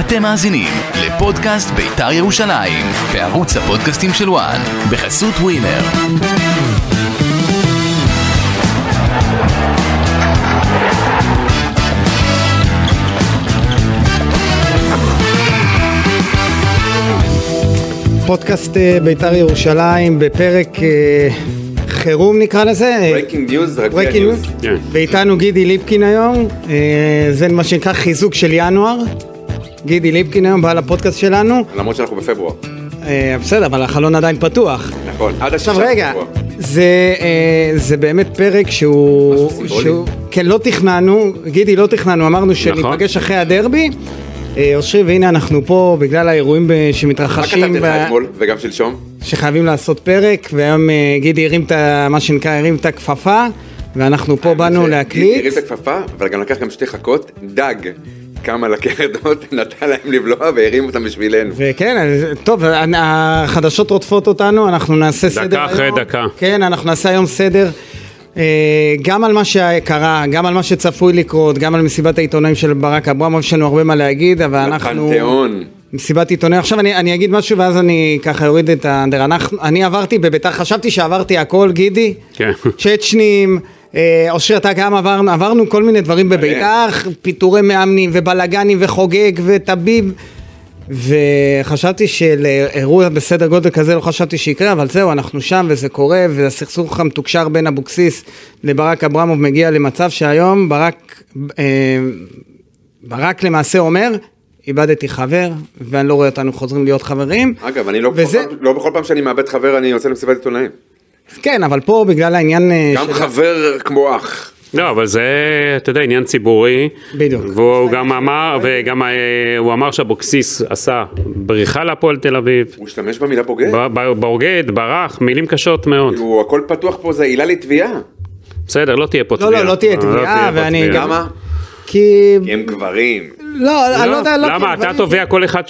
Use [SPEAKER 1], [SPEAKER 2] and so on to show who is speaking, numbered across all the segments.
[SPEAKER 1] אתם מאזינים לפודקאסט בית"ר ירושלים, בערוץ הפודקאסטים של וואן, בחסות ווינר.
[SPEAKER 2] פודקאסט אה, בית"ר ירושלים בפרק אה, חירום נקרא לזה. אה,
[SPEAKER 3] ברייקינג ניוז, רק
[SPEAKER 2] Breaking
[SPEAKER 3] בלי הניוז.
[SPEAKER 2] news.
[SPEAKER 4] כן.
[SPEAKER 2] ואיתנו גידי ליפקין היום, אה, זה מה שנקרא חיזוק של ינואר. גידי ליפקין היום בא לפודקאסט שלנו.
[SPEAKER 3] למרות שאנחנו בפברואר.
[SPEAKER 2] אה, בסדר, אבל החלון עדיין פתוח.
[SPEAKER 3] נכון, עד השישה
[SPEAKER 2] עכשיו רגע,
[SPEAKER 3] בפברואר.
[SPEAKER 2] זה, אה, זה באמת פרק
[SPEAKER 3] משהו
[SPEAKER 2] שהוא...
[SPEAKER 3] סימבולי. נכון.
[SPEAKER 2] שהוא- כן, לא תכננו, גידי, לא תכננו, אמרנו שניפגש אחרי הדרבי. אה, אושרי, והנה אנחנו פה בגלל האירועים ב-
[SPEAKER 3] מה
[SPEAKER 2] שמתרחשים.
[SPEAKER 3] כתבתי לך
[SPEAKER 2] ב-
[SPEAKER 3] אתמול וגם שלשום?
[SPEAKER 2] שחייבים לעשות פרק, והיום אה, גידי הרים את ה... מה שנקרא, הרים את הכפפה, ואנחנו פה באנו
[SPEAKER 3] ש-
[SPEAKER 2] להקליט.
[SPEAKER 3] אה, הרים את הכפפה, אבל גם לקח גם שתי חכות, דג. כמה לקרדות, נתן להם לבלוע והרים אותם בשבילנו.
[SPEAKER 2] וכן, אז- טוב, ה- החדשות רודפות אותנו, אנחנו נעשה
[SPEAKER 4] דקה
[SPEAKER 2] סדר
[SPEAKER 4] אחרי
[SPEAKER 2] היום.
[SPEAKER 4] דקה.
[SPEAKER 2] כן, אנחנו נעשה היום סדר. אה, גם על מה שקרה, גם על מה שצפוי לקרות, גם על מסיבת העיתונאים של ברק אברמוב, יש לנו הרבה מה להגיד, אבל אנחנו...
[SPEAKER 3] פנתיאון.
[SPEAKER 2] מסיבת עיתונאים. עכשיו אני, אני אגיד משהו ואז אני ככה אוריד את האנדר. אנחנו, אני עברתי בביתר, חשבתי שעברתי הכל, גידי.
[SPEAKER 4] כן.
[SPEAKER 2] צ'צ'נים, אה, אושרי, אתה גם עברנו, עברנו כל מיני דברים בביתר, פיטורי מאמנים ובלאגנים וחוגג וטביב. וחשבתי שלאירוע בסדר גודל כזה לא חשבתי שיקרה, אבל זהו, אנחנו שם וזה קורה, והסכסוך המתוקשר בין אבוקסיס לברק אברמוב מגיע למצב שהיום ברק, אה, ברק למעשה אומר, איבדתי חבר, ואני לא רואה אותנו חוזרים להיות חברים.
[SPEAKER 3] אגב, אני לא בכל
[SPEAKER 2] וזה-
[SPEAKER 3] פעם- לא בכל פעם שאני מאבד חבר אני יוצא למסיבת עיתונאים.
[SPEAKER 2] כן, אבל פה בגלל העניין... אה,
[SPEAKER 3] גם
[SPEAKER 2] של-
[SPEAKER 3] חבר כמו אח.
[SPEAKER 4] לא, אבל זה, אתה יודע, עניין ציבורי.
[SPEAKER 2] בדיוק.
[SPEAKER 4] והוא גם אמר, וגם אה, הוא אמר שאבוקסיס עשה בריחה להפועל תל אביב.
[SPEAKER 3] הוא השתמש במילה בוגד.
[SPEAKER 4] ב- ב- בוגד, ברח, מילים קשות מאוד.
[SPEAKER 3] הוא הכל פתוח פה, זה עילה לתביעה.
[SPEAKER 4] בסדר, לא תהיה פה
[SPEAKER 2] לא,
[SPEAKER 4] תביעה.
[SPEAKER 2] לא תהיה תביעה,
[SPEAKER 4] פה
[SPEAKER 2] ואני
[SPEAKER 4] תביעה.
[SPEAKER 2] גם-
[SPEAKER 3] למה?
[SPEAKER 2] כי...
[SPEAKER 3] כי הם גברים.
[SPEAKER 2] לא, אני לא יודע... לא
[SPEAKER 4] כן. למה?
[SPEAKER 2] כי-
[SPEAKER 4] אתה תובע כל אחד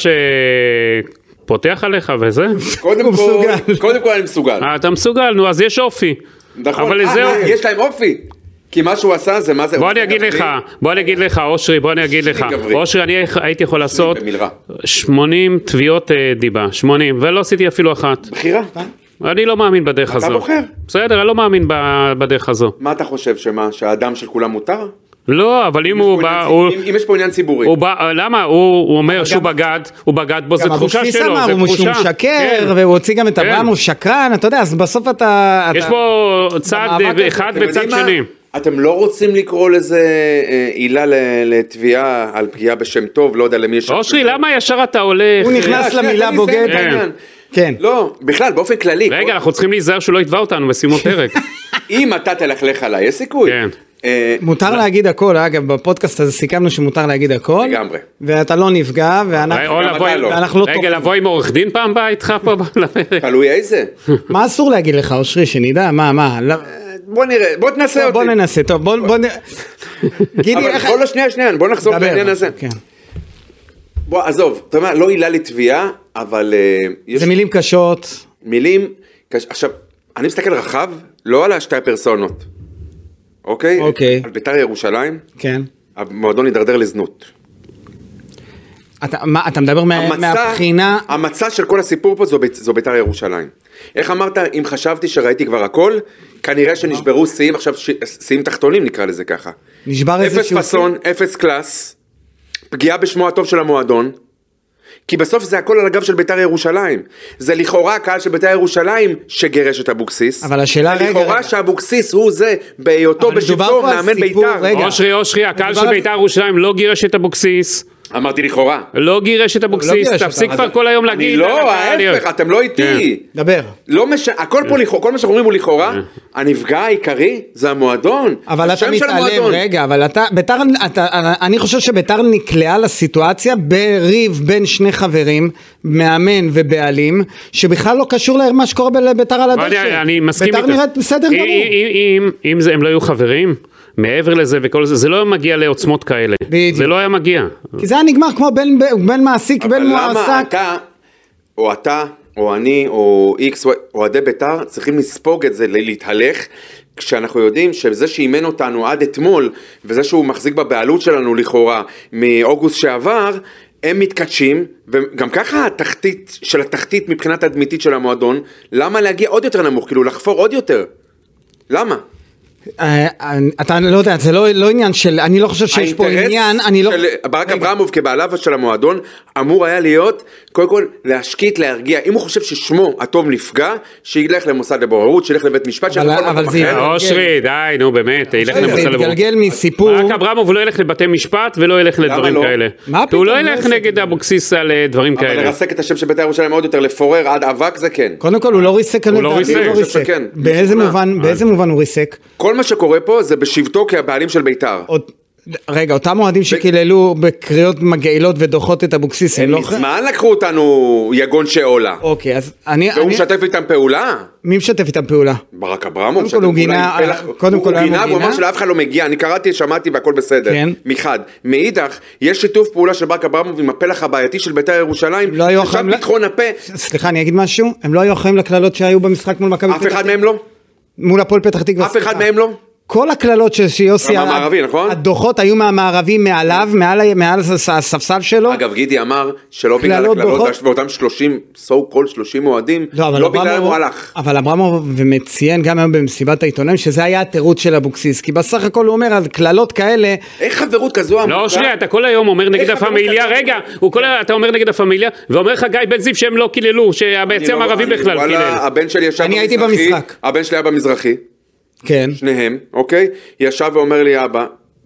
[SPEAKER 4] שפותח עליך וזה?
[SPEAKER 3] קודם
[SPEAKER 2] הוא
[SPEAKER 3] כל,
[SPEAKER 2] מסוגל.
[SPEAKER 3] קודם כל אני מסוגל.
[SPEAKER 4] אה, אתה מסוגל, נו, אז יש אופי.
[SPEAKER 3] נכון.
[SPEAKER 4] אבל
[SPEAKER 3] אה,
[SPEAKER 4] לזה...
[SPEAKER 3] אה, יש להם אופי. כי מה שהוא עשה זה מה זה...
[SPEAKER 4] בוא אני אגיד
[SPEAKER 3] אוקיי.
[SPEAKER 4] לך, בוא אני אגיד לך, אושרי, בוא אני אגיד לך,
[SPEAKER 3] גברי.
[SPEAKER 4] אושרי, אני הייתי יכול לעשות
[SPEAKER 3] במלרע.
[SPEAKER 4] 80 תביעות אה, דיבה, 80, ולא עשיתי אפילו אחת.
[SPEAKER 3] בחירה.
[SPEAKER 4] אני לא מאמין בדרך הזו.
[SPEAKER 3] בוחר.
[SPEAKER 4] בסדר, אני לא מאמין ב- בדרך הזו.
[SPEAKER 3] מה אתה חושב, שמה, שהדם של כולם מותר?
[SPEAKER 4] לא, אבל אם הוא
[SPEAKER 3] יש פה
[SPEAKER 4] בא,
[SPEAKER 3] עניין-
[SPEAKER 4] הוא...
[SPEAKER 3] אם- אם יש פה עניין ציבורי.
[SPEAKER 4] הוא בא, אה, למה? הוא, הוא אומר שהוא בגד, הוא בגד בו, זו
[SPEAKER 2] גם
[SPEAKER 4] תחושה
[SPEAKER 2] אבוקסיס
[SPEAKER 4] שלו,
[SPEAKER 2] אמר
[SPEAKER 4] זו
[SPEAKER 2] הוא שהוא
[SPEAKER 4] תחושה. כן.
[SPEAKER 2] משקר, והוא הוציא גם את
[SPEAKER 4] כן.
[SPEAKER 2] אברהם, הוא שקרן, אתה יודע, אז בסוף אתה...
[SPEAKER 4] יש
[SPEAKER 2] אתה-
[SPEAKER 4] פה צד
[SPEAKER 2] במאבק הזה,
[SPEAKER 4] אחד
[SPEAKER 3] אתם
[SPEAKER 4] וצד
[SPEAKER 3] יודעים מה?
[SPEAKER 4] שני.
[SPEAKER 3] אתם לא רוצים לקרוא לזה אה, עילה ל- לתביעה על פגיעה בשם טוב, לא יודע למי יש...
[SPEAKER 4] אושרי, למה ישר אתה הולך?
[SPEAKER 2] הוא
[SPEAKER 4] אה,
[SPEAKER 2] נכנס
[SPEAKER 3] שנייה,
[SPEAKER 2] למילה
[SPEAKER 3] תן לי לסיים את
[SPEAKER 2] בוגד.
[SPEAKER 3] העניין.
[SPEAKER 2] כן.
[SPEAKER 3] לא, בכלל, באופן כללי. כל-
[SPEAKER 4] רגע, אנחנו צריכים להיזהר שהוא לא יתבע אותנו בסיום הפרק.
[SPEAKER 3] אם אתה תלכלך עליי, יש סיכוי.
[SPEAKER 4] כן.
[SPEAKER 3] אה,
[SPEAKER 4] לא.
[SPEAKER 2] מותר להגיד הכל, אגב, בפודקאסט הזה סיכמנו שמותר להגיד הכל.
[SPEAKER 3] לגמרי.
[SPEAKER 2] ואתה לא נפגע,
[SPEAKER 4] אולי- או
[SPEAKER 2] ואנחנו...
[SPEAKER 3] גם
[SPEAKER 4] לבוא
[SPEAKER 3] אתה
[SPEAKER 4] עם-
[SPEAKER 3] לא.
[SPEAKER 2] אנחנו לא
[SPEAKER 4] רגע,
[SPEAKER 2] תומכים.
[SPEAKER 4] לבוא עם עורך דין פעם בא איתך פה לפרק.
[SPEAKER 3] תלוי איזה.
[SPEAKER 2] מה אסור להגיד לך, אושרי, שנדע? מה, מה? לא-
[SPEAKER 3] בוא נראה, בוא תנסה
[SPEAKER 2] טוב,
[SPEAKER 3] אותי.
[SPEAKER 2] בוא ננסה, טוב, בוא... בוא נ- גידי,
[SPEAKER 3] אבל
[SPEAKER 2] איך...
[SPEAKER 3] בוא לא, שנייה, שנייה, בוא נחזור
[SPEAKER 2] דבר.
[SPEAKER 3] לעניין הזה.
[SPEAKER 2] כן.
[SPEAKER 3] בוא, עזוב, אתה יודע, לא עילה לתביעה, אבל אה, יש
[SPEAKER 2] זה מילים קשות.
[SPEAKER 3] מילים, קש- עכשיו, אני מסתכל רחב, לא על השתי הפרסונות, אוקיי?
[SPEAKER 2] אוקיי.
[SPEAKER 3] על בית"ר ירושלים,
[SPEAKER 2] כן.
[SPEAKER 3] המועדון הידרדר לזנות.
[SPEAKER 2] אתה, מה, אתה מדבר מה, אה, מהבחינה...
[SPEAKER 3] המצע של כל הסיפור פה זו, בית- זו בית"ר ירושלים. איך אמרת, אם חשבתי שראיתי כבר הכל, כנראה שנשברו שיאים, עכשיו ש- שיאים תחתונים נקרא לזה ככה.
[SPEAKER 2] נשבר
[SPEAKER 3] אפס
[SPEAKER 2] איזשהו...
[SPEAKER 3] פאסון, אפס קלאס, פגיעה בשמו הטוב של המועדון. כי בסוף זה הכל על הגב של ביתר ירושלים. זה לכאורה הקהל של ביתר ירושלים שגירש את אבוקסיס.
[SPEAKER 2] אבל השאלה-
[SPEAKER 3] זה
[SPEAKER 2] רגע,
[SPEAKER 3] לכאורה
[SPEAKER 2] רגע.
[SPEAKER 3] שאבוקסיס הוא זה, בהיותו
[SPEAKER 2] אבל מדובר
[SPEAKER 3] בשבתו
[SPEAKER 2] פה על
[SPEAKER 3] מאמן
[SPEAKER 2] סיפור-
[SPEAKER 3] ביתר.
[SPEAKER 2] רגע.
[SPEAKER 4] אושרי, אושרי, הקהל
[SPEAKER 2] מדובר
[SPEAKER 4] של
[SPEAKER 2] על-
[SPEAKER 4] בית"ר ירושלים לא גירש את אבוקסיס.
[SPEAKER 3] אמרתי לכאורה.
[SPEAKER 4] לא גירש את
[SPEAKER 2] גירש
[SPEAKER 4] אבוקסיס,
[SPEAKER 2] אותם.
[SPEAKER 4] תפסיק
[SPEAKER 2] אז-
[SPEAKER 4] כבר כל היום
[SPEAKER 3] אני
[SPEAKER 4] להגיד.
[SPEAKER 3] לא,
[SPEAKER 4] "אה, להיות".
[SPEAKER 3] ההפך, אתם לא איתי.
[SPEAKER 2] דבר.
[SPEAKER 3] לא משנה, הכל פה לכאורה, כל מה שאנחנו אומרים הוא לכאורה, הנפגע העיקרי זה המועדון.
[SPEAKER 2] אבל אתה
[SPEAKER 3] השם של
[SPEAKER 2] מתעלם,
[SPEAKER 3] המועדון.
[SPEAKER 2] רגע, אבל אתה, ביתר, אתה, אני חושב שביתר נקלעה לסיטואציה בריב בין שני חברים, מאמן ובעלים, שבכלל לא קשור למה שקורה בביתר על
[SPEAKER 4] אבל
[SPEAKER 2] הדשא.
[SPEAKER 4] אני- אני מסכים
[SPEAKER 2] ביתר נראית בסדר
[SPEAKER 4] אם-
[SPEAKER 2] גמור.
[SPEAKER 4] אם- אם- אם זה- הם לא היו חברים, מעבר לזה וכל זה, זה לא היה מגיע לעוצמות כאלה.
[SPEAKER 2] בדיוק. כן,
[SPEAKER 4] זה לא היה מגיע.
[SPEAKER 2] כי זה היה נגמר כמו בין, בין מעסיק, בין
[SPEAKER 3] אבל למה
[SPEAKER 2] מועסק.
[SPEAKER 3] אתה, או אתה, או אני, או איקס, אוהדי בית"ר, צריכים לספוג את זה, ל- להתהלך, כשאנחנו יודעים שזה שאימן אותנו עד אתמול, וזה שהוא מחזיק בבעלות שלנו לכאורה מאוגוסט שעבר, הם מתקדשים, וגם ככה התחתית של התחתית מבחינה תדמיתית של המועדון, למה להגיע עוד יותר נמוך? כאילו לחפור עוד יותר. למה?
[SPEAKER 2] אה, אה, אתה לא יודע, זה לא לא עניין של, אני לא חושב שיש פה
[SPEAKER 3] האינטרס
[SPEAKER 2] עניין, אני לא...
[SPEAKER 3] של ברק
[SPEAKER 2] רגע.
[SPEAKER 3] אברמוב כבעליו של המועדון אמור היה להיות קודם כל להשקיט, להרגיע. אם הוא חושב ששמו הטוב נפגע, שילך למוסד לבוררות, שילך לבית משפט, שילך
[SPEAKER 2] אבל-
[SPEAKER 3] לכל
[SPEAKER 2] אבל
[SPEAKER 3] מקום
[SPEAKER 2] זה
[SPEAKER 3] אחר.
[SPEAKER 2] יתגלגל.
[SPEAKER 4] אושרי, די, נו באמת, ילך
[SPEAKER 2] כן. זה
[SPEAKER 4] למוסד לבוררות.
[SPEAKER 2] התגלגל אה, מסיפור...
[SPEAKER 4] ברק אברמוב לא ילך לבתי משפט ולא ילך לדברים
[SPEAKER 3] לא?
[SPEAKER 4] כאלה.
[SPEAKER 2] מה
[SPEAKER 4] כי הוא
[SPEAKER 2] פתאום?
[SPEAKER 4] לא
[SPEAKER 2] לא
[SPEAKER 4] ילך
[SPEAKER 2] עושה את
[SPEAKER 4] נגד אבוקסיס על אה, דברים
[SPEAKER 3] אבל
[SPEAKER 4] כאלה.
[SPEAKER 3] לרסק את השם של בית"ר ירושלים עוד יותר, לפורר עד אבק זה כן.
[SPEAKER 2] קודם כל הוא לא ריסק, אני
[SPEAKER 4] לא
[SPEAKER 2] לדעתי
[SPEAKER 4] ריסק, אני
[SPEAKER 3] חושב שכן.
[SPEAKER 2] באיזה
[SPEAKER 3] משוכנע.
[SPEAKER 2] מובן, באיזה מובן הוא ריסק?
[SPEAKER 3] כל מה שקורה פה זה בשבתו כבעלים של בית"ר.
[SPEAKER 2] עוד- רגע, אותם אוהדים שקיללו בקריאות מגעילות ודוחות את אבוקסיס, הם לא...
[SPEAKER 3] מזמן לקחו אותנו יגון שאולה.
[SPEAKER 2] אוקיי, אז אני...
[SPEAKER 3] והוא
[SPEAKER 2] אני-
[SPEAKER 3] משתף איתם פעולה?
[SPEAKER 2] מי משתף איתם פעולה?
[SPEAKER 3] ברק אברמוב,
[SPEAKER 2] קודם
[SPEAKER 3] שאתם
[SPEAKER 2] כל הוא
[SPEAKER 3] אולי
[SPEAKER 2] גינה- אה,
[SPEAKER 3] עם פלח-
[SPEAKER 2] קודם כל
[SPEAKER 3] הוא
[SPEAKER 2] היום הוא
[SPEAKER 3] גינה, הוא אמר
[SPEAKER 2] גינה.
[SPEAKER 3] שלאף אחד לא מגיע, אני קראתי, שמעתי והכל בסדר,
[SPEAKER 2] כן.
[SPEAKER 3] מחד. מאידך, יש שיתוף פעולה של ברק אברמוב עם הפלח הבעייתי של בית"ר ירושלים,
[SPEAKER 2] לא היו
[SPEAKER 3] ששם
[SPEAKER 2] אחראים ל-
[SPEAKER 3] פתחון הפה,
[SPEAKER 2] סליחה, אני אגיד משהו? הם לא היו אחראים לקללות שהיו במשחק מול מכבי
[SPEAKER 3] אף אחד מהם לא?
[SPEAKER 2] מול הפועל פתח תקווה.
[SPEAKER 3] אף אחד
[SPEAKER 2] סליחה.
[SPEAKER 3] מהם לא?
[SPEAKER 2] כל הקללות ש- שיוסי...
[SPEAKER 3] גם המערבי, נכון?
[SPEAKER 2] הדוחות היו מהמערבי מעליו, מעל ה- מעל הס- הספסל שלו.
[SPEAKER 3] אגב, גידי אמר שלא בגלל
[SPEAKER 2] לא. קללות,
[SPEAKER 3] הקללות
[SPEAKER 2] דוחות.
[SPEAKER 3] והש- ואותם 30, סו קול 30 אוהדים,
[SPEAKER 2] לא, אבל
[SPEAKER 3] לא בגללם
[SPEAKER 2] אברמוב-
[SPEAKER 3] הוא הלך.
[SPEAKER 2] אבל אברמוב ציין גם היום במסיבת העיתונאים שזה היה התירוץ של אבוקסיס, כי בסך הכל הוא אומר על קללות כאלה,
[SPEAKER 3] איך חברות כזו עמוקה?
[SPEAKER 4] לא, אושרי, אתה כל היום אומר נגד
[SPEAKER 3] איך אתה לא כן.
[SPEAKER 4] הפמיליה,
[SPEAKER 3] אומר-
[SPEAKER 4] רגע, הוא כל היום- אתה אומר נגד הפמיליה, ואומר לך גיא בן זיו שהם לא קיללו,
[SPEAKER 3] אני
[SPEAKER 4] שהיציע
[SPEAKER 3] לא-
[SPEAKER 4] המערבי
[SPEAKER 3] אני-
[SPEAKER 4] בכלל
[SPEAKER 3] וואלה,
[SPEAKER 4] קילל.
[SPEAKER 3] הבן שלי ישב
[SPEAKER 2] אני הייתי במשחק.
[SPEAKER 3] הבן שלי היה במזרחי.
[SPEAKER 2] כן,
[SPEAKER 3] שניהם, אוקיי? ישב ואומר לי אבא,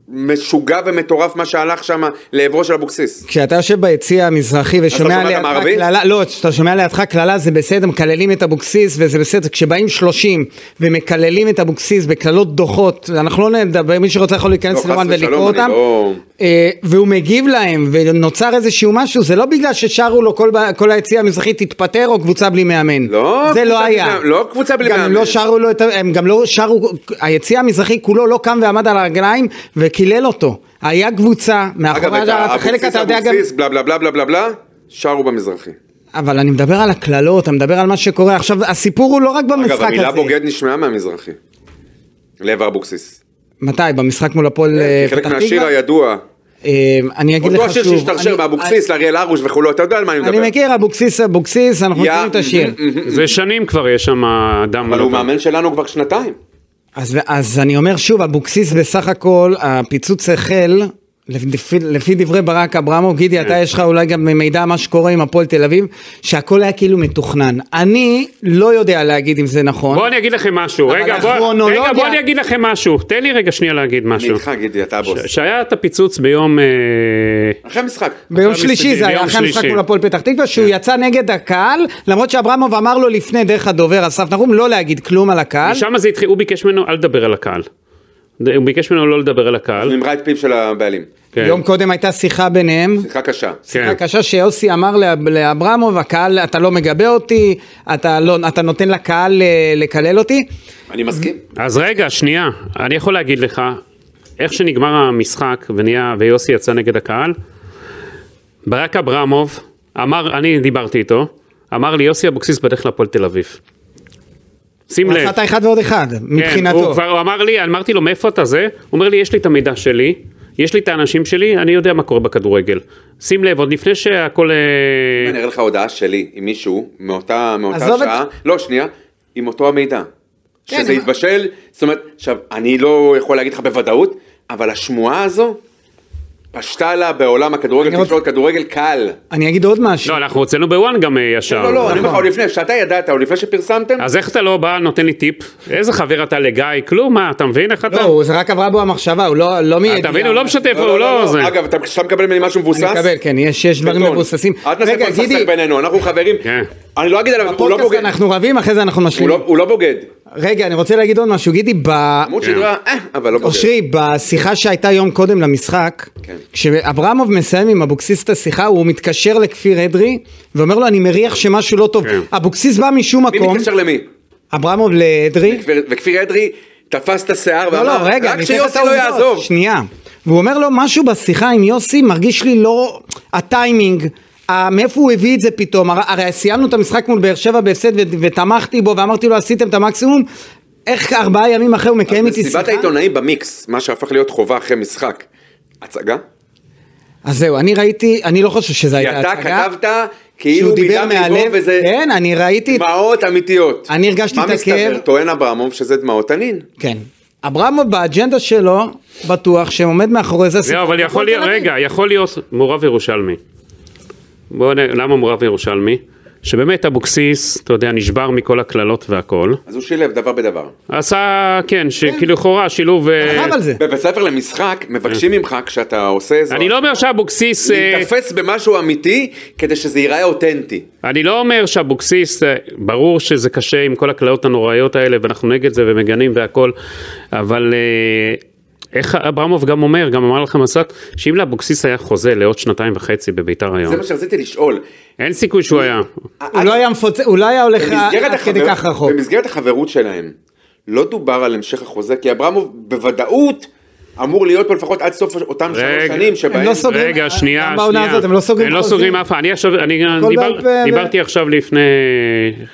[SPEAKER 3] משוגע ומטורף מה שהלך שם לעברו של אבוקסיס.
[SPEAKER 2] כשאתה יושב ביציע המזרחי ושומע
[SPEAKER 3] שומע גם
[SPEAKER 2] לידך
[SPEAKER 3] ערבי?
[SPEAKER 2] קללה, לא, כשאתה שומע לידך קללה זה בסדר, מקללים את אבוקסיס וזה בסדר, כשבאים 30 ומקללים את אבוקסיס בקללות דוחות, אנחנו לא נדבר, מי שרוצה יכול
[SPEAKER 3] לא,
[SPEAKER 2] להיכנס
[SPEAKER 3] חס
[SPEAKER 2] לרואן
[SPEAKER 3] ושלום,
[SPEAKER 2] ולקרוא
[SPEAKER 3] אני
[SPEAKER 2] אותם,
[SPEAKER 3] לא-
[SPEAKER 2] אה, והוא מגיב להם ונוצר איזשהו משהו, זה לא בגלל ששרו לו כל ב- כל היציע המזרחי תתפטר או קבוצה בלי מאמן,
[SPEAKER 3] לא
[SPEAKER 2] זה לא
[SPEAKER 3] קבוצה בלי
[SPEAKER 2] היה,
[SPEAKER 3] מאמן, לא קבוצה בלי
[SPEAKER 2] גם הם
[SPEAKER 3] מאמן.
[SPEAKER 2] לא שרו לו, את ה- הם גם לא שרו, היציע המזרחי כולו לא קם ועמד על הרגליים וקילל אותו, היה קבוצה,
[SPEAKER 3] אגב,
[SPEAKER 2] מאחורי
[SPEAKER 3] את
[SPEAKER 2] הדעת, חלק
[SPEAKER 3] האבוקסיס,
[SPEAKER 2] נכון, אתה יודע גם... לא
[SPEAKER 3] אבוקסיס, בלה בלה בלה בלה בלה בלה, שרו במזרחי.
[SPEAKER 2] אבל אני מדבר על הקללות, אתה מדבר על מה שקורה. עכשיו, הסיפור הוא לא רק במשחק
[SPEAKER 3] אגב,
[SPEAKER 2] הזה.
[SPEAKER 3] המילה בוגד נשמעה מהמזרחי. לעבר אבוקסיס.
[SPEAKER 2] מתי? במשחק מול הפועל אה, פתח
[SPEAKER 3] כי חלק
[SPEAKER 2] תקווה?
[SPEAKER 3] מהשיר הידוע.
[SPEAKER 2] אה, אני אגיד לך
[SPEAKER 3] אותו
[SPEAKER 2] שוב.
[SPEAKER 3] השיר שהשתרשר
[SPEAKER 2] אני-
[SPEAKER 3] מאבוקסיס לאריאל הרוש וכולו, אתה יודע על מה אני
[SPEAKER 2] אני- אני
[SPEAKER 3] מדבר.
[SPEAKER 2] מכיר, אבוקסיס, אבוקסיס, אנחנו
[SPEAKER 3] יא-
[SPEAKER 2] מכירים את השיר.
[SPEAKER 4] זה שנים כבר יש שם אדם.
[SPEAKER 3] אבל
[SPEAKER 4] לא
[SPEAKER 3] הוא
[SPEAKER 4] טוב.
[SPEAKER 3] מאמן שלנו כבר שנתיים.
[SPEAKER 2] אז- אז אני אומר שוב, אבוקסיס בסך הכל, הפיצוץ החל, לפי, לפי דברי ברק אברמוב, גידי,
[SPEAKER 4] כן.
[SPEAKER 2] אתה יש לך אולי גם מידע מה שקורה עם הפועל תל אביב, שהכל היה כאילו מתוכנן. אני לא יודע להגיד אם זה נכון.
[SPEAKER 4] בוא אני אגיד לכם משהו,
[SPEAKER 2] אבל
[SPEAKER 4] רגע, בוא,
[SPEAKER 2] הכרונולוגיה-
[SPEAKER 4] רגע, בוא אני אגיד לכם משהו, תן לי רגע שנייה להגיד
[SPEAKER 3] אני
[SPEAKER 4] משהו.
[SPEAKER 3] איתך גידי, אתה הבוס.
[SPEAKER 4] ש- שהיה את הפיצוץ ביום... אה,
[SPEAKER 3] אחרי המשחק.
[SPEAKER 2] ביום
[SPEAKER 4] עכשיו מסתכלים,
[SPEAKER 2] שלישי זה היה
[SPEAKER 4] ביום
[SPEAKER 2] אחרי המשחק
[SPEAKER 4] שלישי. כן.
[SPEAKER 2] מול הפועל פתח תקווה שהוא יצא נגד הקהל למרות שאברמוב אמר לו לפני דרך הדובר אסף נחום לא להגיד כלום על הקהל
[SPEAKER 4] שם זה התחיל, הוא ביקש ממנו אל לדבר על הקהל. הוא ביקש ממנו לא לדבר על הקהל.
[SPEAKER 3] נמרה את פיו של הבעלים.
[SPEAKER 4] כן.
[SPEAKER 2] יום קודם הייתה שיחה ביניהם
[SPEAKER 3] שיחה קשה.
[SPEAKER 4] כן.
[SPEAKER 2] שיחה קשה שיוסי אה, אמר לאב- לאברמוב הקהל אתה לא מגבה אותי אתה לא אתה נותן לקהל אה, לקלל אותי
[SPEAKER 3] אני מסכים.
[SPEAKER 4] אז רגע, שנייה, אני יכול להגיד לך, איך שנגמר המשחק ונהיה, ויוסי יצא נגד הקהל, ברק אברמוב אמר, אני דיברתי איתו, אמר לי יוסי אבוקסיס בדרך להפועל תל אביב. שים
[SPEAKER 2] הוא
[SPEAKER 4] לב.
[SPEAKER 2] עשה את האחד ועוד אחד
[SPEAKER 4] כן, הוא
[SPEAKER 2] מבחינתו
[SPEAKER 4] כבר הוא אמר לי, אמרתי לו, מאיפה אתה זה? הוא אומר לי, יש לי את המידע שלי, יש לי את האנשים שלי, אני יודע מה קורה בכדורגל. שים לב, עוד לפני שהכל... אה,
[SPEAKER 3] אני אראה לך הודעה שלי עם מישהו מאותה, מאותה
[SPEAKER 2] עזוב את-
[SPEAKER 3] שעה, לא שנייה, עם אותו המידע.
[SPEAKER 2] כן,
[SPEAKER 3] שזה
[SPEAKER 2] אבל-
[SPEAKER 3] התבשל, זאת אומרת, עכשיו, אני לא יכול להגיד לך בוודאות, אבל השמועה הזו פשטה לה בעולם הכדורגל,
[SPEAKER 2] אני
[SPEAKER 3] תקשורת כדורגל קל.
[SPEAKER 2] אני אגיד עוד משהו
[SPEAKER 4] לא, אנחנו הוצאנו בוואן גם אה, ישר.
[SPEAKER 3] לא, לא, אני
[SPEAKER 2] נכון.
[SPEAKER 3] אומר לך עוד לפני, שאתה ידעת, עוד לפני שפרסמתם,
[SPEAKER 4] אז איך אתה לא בא, נותן לי טיפ? איזה חבר אתה לגיא? כלום, מה, אתה מבין איך אתה?
[SPEAKER 2] לא, הוא- זה רק עברה בו המחשבה הוא לא לא מידיעה.
[SPEAKER 4] אתה מבין, הוא לא משתף,
[SPEAKER 3] לא,
[SPEAKER 4] הוא לא... זה.
[SPEAKER 3] אגב, אתה- כשאתה מקבל ממני משהו מבוסס,
[SPEAKER 2] אני מקבל כן יש יש דברים
[SPEAKER 3] בטון.
[SPEAKER 2] מבוססים.
[SPEAKER 3] אל תנסה
[SPEAKER 2] רגע
[SPEAKER 3] פה
[SPEAKER 2] גידי
[SPEAKER 3] לסכסך בינינו, אנחנו חברים,
[SPEAKER 4] כן.
[SPEAKER 3] אני לא אגיד עליו, הוא לא
[SPEAKER 2] פודקאסט
[SPEAKER 3] בוגד,
[SPEAKER 2] אנחנו רבים אחרי זה אנחנו
[SPEAKER 3] הוא
[SPEAKER 2] משלימים.
[SPEAKER 3] לא- הוא לא בוגד,
[SPEAKER 2] רגע, אני רוצה להגיד עוד משהו, גידי, ב...
[SPEAKER 3] עמוד שדרה, אה, אבל לא בוגד,
[SPEAKER 2] אושרי, אוקיי. בשיחה שהייתה יום קודם למשחק,
[SPEAKER 3] כן.
[SPEAKER 2] כשאברמוב מסיים עם אבוקסיס את השיחה, הוא מתקשר לכפיר אדרי, ואומר לו, אני מריח שמשהו לא טוב.
[SPEAKER 4] כן.
[SPEAKER 2] אבוקסיס בא משום
[SPEAKER 3] מי
[SPEAKER 2] מקום,
[SPEAKER 3] מתקשר למי?
[SPEAKER 2] אברמוב לאדרי,
[SPEAKER 3] וכפיר- וכפיר אדרי תפס את השיער
[SPEAKER 2] לא, לא,
[SPEAKER 3] ואמר,
[SPEAKER 2] רגע,
[SPEAKER 3] רק
[SPEAKER 2] אני אתן לך
[SPEAKER 3] שיוסי
[SPEAKER 2] את
[SPEAKER 3] לא
[SPEAKER 2] העובדות."
[SPEAKER 3] יעזוב.
[SPEAKER 2] שנייה. והוא אומר לו, משהו בשיחה עם יוסי מרגיש לי לא... הטיימינג, ה- מאיפה הוא הביא את זה פתאום? הר- הרי סיימנו את המשחק מול באר שבע בהפסד ו- ותמכתי בו, ואמרתי לו, עשיתם את המקסימום. איך ארבעה ימים אחרי הוא מקיים איתי שיחה?
[SPEAKER 3] מסיבת העיתונאים במיקס, מה שהפך להיות חובה אחרי משחק. הצגה?
[SPEAKER 2] אז זהו, אני ראיתי, אני לא חושב שזו
[SPEAKER 3] כי
[SPEAKER 2] הייתה
[SPEAKER 3] אתה
[SPEAKER 2] הצגה.
[SPEAKER 3] כתבת כאילו
[SPEAKER 2] שהוא דיבר
[SPEAKER 3] מדם ליבו
[SPEAKER 2] מהלב,
[SPEAKER 3] וזה
[SPEAKER 2] כן, אני ראיתי,
[SPEAKER 3] דמעות אמיתיות.
[SPEAKER 2] אני הרגשתי את
[SPEAKER 3] מה מסתבר?
[SPEAKER 2] הכאב.
[SPEAKER 3] טוען אברמוב שזה דמעות תנין.
[SPEAKER 2] כן. אברמוב באג'נדה שלו, בטוח שעומד מאחורי זה.
[SPEAKER 4] זהו,
[SPEAKER 2] סיפור
[SPEAKER 4] אבל יכול להיות,
[SPEAKER 2] תל אביב.
[SPEAKER 4] רגע, יכול להיות מעורב ירושלמי. בוא נ... למה מעורב ירושלמי? שבאמת אבוקסיס, אתה יודע, נשבר מכל הקללות והכל.
[SPEAKER 3] אז הוא שילב דבר בדבר.
[SPEAKER 4] עשה, כן, שכאילו לכאורה שילוב... אה,
[SPEAKER 2] רכב על זה.
[SPEAKER 3] בבית ספר למשחק מבקשים ממך כשאתה עושה זאת.
[SPEAKER 4] אני לא אומר שאבוקסיס... אה,
[SPEAKER 3] להיתפס במשהו אמיתי כדי שזה ייראה אותנטי.
[SPEAKER 4] אני לא אומר שאבוקסיס, אה, ברור שזה קשה עם כל הקללות הנוראיות האלה, ואנחנו נגד זה ומגנים והכל, אבל אה, איך אברמוב גם אומר, גם אמר לכם מסעת, שאם לאבוקסיס היה חוזה לעוד שנתיים וחצי בביתר היום,
[SPEAKER 3] זה מה שרציתי לשאול.
[SPEAKER 4] אין סיכוי שהוא היה.
[SPEAKER 2] הוא לא היה מפוצץ, הוא לא היה הולך
[SPEAKER 3] אה, במסגרת
[SPEAKER 2] עד כדי
[SPEAKER 3] החבר-
[SPEAKER 2] כך רחוק.
[SPEAKER 3] במסגרת החברות שלהם, לא דובר על המשך החוזה, כי אברמוב בוודאות אמור להיות פה לפחות עד סוף אותם שלוש
[SPEAKER 4] רגע.
[SPEAKER 3] שנים
[SPEAKER 2] הם
[SPEAKER 3] שבהם...
[SPEAKER 2] לא סוגרים,
[SPEAKER 4] רגע, שנייה,
[SPEAKER 2] גם בעונה
[SPEAKER 4] שנייה.
[SPEAKER 2] הזאת הם לא סוגרים
[SPEAKER 4] הם לא
[SPEAKER 2] חוזים.
[SPEAKER 4] סוגרים אף אחד. אני עכשיו, אני
[SPEAKER 2] הכל
[SPEAKER 4] דיבר,
[SPEAKER 2] בעל פה,
[SPEAKER 4] דיברתי עכשיו לפני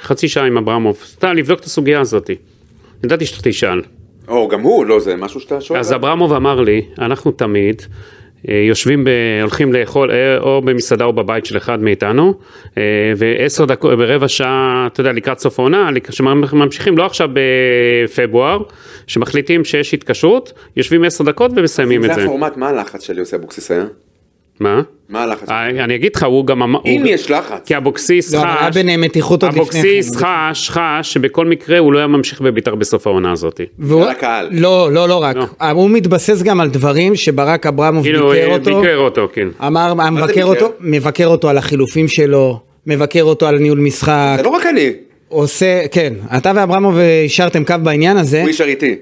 [SPEAKER 4] חצי שעה עם אברמוב, סתם לבדוק את הסוגיה הזאת. ידעתי שאתה תשאל.
[SPEAKER 3] או, גם הוא, לא, זה משהו שאתה שואל.
[SPEAKER 4] אז אברמוב אמר לי, אנחנו תמיד אה, יושבים, ב, הולכים לאכול אה, או במסעדה או בבית של אחד מאיתנו, אה, ועשר דקות, ברבע שעה, אתה יודע, לקראת סוף העונה, לק- שממשיכים, לא עכשיו בפברואר, שמחליטים שיש התקשרות, יושבים עשר דקות ומסיימים את
[SPEAKER 3] זה
[SPEAKER 4] זה.
[SPEAKER 3] הפורמט, מה הלחץ של יוסי אבוקסיס היה?
[SPEAKER 4] מה?
[SPEAKER 3] מה הלחץ?
[SPEAKER 4] אה, אני אגיד לך, הוא גם אמר...
[SPEAKER 3] אם
[SPEAKER 4] הוא-
[SPEAKER 3] יש לחץ.
[SPEAKER 4] כי אבוקסיס
[SPEAKER 2] לא, אבל היה
[SPEAKER 4] חש,
[SPEAKER 2] ביניהם מתיחות עוד לפני
[SPEAKER 4] אבוקסיס
[SPEAKER 2] כן.
[SPEAKER 4] חש, חש שבכל מקרה הוא לא היה ממשיך בבית"ר בסוף העונה הזאת.
[SPEAKER 2] והוא-
[SPEAKER 3] על הקהל.
[SPEAKER 2] לא, לא, לא רק.
[SPEAKER 4] לא.
[SPEAKER 2] הוא מתבסס גם על דברים שברק אברמוב
[SPEAKER 4] כאילו,
[SPEAKER 2] ביקר
[SPEAKER 4] אה,
[SPEAKER 2] אותו.
[SPEAKER 4] ביקר אותו, כן.
[SPEAKER 2] אמר, מבקר
[SPEAKER 3] ביקר?
[SPEAKER 2] אותו, מבקר אותו על החילופים שלו, מבקר אותו על ניהול משחק,
[SPEAKER 3] זה לא רק אני,
[SPEAKER 2] עושה, כן, אתה ואברמוב אה, השארתם קו בעניין הזה,
[SPEAKER 3] הוא איש אריתי.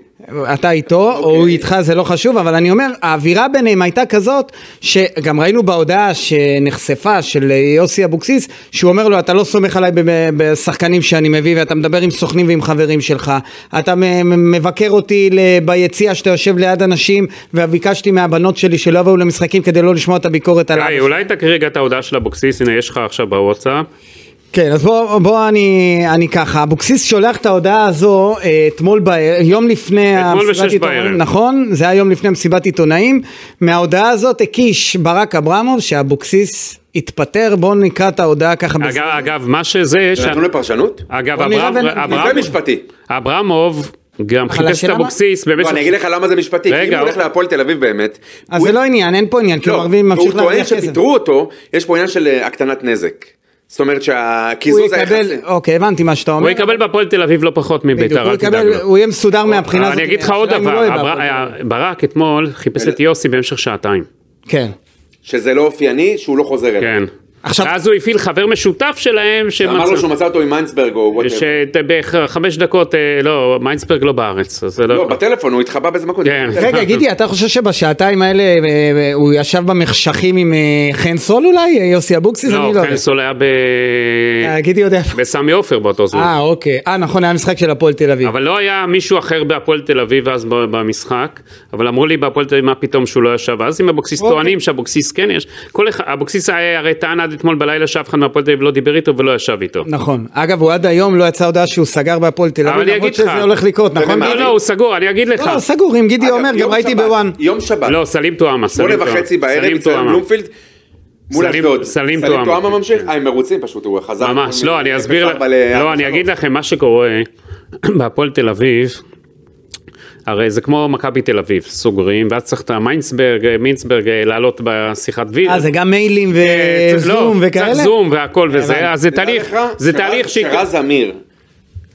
[SPEAKER 2] אתה איתו, או הוא איתך, זה לא חשוב, אבל אני אומר, האווירה ביניהם הייתה כזאת, שגם ראינו בהודעה שנחשפה של יוסי אבוקסיס, שהוא אומר לו, אתה לא סומך עליי ב- בשחקנים שאני מביא, ואתה מדבר עם סוכנים ועם חברים שלך, אתה מ- מ- מבקר אותי ל- ביציע שאתה יושב ליד אנשים, וביקשתי מהבנות שלי שלא יבואו למשחקים כדי לא לשמוע את הביקורת עליו.
[SPEAKER 4] גיא, אולי תקריא רגע את ההודעה של אבוקסיס, הנה יש לך עכשיו בוואטסאפ.
[SPEAKER 2] כן, אז בוא, בוא אני, אני ככה, אבוקסיס שולח את ההודעה הזו אה, אתמול, ב, יום לפני
[SPEAKER 4] אתמול בשש בערב.
[SPEAKER 2] עיתונאים, נכון? זה היה יום לפני מסיבת עיתונאים. מההודעה הזאת הקיש ברק אברמוב שאבוקסיס התפטר, בואו נקרא את ההודעה ככה. בז-
[SPEAKER 4] אגב, אגב, מה שזה, ש-
[SPEAKER 3] זה נתון לפרשנות?
[SPEAKER 4] אגב,
[SPEAKER 2] בוא לא, נראה
[SPEAKER 4] אברהם-
[SPEAKER 2] בין-
[SPEAKER 4] אברהם-
[SPEAKER 3] זה משפטי.
[SPEAKER 4] אברמוב גם חיפש את
[SPEAKER 2] השאלה מה-
[SPEAKER 4] אבוקסיס באמת,
[SPEAKER 3] לא, אני אגיד לך למה זה משפטי, כי
[SPEAKER 4] רגע,
[SPEAKER 3] אם הוא
[SPEAKER 4] הוא-
[SPEAKER 3] הולך להפועל תל אביב באמת,
[SPEAKER 2] אז
[SPEAKER 3] הוא-
[SPEAKER 2] זה לא עניין, אין פה עניין, כי הוא ערבי
[SPEAKER 3] והוא
[SPEAKER 2] ממשיך
[SPEAKER 3] טוען
[SPEAKER 2] להרוויח כסף.
[SPEAKER 3] שפיטרו אותו, יש פה עניין של אה, הקטנת נזק. זאת אומרת
[SPEAKER 2] הוא
[SPEAKER 3] שהקיזוז היחסי.
[SPEAKER 2] יקבל, אוקיי, הבנתי מה שאתה אומר.
[SPEAKER 4] הוא יקבל בהפועל תל אביב לא פחות
[SPEAKER 2] בדיוק,
[SPEAKER 4] מביתר,
[SPEAKER 2] הוא
[SPEAKER 4] אל תדאג
[SPEAKER 2] יקבל,
[SPEAKER 4] לו.
[SPEAKER 2] הוא יהיה מסודר מהבחינה הזאת.
[SPEAKER 4] אני אגיד לך עוד
[SPEAKER 2] השאלה אם הוא לא
[SPEAKER 4] דבר,
[SPEAKER 2] יהיה
[SPEAKER 4] אברה-
[SPEAKER 2] בהפועל תל אביב.
[SPEAKER 4] אה, ברק אתמול חיפש את יוסי במשך שעתיים.
[SPEAKER 2] כן.
[SPEAKER 3] שזה לא אופייני, שהוא לא חוזר אליו.
[SPEAKER 4] כן.
[SPEAKER 2] עכשיו-
[SPEAKER 4] אז הוא הפעיל חבר משותף שלהם,
[SPEAKER 3] כן, אמר לו
[SPEAKER 4] שמצא-
[SPEAKER 3] שהוא מצא אותו עם מיינסברג או וואטאבר.
[SPEAKER 4] אה, שבחמש דקות, אה, לא, מיינסברג לא בארץ. אז זה
[SPEAKER 3] לא, בטלפון, הוא התחבא באיזה מקום.
[SPEAKER 4] כן.
[SPEAKER 2] רגע, גידי, אתה חושב שבשעתיים האלה אה, אה, הוא ישב במחשכים עם אה, חן סול אולי? אה, יוסי אבוקסיס?
[SPEAKER 4] לא,
[SPEAKER 2] אני לא יודע.
[SPEAKER 4] קנסול היה ב-
[SPEAKER 2] אה, גידי יודע.
[SPEAKER 4] בסמי עופר באותו זמן.
[SPEAKER 2] אה, אוקיי. אה, נכון, היה משחק של הפועל תל אביב.
[SPEAKER 4] אבל לא היה מישהו אחר בהפועל תל אביב אז ב- במשחק, אבל אמרו לי בהפועל תל אביב מה פתאום שהוא לא ישב אז, אם אבוקסיס
[SPEAKER 2] אוקיי.
[SPEAKER 4] טוענים שאבוקסיס כן יש, כל אחד, אבוקסיס היה הרי טען עד אתמול בלילה שאף אחד מהפועל תל אביב לא דיבר איתו ולא ישב איתו.
[SPEAKER 2] נכון. אגב, הוא עד היום לא יצא הודעה שהוא סגר בהפועל תל
[SPEAKER 4] אבל
[SPEAKER 2] אביב,
[SPEAKER 4] אני
[SPEAKER 2] למרות
[SPEAKER 4] אגיד לך.
[SPEAKER 2] שזה הולך לקרות, נכון?
[SPEAKER 4] לא,
[SPEAKER 2] גידי?
[SPEAKER 4] לא, הוא סגור, אני אגיד לך.
[SPEAKER 2] לא, לא, סגור, אם גידי
[SPEAKER 3] אגב,
[SPEAKER 2] אומר, גם
[SPEAKER 3] יום
[SPEAKER 2] ראיתי
[SPEAKER 3] שבת,
[SPEAKER 2] בוואן.
[SPEAKER 3] יום שבת,
[SPEAKER 4] לא, סלים טועמה, סלים
[SPEAKER 3] שמונה
[SPEAKER 4] טועמה.
[SPEAKER 3] וחצי בערב,
[SPEAKER 4] סלים
[SPEAKER 3] אצל
[SPEAKER 4] טועמה.
[SPEAKER 3] בלומפילד, מול
[SPEAKER 4] סלים-
[SPEAKER 3] אשדוד.
[SPEAKER 4] סלים
[SPEAKER 3] סלים
[SPEAKER 4] טועמה.
[SPEAKER 3] טועמה ממשיך? אה, הם מרוצים פשוט, הוא חזר.
[SPEAKER 4] כן. ממש,
[SPEAKER 3] מ-
[SPEAKER 4] לא, אני
[SPEAKER 3] מ-
[SPEAKER 4] אסביר,
[SPEAKER 3] מ-
[SPEAKER 4] ל-
[SPEAKER 3] ל-
[SPEAKER 4] לא, אני אגיד לכם, מה שקורה בהפועל תל אביב, הרי זה כמו מכבי תל אביב, סוגרים, ואז צריך את המיינסברג, אה, מינסברג, אה, לעלות בשיחת וידאו.
[SPEAKER 2] אה, זה גם מיילים
[SPEAKER 4] אה, צריך- לא,
[SPEAKER 2] וזום וכאלה?
[SPEAKER 4] צריך זום והכל וזה, אז זה
[SPEAKER 3] תדע
[SPEAKER 4] תהליך,
[SPEAKER 3] לך,
[SPEAKER 4] זה
[SPEAKER 3] שרז-
[SPEAKER 4] תהליך ש...
[SPEAKER 3] שרז אמיר,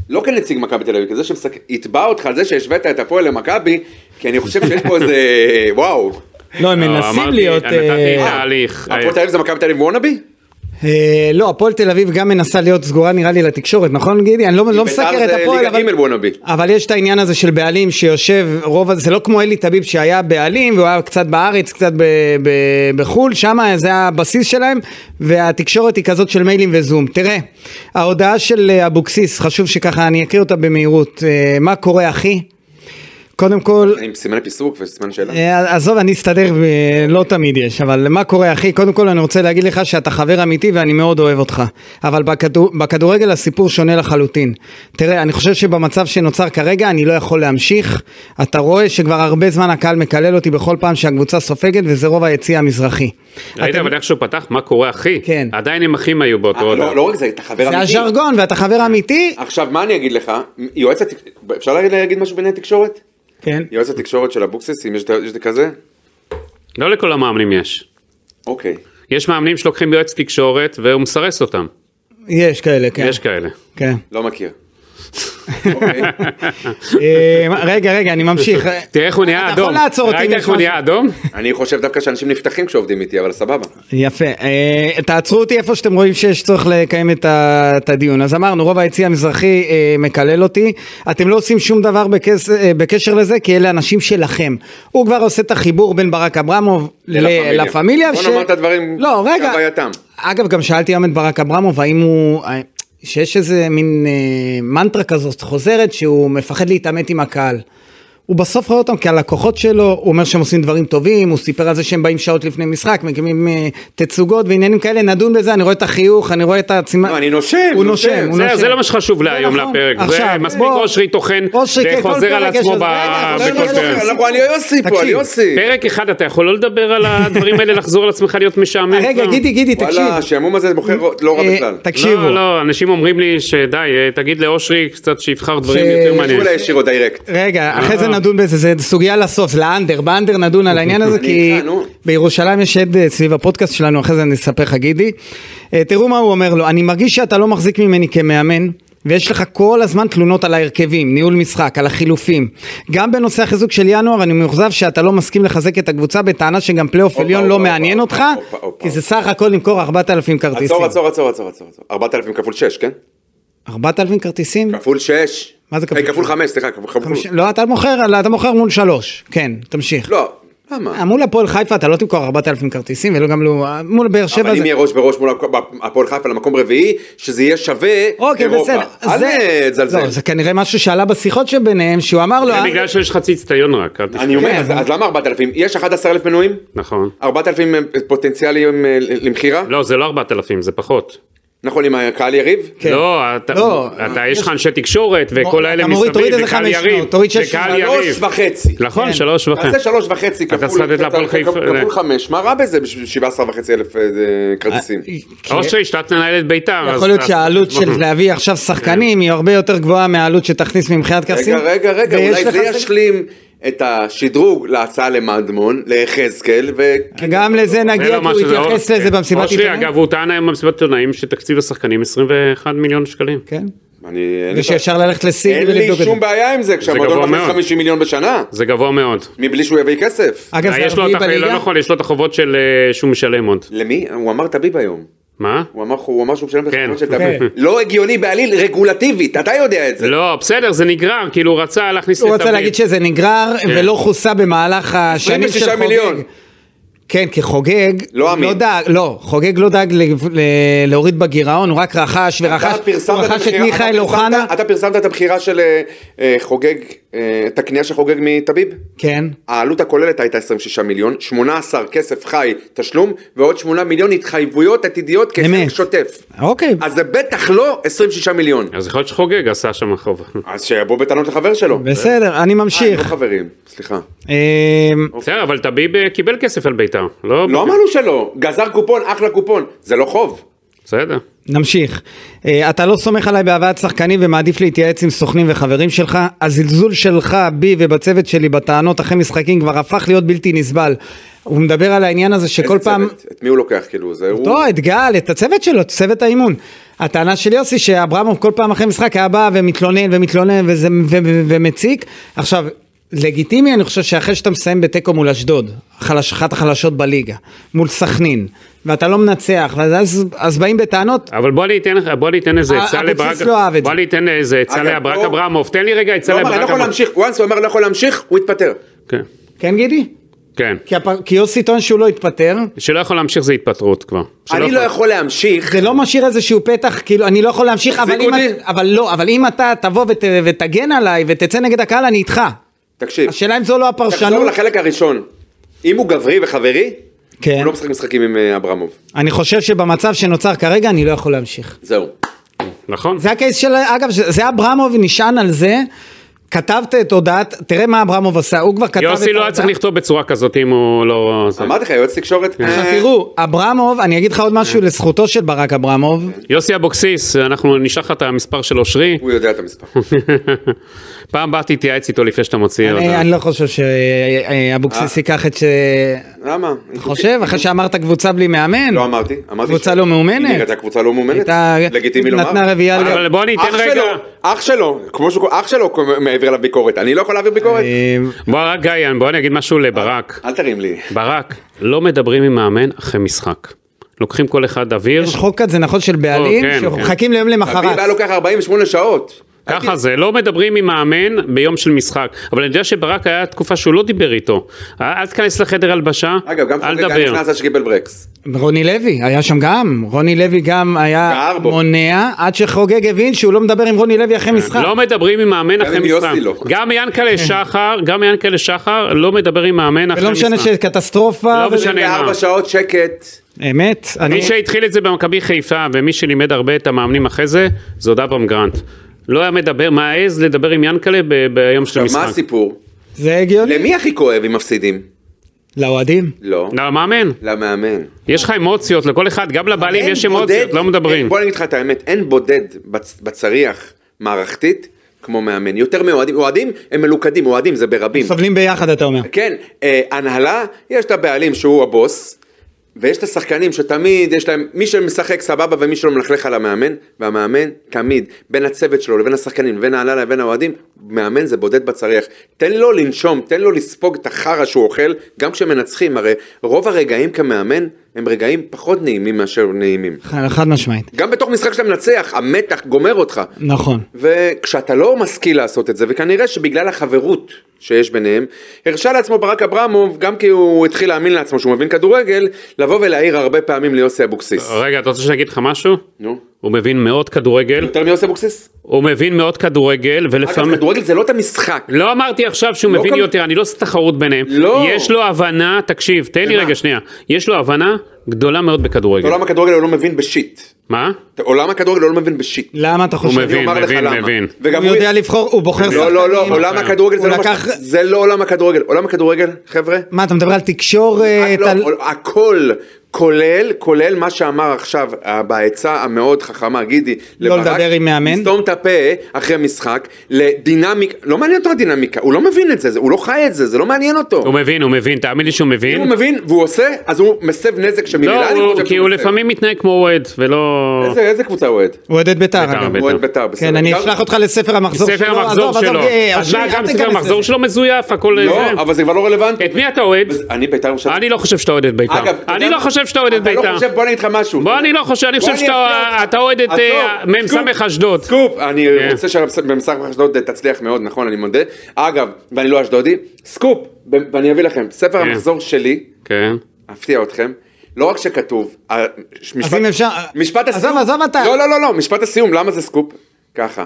[SPEAKER 3] לא כנציג מכבי תל אביב, כזה שהתבע אותך על זה שהשווית את הפועל למכבי, כי אני חושב שיש פה איזה, וואו.
[SPEAKER 2] לא, הם
[SPEAKER 4] לא,
[SPEAKER 2] מנסים
[SPEAKER 4] אמרתי,
[SPEAKER 2] להיות...
[SPEAKER 4] נתתי
[SPEAKER 2] אה,
[SPEAKER 4] לה. תהליך.
[SPEAKER 3] הפועל תל אביב זה מכבי תל אביב וונאבי?
[SPEAKER 2] אה, לא, הפועל תל אביב גם מנסה להיות סגורה נראה לי לתקשורת, נכון גידי? אני לא לא
[SPEAKER 3] בית"ר
[SPEAKER 2] מסקר את
[SPEAKER 3] זה
[SPEAKER 2] הפועל,
[SPEAKER 3] ליגה
[SPEAKER 2] אבל...
[SPEAKER 3] ג' וונאבי.
[SPEAKER 2] אבל יש את העניין הזה של בעלים שיושב, רוב, זה לא כמו אלי טביב שהיה בעלים, והוא היה קצת בארץ, קצת ב, ב, בחו"ל, שם זה הבסיס שלהם, והתקשורת היא כזאת של מיילים וזום. תראה, ההודעה של אה, אבוקסיס, חשוב שככה אני אקריא אותה במהירות, אה, מה קורה אחי? קודם כל,
[SPEAKER 3] עם סימן פיסוק וסימן שאלה.
[SPEAKER 2] אה, עזוב, אני אסתדר, אה, לא תמיד יש, אבל מה קורה, אחי? קודם כל אני רוצה להגיד לך שאתה חבר אמיתי ואני מאוד אוהב אותך. אבל בכדור, בכדורגל הסיפור שונה לחלוטין. תראה, אני חושב שבמצב שנוצר כרגע אני לא יכול להמשיך. אתה רואה שכבר הרבה זמן הקהל מקלל אותי בכל פעם שהקבוצה סופגת, וזה רוב היציא המזרחי.
[SPEAKER 4] ראית
[SPEAKER 2] אתם-
[SPEAKER 4] אבל איך שהוא פתח, מה קורה אחי?
[SPEAKER 2] כן.
[SPEAKER 4] עדיין הם אחים היו
[SPEAKER 3] אה,
[SPEAKER 4] באותו עונה.
[SPEAKER 3] לא לא רק זה, אתה חבר
[SPEAKER 2] זה
[SPEAKER 3] אמיתי.
[SPEAKER 2] הז'רגון, ואתה חבר אמיתי.
[SPEAKER 3] עכשיו מה אני אגיד לך, יועץ התקשורת, אפשר להגיד- להגיד משהו בעניין התקשורת?
[SPEAKER 2] כן.
[SPEAKER 3] יועץ התקשורת של אבוקסיס, אם יש יש כזה?
[SPEAKER 4] לא לכל המאמנים יש.
[SPEAKER 3] אוקיי.
[SPEAKER 4] יש מאמנים שלוקחים יועץ תקשורת והוא מסרס אותם.
[SPEAKER 2] יש כאלה, כן.
[SPEAKER 4] יש כאלה.
[SPEAKER 2] כן.
[SPEAKER 3] לא מכיר. אוקיי.
[SPEAKER 2] אה, רגע, רגע, אני ממשיך.
[SPEAKER 4] תראה איך הוא נהיה אדום.
[SPEAKER 2] אתה יכול לעצור אותי. אם
[SPEAKER 4] ראית
[SPEAKER 2] יש
[SPEAKER 4] איך הוא
[SPEAKER 2] משהו-
[SPEAKER 4] נהיה אדום?
[SPEAKER 3] אני חושב דווקא שאנשים נפתחים כשעובדים איתי, אבל סבבה.
[SPEAKER 2] יפה. אה, תעצרו אותי איפה שאתם רואים שיש צורך לקיים את ה- את הדיון. אז אמרנו, רוב היציא המזרחי אה, מקלל אותי. אתם לא עושים שום דבר בקס- אה, בקשר לזה, כי אלה אנשים שלכם. הוא כבר עושה את החיבור בין ברק אברמוב
[SPEAKER 3] ללה
[SPEAKER 2] ל-
[SPEAKER 3] פמיליה.
[SPEAKER 2] לה פמיליה.
[SPEAKER 3] בוא
[SPEAKER 2] ש-
[SPEAKER 3] נאמר את הדברים
[SPEAKER 2] לא, רגע.
[SPEAKER 3] כהווייתם.
[SPEAKER 2] אגב, גם שאלתי היום את ברק אברמוב, האם הוא... אה, שיש איזה מין אה, מנטרה כזאת חוזרת, שהוא מפחד להתעמת עם הקהל. הוא בסוף רואה אותם כהלקוחות שלו, הוא אומר שהם עושים דברים טובים, הוא סיפר על זה שהם באים שעות לפני משחק, מקימים אה, תצוגות ועניינים כאלה, נדון בזה, אני רואה את החיוך, אני רואה את הצימה...
[SPEAKER 3] לא, אני נושם,
[SPEAKER 2] הוא
[SPEAKER 3] נושם.
[SPEAKER 2] נושם, הוא
[SPEAKER 4] זה-
[SPEAKER 2] נושם.
[SPEAKER 4] זה לא מה שחשוב להיום
[SPEAKER 2] נכון.
[SPEAKER 4] לפרק. זה
[SPEAKER 2] עכשיו,
[SPEAKER 4] מספיק
[SPEAKER 2] בוא.
[SPEAKER 4] אושרי טוחן
[SPEAKER 2] אושרי, כן, כל
[SPEAKER 4] וחוזר על
[SPEAKER 2] פרק
[SPEAKER 4] עצמו
[SPEAKER 2] יש-
[SPEAKER 4] ב-
[SPEAKER 2] רגע,
[SPEAKER 4] בכל
[SPEAKER 2] רגע,
[SPEAKER 4] פרק.
[SPEAKER 2] רגע,
[SPEAKER 3] אנחנו- אני יוסי פה, אני
[SPEAKER 2] לא, תקשיב.
[SPEAKER 3] יוסי.
[SPEAKER 4] פרק אחד אתה יכול לא לדבר על הדברים האלה, לחזור על עצמך להיות משעמם. לא.
[SPEAKER 2] רגע,
[SPEAKER 4] כבר?
[SPEAKER 2] גידי, גידי, תקשיב.
[SPEAKER 3] וואלה, השעמום הזה מוכר לא רע
[SPEAKER 2] אה,
[SPEAKER 3] בכלל.
[SPEAKER 2] תקשיבו.
[SPEAKER 4] לא, לא, אנשים אומרים לי שדי, אה, תגיד לאושרי קצת שיבחר דברים
[SPEAKER 2] ש-
[SPEAKER 4] יותר
[SPEAKER 3] תקשיבו
[SPEAKER 4] מעניינים.
[SPEAKER 3] לישיר או דיירקט.
[SPEAKER 2] רגע, אחרי זה נדון בזה, זה סוגיה לסוף, זה לאנדר, באנדר נדון על העניין הזה,
[SPEAKER 3] אני
[SPEAKER 2] כי
[SPEAKER 3] איתך, נו.
[SPEAKER 2] בירושלים יש עד אה, סביב הפודקאסט שלנו, אחרי זה אני אספר לך גידי. אה, תראו מה הוא אומר לו, אני מרגיש שאתה לא מחזיק ממני כמאמן. ויש לך כל הזמן תלונות על ההרכבים, ניהול משחק, על החילופים. גם בנושא החיזוק של ינואר, אני מאוכזב שאתה לא מסכים לחזק את הקבוצה בטענה שגם פלייאוף
[SPEAKER 3] הופה,
[SPEAKER 2] עליון לא
[SPEAKER 3] הופה,
[SPEAKER 2] מעניין
[SPEAKER 3] הופה,
[SPEAKER 2] אותך,
[SPEAKER 3] הופה, הופה.
[SPEAKER 2] כי זה סך הכל למכור 4,000 כרטיסים.
[SPEAKER 3] עצור, עצור, עצור, עצור, עצור. עצור. 4,000 כפול 6, כן?
[SPEAKER 2] 4,000 כרטיסים?
[SPEAKER 3] כפול 6.
[SPEAKER 2] מה זה כפול
[SPEAKER 3] כפול
[SPEAKER 2] שש?
[SPEAKER 3] 5, סליחה, כפול כפול.
[SPEAKER 2] חמישה- לא, אתה מוכר, אתה מוכר מול שלוש. כן, תמשיך.
[SPEAKER 3] לא, למה?
[SPEAKER 2] מול הפועל חיפה אתה לא תמכור 4,000 כרטיסים ולא גם לו, מול באר שבע
[SPEAKER 3] אבל
[SPEAKER 2] זה...
[SPEAKER 3] אם יהיה ראש בראש מול הפ- הפועל חיפה למקום רביעי, שזה יהיה שווה
[SPEAKER 2] אוקיי,
[SPEAKER 3] אירופה.
[SPEAKER 2] בסדר.
[SPEAKER 3] אל אה, תזלזל.
[SPEAKER 2] לא, זה כנראה משהו שעלה בשיחות שביניהם, שהוא אמר לו...
[SPEAKER 4] זה
[SPEAKER 2] "אה,
[SPEAKER 4] בגלל שיש חצי אצטדיון רק, אל תשכח.
[SPEAKER 3] אני אומר,
[SPEAKER 2] כן,
[SPEAKER 3] אז
[SPEAKER 2] אבל-
[SPEAKER 3] אז למה 4,000? יש 11,000 מנויים?
[SPEAKER 4] נכון.
[SPEAKER 3] 4,000 פוטנציאליים אה, למכירה?
[SPEAKER 4] לא, זה לא 4,000, זה פחות.
[SPEAKER 3] נכון, עם הקהל יריב?
[SPEAKER 2] כן.
[SPEAKER 4] לא, אתה,
[SPEAKER 2] לא,
[SPEAKER 4] אתה יש לך אנשי תקשורת וכל
[SPEAKER 2] מוריד-
[SPEAKER 4] האלה
[SPEAKER 2] אתה מוריד-
[SPEAKER 4] מסביב,
[SPEAKER 2] תוריד איזה
[SPEAKER 4] זה קהל
[SPEAKER 2] חמש
[SPEAKER 4] יריב,
[SPEAKER 2] שנות, תוריד
[SPEAKER 4] זה
[SPEAKER 2] שש
[SPEAKER 4] קהל
[SPEAKER 2] שנות.
[SPEAKER 4] יריב.
[SPEAKER 3] שלוש וחצי.
[SPEAKER 4] נכון,
[SPEAKER 2] כן.
[SPEAKER 4] שלוש
[SPEAKER 3] תעשה
[SPEAKER 4] וחצי.
[SPEAKER 3] שלוש וחצי
[SPEAKER 4] אתה
[SPEAKER 3] כפול
[SPEAKER 4] צריך לתת להפועל חיפה-
[SPEAKER 3] כפול חמש, מה רע בזה בשביל 17 וחצי אלף אה, כרטיסים?
[SPEAKER 2] כי
[SPEAKER 4] אושרי, שאתה תנהל את ביתר. לא אז כן.
[SPEAKER 2] יכול להיות
[SPEAKER 4] אתה- נכון.
[SPEAKER 2] שהעלות של להביא עכשיו שחקנים היא הרבה יותר גבוהה מהעלות שתכניס ממכירת כרטיסים.
[SPEAKER 3] רגע, רגע, רגע,
[SPEAKER 2] ויש
[SPEAKER 3] אולי
[SPEAKER 2] לך
[SPEAKER 3] זה
[SPEAKER 2] שחק-
[SPEAKER 3] ישלים את השדרוג להצעה למדמון, ליחזקאל, ו...
[SPEAKER 2] גם לזה
[SPEAKER 4] זה
[SPEAKER 2] נגיע,
[SPEAKER 4] לא
[SPEAKER 2] כי הוא
[SPEAKER 4] משהו, זה
[SPEAKER 2] התייחס
[SPEAKER 4] אוש-
[SPEAKER 2] לזה במסיבת
[SPEAKER 4] אושרי,
[SPEAKER 2] עיתונאים.
[SPEAKER 4] אגב, הוא טען היום במסיבת עיתונאים שתקציב השחקנים 21 מיליון שקלים.
[SPEAKER 2] כן,
[SPEAKER 3] אני... אין לי
[SPEAKER 2] ושאפשר ללכת
[SPEAKER 3] בעיה.
[SPEAKER 2] לסיג
[SPEAKER 3] אין
[SPEAKER 2] ולבדוק
[SPEAKER 3] לי
[SPEAKER 2] את זה.
[SPEAKER 3] שום בעיה עם זה, כשהמועדון
[SPEAKER 4] גבוה
[SPEAKER 3] מכניס
[SPEAKER 4] מאוד.
[SPEAKER 3] 50 מיליון בשנה,
[SPEAKER 4] זה גבוה מאוד.
[SPEAKER 3] מבלי שהוא יביא כסף.
[SPEAKER 2] אגב,
[SPEAKER 4] אה,
[SPEAKER 2] זה
[SPEAKER 4] יש לו
[SPEAKER 2] הרביעי
[SPEAKER 4] את החי- לא
[SPEAKER 2] בליגה.
[SPEAKER 4] נכון, יש לו את החובות של אה, שהוא משלם עוד.
[SPEAKER 3] למי? הוא אמר תביב היום.
[SPEAKER 4] מה?
[SPEAKER 3] הוא אמר הוא אמר שהוא משלם בחשבון של
[SPEAKER 2] כן.
[SPEAKER 3] תביב. לא הגיוני בעליל, רגולטיבית, אתה יודע את זה.
[SPEAKER 4] לא, בסדר, זה נגרר, כאילו הוא רצה להכניס
[SPEAKER 2] הוא
[SPEAKER 4] את
[SPEAKER 2] רצה
[SPEAKER 4] אביב.
[SPEAKER 2] להגיד שזה נגרר
[SPEAKER 4] כן.
[SPEAKER 2] ולא כוסה במהלך השנים של
[SPEAKER 3] 26
[SPEAKER 2] חוגג.
[SPEAKER 3] מיליון.
[SPEAKER 2] כן, כי חוגג,
[SPEAKER 3] לא אמין.
[SPEAKER 2] לא דאג, לא, חוגג לא דאג ל- ל- להוריד בגירעון, הוא רק רכש ורכש,
[SPEAKER 3] אתה פרסמת
[SPEAKER 2] הוא
[SPEAKER 3] את
[SPEAKER 2] רכש את
[SPEAKER 3] המכירה-
[SPEAKER 2] מיכאל
[SPEAKER 3] אתה
[SPEAKER 2] אוחנה,
[SPEAKER 3] פרסמת- אתה פרסמת את הבחירה של אה, אה, חוגג, אה, את הקנייה של חוגג מטביב?
[SPEAKER 2] כן,
[SPEAKER 3] העלות הכוללת הייתה 26 מיליון, 18 כסף חי תשלום, ועוד 8 מיליון התחייבויות עתידיות כסף
[SPEAKER 2] אמת.
[SPEAKER 3] שוטף.
[SPEAKER 2] אוקיי,
[SPEAKER 3] אז זה בטח לא 26 מיליון.
[SPEAKER 4] אז יכול להיות שחוגג עשה שם חוב.
[SPEAKER 3] אז שיבוא בטענות לחבר שלו.
[SPEAKER 2] בסדר, אני
[SPEAKER 3] אה, הם לא
[SPEAKER 2] ממשיך.
[SPEAKER 3] חברים, סליחה.
[SPEAKER 2] אמ,
[SPEAKER 4] בסדר, אבל טביב אה, קיבל כסף על ביתר.
[SPEAKER 3] לא אמרנו שלא, גזר קופון, אחלה קופון, זה לא חוב.
[SPEAKER 4] בסדר.
[SPEAKER 2] נמשיך. אה, אתה לא סומך עליי בהבאת שחקנים ומעדיף להתייעץ עם סוכנים וחברים שלך. הזלזול שלך בי ובצוות שלי בטענות אחרי משחקים כבר הפך להיות בלתי נסבל. הוא מדבר על העניין הזה שכל
[SPEAKER 3] איזה
[SPEAKER 2] פעם...
[SPEAKER 3] צוות? את מי הוא לוקח, כאילו, זה הוא...
[SPEAKER 2] אותו, לא, את גל, את הצוות שלו, את צוות האימון. הטענה של יוסי שאברמוב כל פעם אחרי משחק היה בא ומתלונן ומתלונן וזה, ו, ו, ומציק. עכשיו, לגיטימי אני חושב שאחרי שאתה מסיים בתיקו מול אשדוד, חלש, אחת החלשות בליגה, מול סכנין, ואתה לא מנצח, ואז, אז באים בטענות,
[SPEAKER 4] אבל בוא אני אתן לך- בוא אני אתן איזה
[SPEAKER 2] אה,
[SPEAKER 4] עצה
[SPEAKER 2] אבוקסיס
[SPEAKER 4] לברק...
[SPEAKER 2] לא אהב את
[SPEAKER 4] בוא
[SPEAKER 2] זה.
[SPEAKER 4] אני אתן איזה עצה
[SPEAKER 3] אגב,
[SPEAKER 4] לברק
[SPEAKER 3] לא-
[SPEAKER 4] אברמוב. תן לי רגע עצה
[SPEAKER 3] לא אמר, אני
[SPEAKER 4] לברק
[SPEAKER 3] לא יכול
[SPEAKER 4] אברמוב.
[SPEAKER 3] להמשיך, once הוא אמר לא יכול להמשיך, הוא התפטר.
[SPEAKER 4] כן,
[SPEAKER 2] כן גידי?
[SPEAKER 4] כן.
[SPEAKER 2] כי, הפ... כי יוסי טוען שהוא לא התפטר.
[SPEAKER 4] שלא יכול להמשיך זה התפטרות כבר. שלא
[SPEAKER 3] אני לא יכול להמשיך,
[SPEAKER 2] זה לא משאיר איזשהו פתח, כאילו, אני לא יכול להמשיך, אבל
[SPEAKER 3] תחזיקו
[SPEAKER 2] אם,
[SPEAKER 3] אותי.
[SPEAKER 2] את- אבל לא, אבל אם אתה תבוא ות, ותגן עליי ותצא נגד הקהל, אני איתך.
[SPEAKER 3] תקשיב,
[SPEAKER 2] השאלה אם זו לא
[SPEAKER 3] תחזור
[SPEAKER 2] הפרשנות.
[SPEAKER 3] לחלק הראשון. אם הוא גברי וחברי,
[SPEAKER 2] כן.
[SPEAKER 3] הוא לא משחק משחקים עם אה, אברמוב.
[SPEAKER 2] אני חושב שבמצב שנוצר כרגע אני לא יכול להמשיך.
[SPEAKER 3] זהו.
[SPEAKER 4] נכון?
[SPEAKER 2] זה הקייס של, אגב, זה זה אברמוב נשען על זה, כתבת את הודעת, תראה מה אברמוב עשה, הוא כבר כתב את
[SPEAKER 4] יוסי לא היה צריך לכתוב בצורה כזאת אם הוא לא... זה.
[SPEAKER 3] אמרתי לך, יועץ תקשורת... אה,
[SPEAKER 2] כן. עכשיו תראו, אברמוב, אני אגיד לך עוד משהו לזכותו של ברק אברמוב,
[SPEAKER 4] יוסי אבוקסיס, אנחנו נשלח לך את המספר של אושרי.
[SPEAKER 3] הוא יודע את המספר.
[SPEAKER 4] פעם הבאה תתייעץ איתו לפני שאתה מוציא
[SPEAKER 2] אני
[SPEAKER 4] הודעה.
[SPEAKER 2] אני לא חושב
[SPEAKER 3] אה.
[SPEAKER 2] שאבוקסיס ייקח את ש...
[SPEAKER 3] למה?
[SPEAKER 2] חושב, אחרי שאמרת קבוצה בלי מאמן?
[SPEAKER 3] לא אמרתי, אמרתי
[SPEAKER 2] קבוצה
[SPEAKER 3] ש-
[SPEAKER 2] לא מאומנת.
[SPEAKER 3] היא נראתה קבוצה לא מאומנת,
[SPEAKER 2] הייתה-
[SPEAKER 3] לגיטימי לומר.
[SPEAKER 2] נתנה רביעייה ל-
[SPEAKER 4] אבל בוא אני אתן
[SPEAKER 3] אח
[SPEAKER 4] רגע.
[SPEAKER 3] שלו, אח שלו, כמו שהוא, אח שלו מעביר עליו ביקורת, אני לא יכול להעביר ביקורת.
[SPEAKER 2] אה,
[SPEAKER 4] בוא רק גיא, בוא אני אגיד משהו לברק.
[SPEAKER 3] אל תרים לי.
[SPEAKER 4] ברק, לא מדברים עם מאמן אחרי משחק. לוקחים כל אחד אוויר,
[SPEAKER 2] יש חוק כזה, נכון, של בעלים,
[SPEAKER 4] כן, כן.
[SPEAKER 2] שמחכים ליום
[SPEAKER 3] אביב
[SPEAKER 2] למחרת.
[SPEAKER 3] היה לוקח 48 שעות.
[SPEAKER 4] ככה זה, לא מדברים עם מאמן ביום של משחק. אבל אני יודע שברק היה תקופה שהוא לא דיבר איתו. אה, אל תיכנס לחדר הלבשה,
[SPEAKER 3] אגב, גם
[SPEAKER 4] אל
[SPEAKER 3] חוגג היה
[SPEAKER 4] תדבר. לא
[SPEAKER 3] נכנס עד שקיבל ברקס.
[SPEAKER 2] רוני לוי, היה שם גם, רוני לוי גם היה
[SPEAKER 3] לא- גער בו.
[SPEAKER 2] מונע, עד שחוגג הבין שהוא לא מדבר עם רוני לוי אחרי משחק.
[SPEAKER 4] לא מדברים עם מאמן אחרי
[SPEAKER 3] עם יוסי
[SPEAKER 4] משחק.
[SPEAKER 3] לא.
[SPEAKER 4] גם ינקלה שחר, גם ינקלה שחר לא מדבר עם מאמן אחרי
[SPEAKER 2] כן. ולא משנה
[SPEAKER 4] משחק.
[SPEAKER 2] שקטסטרופה,
[SPEAKER 4] לא
[SPEAKER 2] וזה-
[SPEAKER 4] משנה. נאמר.
[SPEAKER 3] 24 שעות שקט.
[SPEAKER 2] אמת, אני...
[SPEAKER 4] מי שהתחיל את זה במכבי חיפה ומי שלימד הרבה את המאמנים אחרי זה, זה עוד אברהם גרנט. לא היה מדבר, מעז לדבר עם ינקלה ב- ביום של
[SPEAKER 3] עכשיו, מה
[SPEAKER 4] המשחק.
[SPEAKER 3] הסיפור?
[SPEAKER 2] זה הגיוני.
[SPEAKER 3] למי הכי כואב אם מפסידים?
[SPEAKER 2] לאוהדים.
[SPEAKER 3] לא.
[SPEAKER 4] לא, מאמן,
[SPEAKER 3] למאמן.
[SPEAKER 4] יש לך אמוציות לכל אחד, גם לבעלים
[SPEAKER 3] אין
[SPEAKER 4] יש
[SPEAKER 3] בודד-
[SPEAKER 4] אמוציות, לא
[SPEAKER 3] אין-
[SPEAKER 4] מדברים.
[SPEAKER 3] בוא אני אגיד לך את האמת, אין בודד בצ- בצריח מערכתית כמו מאמן. יותר מאוהדים. אוהדים הם מלוכדים, אוהדים זה ברבים.
[SPEAKER 2] סובלים ביחד, אתה אומר.
[SPEAKER 3] כן, אה, הנהלה, יש את הבעלים שהוא הבוס, ויש את השחקנים שתמיד יש להם, מי שמשחק סבבה ומי שלא מלכלך על המאמן, והמאמן תמיד, בין הצוות שלו לבין השחקנים, לבין ההנהלה לבין האוהדים, מאמן זה בודד בצריח. תן לו לנשום, תן לו לספוג את החרא שהוא אוכל, גם כשמנצחים, הרי רוב הרגעים כמאמן הם רגעים פחות נעימים מאשר נעימים.
[SPEAKER 2] ח- חד משמעית.
[SPEAKER 3] גם בתוך משחק שאתה מנצח, המתח גומר אותך.
[SPEAKER 2] נכון.
[SPEAKER 3] וכשאתה לא משכיל לעשות את זה, וכנראה שבגלל החברות שיש ביניהם, הרשה לעצמו ברק אברמוב, גם כי הוא התחיל להאמין לעצמו שהוא מבין כדורגל, לבוא ולהעיר הרבה פעמים ליוסי אבוקסיס.
[SPEAKER 4] רגע, אתה רוצה שאני אגיד לך משהו?
[SPEAKER 3] נו.
[SPEAKER 4] הוא מבין מאוד כדורגל,
[SPEAKER 3] יותר מיוסי אבוקסיס?
[SPEAKER 4] הוא מבין מאוד כדורגל,
[SPEAKER 3] אגב,
[SPEAKER 4] ולפעמים...
[SPEAKER 3] כדורגל זה לא את המשחק.
[SPEAKER 4] לא אמרתי עכשיו שהוא
[SPEAKER 3] לא
[SPEAKER 4] מבין
[SPEAKER 3] כל-
[SPEAKER 4] יותר, אני לא עושה תחרות ביניהם.
[SPEAKER 3] לא.
[SPEAKER 4] יש לו הבנה, תקשיב, תן לי
[SPEAKER 3] במה?
[SPEAKER 4] רגע שנייה. יש לו הבנה גדולה מאוד בכדורגל.
[SPEAKER 3] עולם הכדורגל הוא לא מבין בשיט.
[SPEAKER 4] מה?
[SPEAKER 3] עולם הכדורגל הוא לא מבין בשיט.
[SPEAKER 2] למה אתה
[SPEAKER 4] הוא
[SPEAKER 2] חושב?
[SPEAKER 4] מבין,
[SPEAKER 3] אני אומר לך
[SPEAKER 4] מבין,
[SPEAKER 3] למה.
[SPEAKER 4] מבין.
[SPEAKER 3] וגם
[SPEAKER 2] הוא יודע לבחור, הוא בוחר
[SPEAKER 3] לא, לא, לא,
[SPEAKER 2] שחקנים.
[SPEAKER 3] עולם הכדורגל זה
[SPEAKER 2] הוא
[SPEAKER 3] לא מה ש-
[SPEAKER 2] לקח-
[SPEAKER 3] זה לא עולם הכדורגל. עולם הכדורגל, חבר'ה,
[SPEAKER 2] מה, אתה מדבר על תקשורת?
[SPEAKER 3] לא,
[SPEAKER 2] על-
[SPEAKER 3] הכל, כולל, כולל מה שאמר עכשיו אה, בעצה המאוד חכמה גידי
[SPEAKER 2] לא לדבר עם מאמן.
[SPEAKER 3] לסתום את הפה אחרי משחק, לדינמיקה, לא מעניין אותו הדינמיקה, הוא לא מבין את זה, זה- הוא לא חי את זה, זה לא מעניין אותו.
[SPEAKER 4] הוא מבין, הוא מבין, תאמין לי שהוא
[SPEAKER 3] אם
[SPEAKER 4] מבין.
[SPEAKER 3] הוא מבין והוא עושה, אז הוא מסב נזק שממילא
[SPEAKER 4] לא,
[SPEAKER 3] אני
[SPEAKER 4] הוא-
[SPEAKER 3] חושב
[SPEAKER 4] כי
[SPEAKER 3] שהוא
[SPEAKER 4] הוא
[SPEAKER 3] מסב.
[SPEAKER 4] לפעמים מתנהג כמו אוהד, ולא...
[SPEAKER 3] איזה- איזה קבוצה הוא אוהד?
[SPEAKER 2] הוא אוהד בית"ר,
[SPEAKER 4] בית"ר,
[SPEAKER 2] אגב.
[SPEAKER 4] בטח.
[SPEAKER 3] הוא אוהד בית"ר, בסדר.
[SPEAKER 2] כן, אני
[SPEAKER 3] גם-
[SPEAKER 2] אשלח אותך לספר המחזור שלו.
[SPEAKER 4] ספר המחזור
[SPEAKER 2] עזוב, עזוב,
[SPEAKER 4] שלו.
[SPEAKER 2] אה,
[SPEAKER 4] אז מה,
[SPEAKER 2] אל
[SPEAKER 4] גם
[SPEAKER 2] תיכנס
[SPEAKER 4] ספר
[SPEAKER 2] לזה.
[SPEAKER 4] המחזור שלו מזויף, הכל
[SPEAKER 3] לא,
[SPEAKER 4] זה.
[SPEAKER 3] אבל זה כבר לא רלוונטי.
[SPEAKER 4] את מי אתה אוהד?
[SPEAKER 3] וזה- אני בית"ר ירושלים.
[SPEAKER 4] אני לא חושב שאתה אוהד את בית"ר.
[SPEAKER 3] אגב, אתה
[SPEAKER 4] אני
[SPEAKER 3] יודע
[SPEAKER 4] לא
[SPEAKER 3] מה?
[SPEAKER 4] חושב שאתה אוהד את
[SPEAKER 3] אתה לא
[SPEAKER 4] בית"ר.
[SPEAKER 3] חושב, בוא אני אגיד לך משהו.
[SPEAKER 4] בוא, אני לא חושב, אני
[SPEAKER 3] בוא,
[SPEAKER 4] חושב שאתה-
[SPEAKER 3] אפתיע אותך.
[SPEAKER 4] אתה אוהד את,
[SPEAKER 3] עזוב,
[SPEAKER 4] אה, מ"ס
[SPEAKER 3] לא, סקופ,
[SPEAKER 4] אשדוד.
[SPEAKER 3] סקופ, אני
[SPEAKER 4] כן.
[SPEAKER 3] רוצה שבמסך אשדוד תצליח מאוד, נכון, אני מודה. אגב, ואני לא אשדודי, סקופ, ב- ואני אביא לכם, ספר
[SPEAKER 4] כן.
[SPEAKER 3] המחזור שלי,
[SPEAKER 4] כן.
[SPEAKER 3] אפתיע אתכם. לא רק שכתוב, ה- ש- משפט-
[SPEAKER 2] אם אפשר-
[SPEAKER 3] משפט
[SPEAKER 2] עזוב,
[SPEAKER 3] הסיום,
[SPEAKER 2] עזוב אתה.
[SPEAKER 3] לא לא לא לא, משפט הסיום, למה זה סקופ? ככה,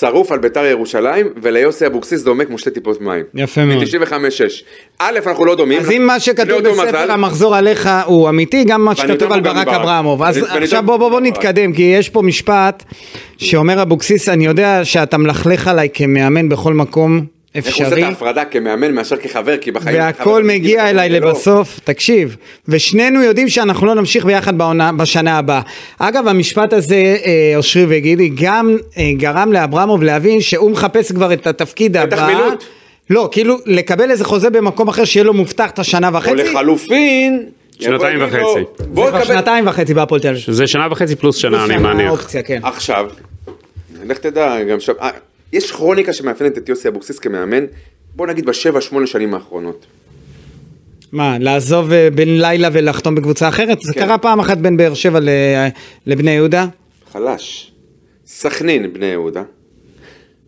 [SPEAKER 3] שרוף על ביתר ירושלים וליוסי אבוקסיס דומה כמו שתי טיפות מים.
[SPEAKER 2] יפה מאוד.
[SPEAKER 3] מ-95-6. אא, אנחנו לא דומים.
[SPEAKER 2] אז אם מה
[SPEAKER 3] לא
[SPEAKER 2] שכתוב
[SPEAKER 3] אותו מזל.
[SPEAKER 2] בספר המחזור עליך הוא אמיתי, גם מה
[SPEAKER 3] ואני
[SPEAKER 2] שכתוב
[SPEAKER 3] יותר
[SPEAKER 2] על
[SPEAKER 3] מוגן
[SPEAKER 2] ברק
[SPEAKER 3] מברק.
[SPEAKER 2] אברמוב. אז
[SPEAKER 3] ואני- ואני
[SPEAKER 2] עכשיו
[SPEAKER 3] יותר-
[SPEAKER 2] בוא בוא בוא נתקדם, כי יש פה משפט שאומר אבוקסיס, אני יודע שאתה מלכלך עליי כמאמן בכל מקום
[SPEAKER 3] איך הוא עושה
[SPEAKER 2] אפשרי,
[SPEAKER 3] את ההפרדה כמאמן מאשר כחבר, כי בחיים...
[SPEAKER 2] והכל
[SPEAKER 3] חבר-
[SPEAKER 2] מגיע
[SPEAKER 3] לא.
[SPEAKER 2] אליי לבסוף, תקשיב, ושנינו יודעים שאנחנו לא נמשיך ביחד בעונה, בשנה הבאה. אגב, המשפט הזה, אה, אושרי וגידי, גם אה, גרם לאברמוב להבין שהוא מחפש כבר את התפקיד הבא.
[SPEAKER 3] בתחמילות.
[SPEAKER 2] לא, כאילו, לקבל איזה חוזה במקום אחר שיהיה לו מובטח את השנה וחצי.
[SPEAKER 3] או לחלופין...
[SPEAKER 4] שנתיים
[SPEAKER 3] יבוא ויגיד לו,
[SPEAKER 4] וחצי.
[SPEAKER 3] בוא
[SPEAKER 2] כבר
[SPEAKER 3] תקבל...
[SPEAKER 2] שנתיים וחצי בהפועל תל אביב.
[SPEAKER 4] זה שנה וחצי פלוס שנה, אני
[SPEAKER 2] שנה
[SPEAKER 4] מניח.
[SPEAKER 2] אופציה, כן.
[SPEAKER 3] עכשיו, לך תדע, גם שם... אה, יש כרוניקה שמאפיינת את יוסי אבוקסיס כמאמן, בוא נגיד בשבע, שמונה שנים האחרונות.
[SPEAKER 2] מה, לעזוב אה, בין לילה ולחתום בקבוצה אחרת? זה
[SPEAKER 3] כן. אה,
[SPEAKER 2] קרה פעם אחת בין באר שבע ל- לבני יהודה.
[SPEAKER 3] חלש. סכנין, בני יהודה.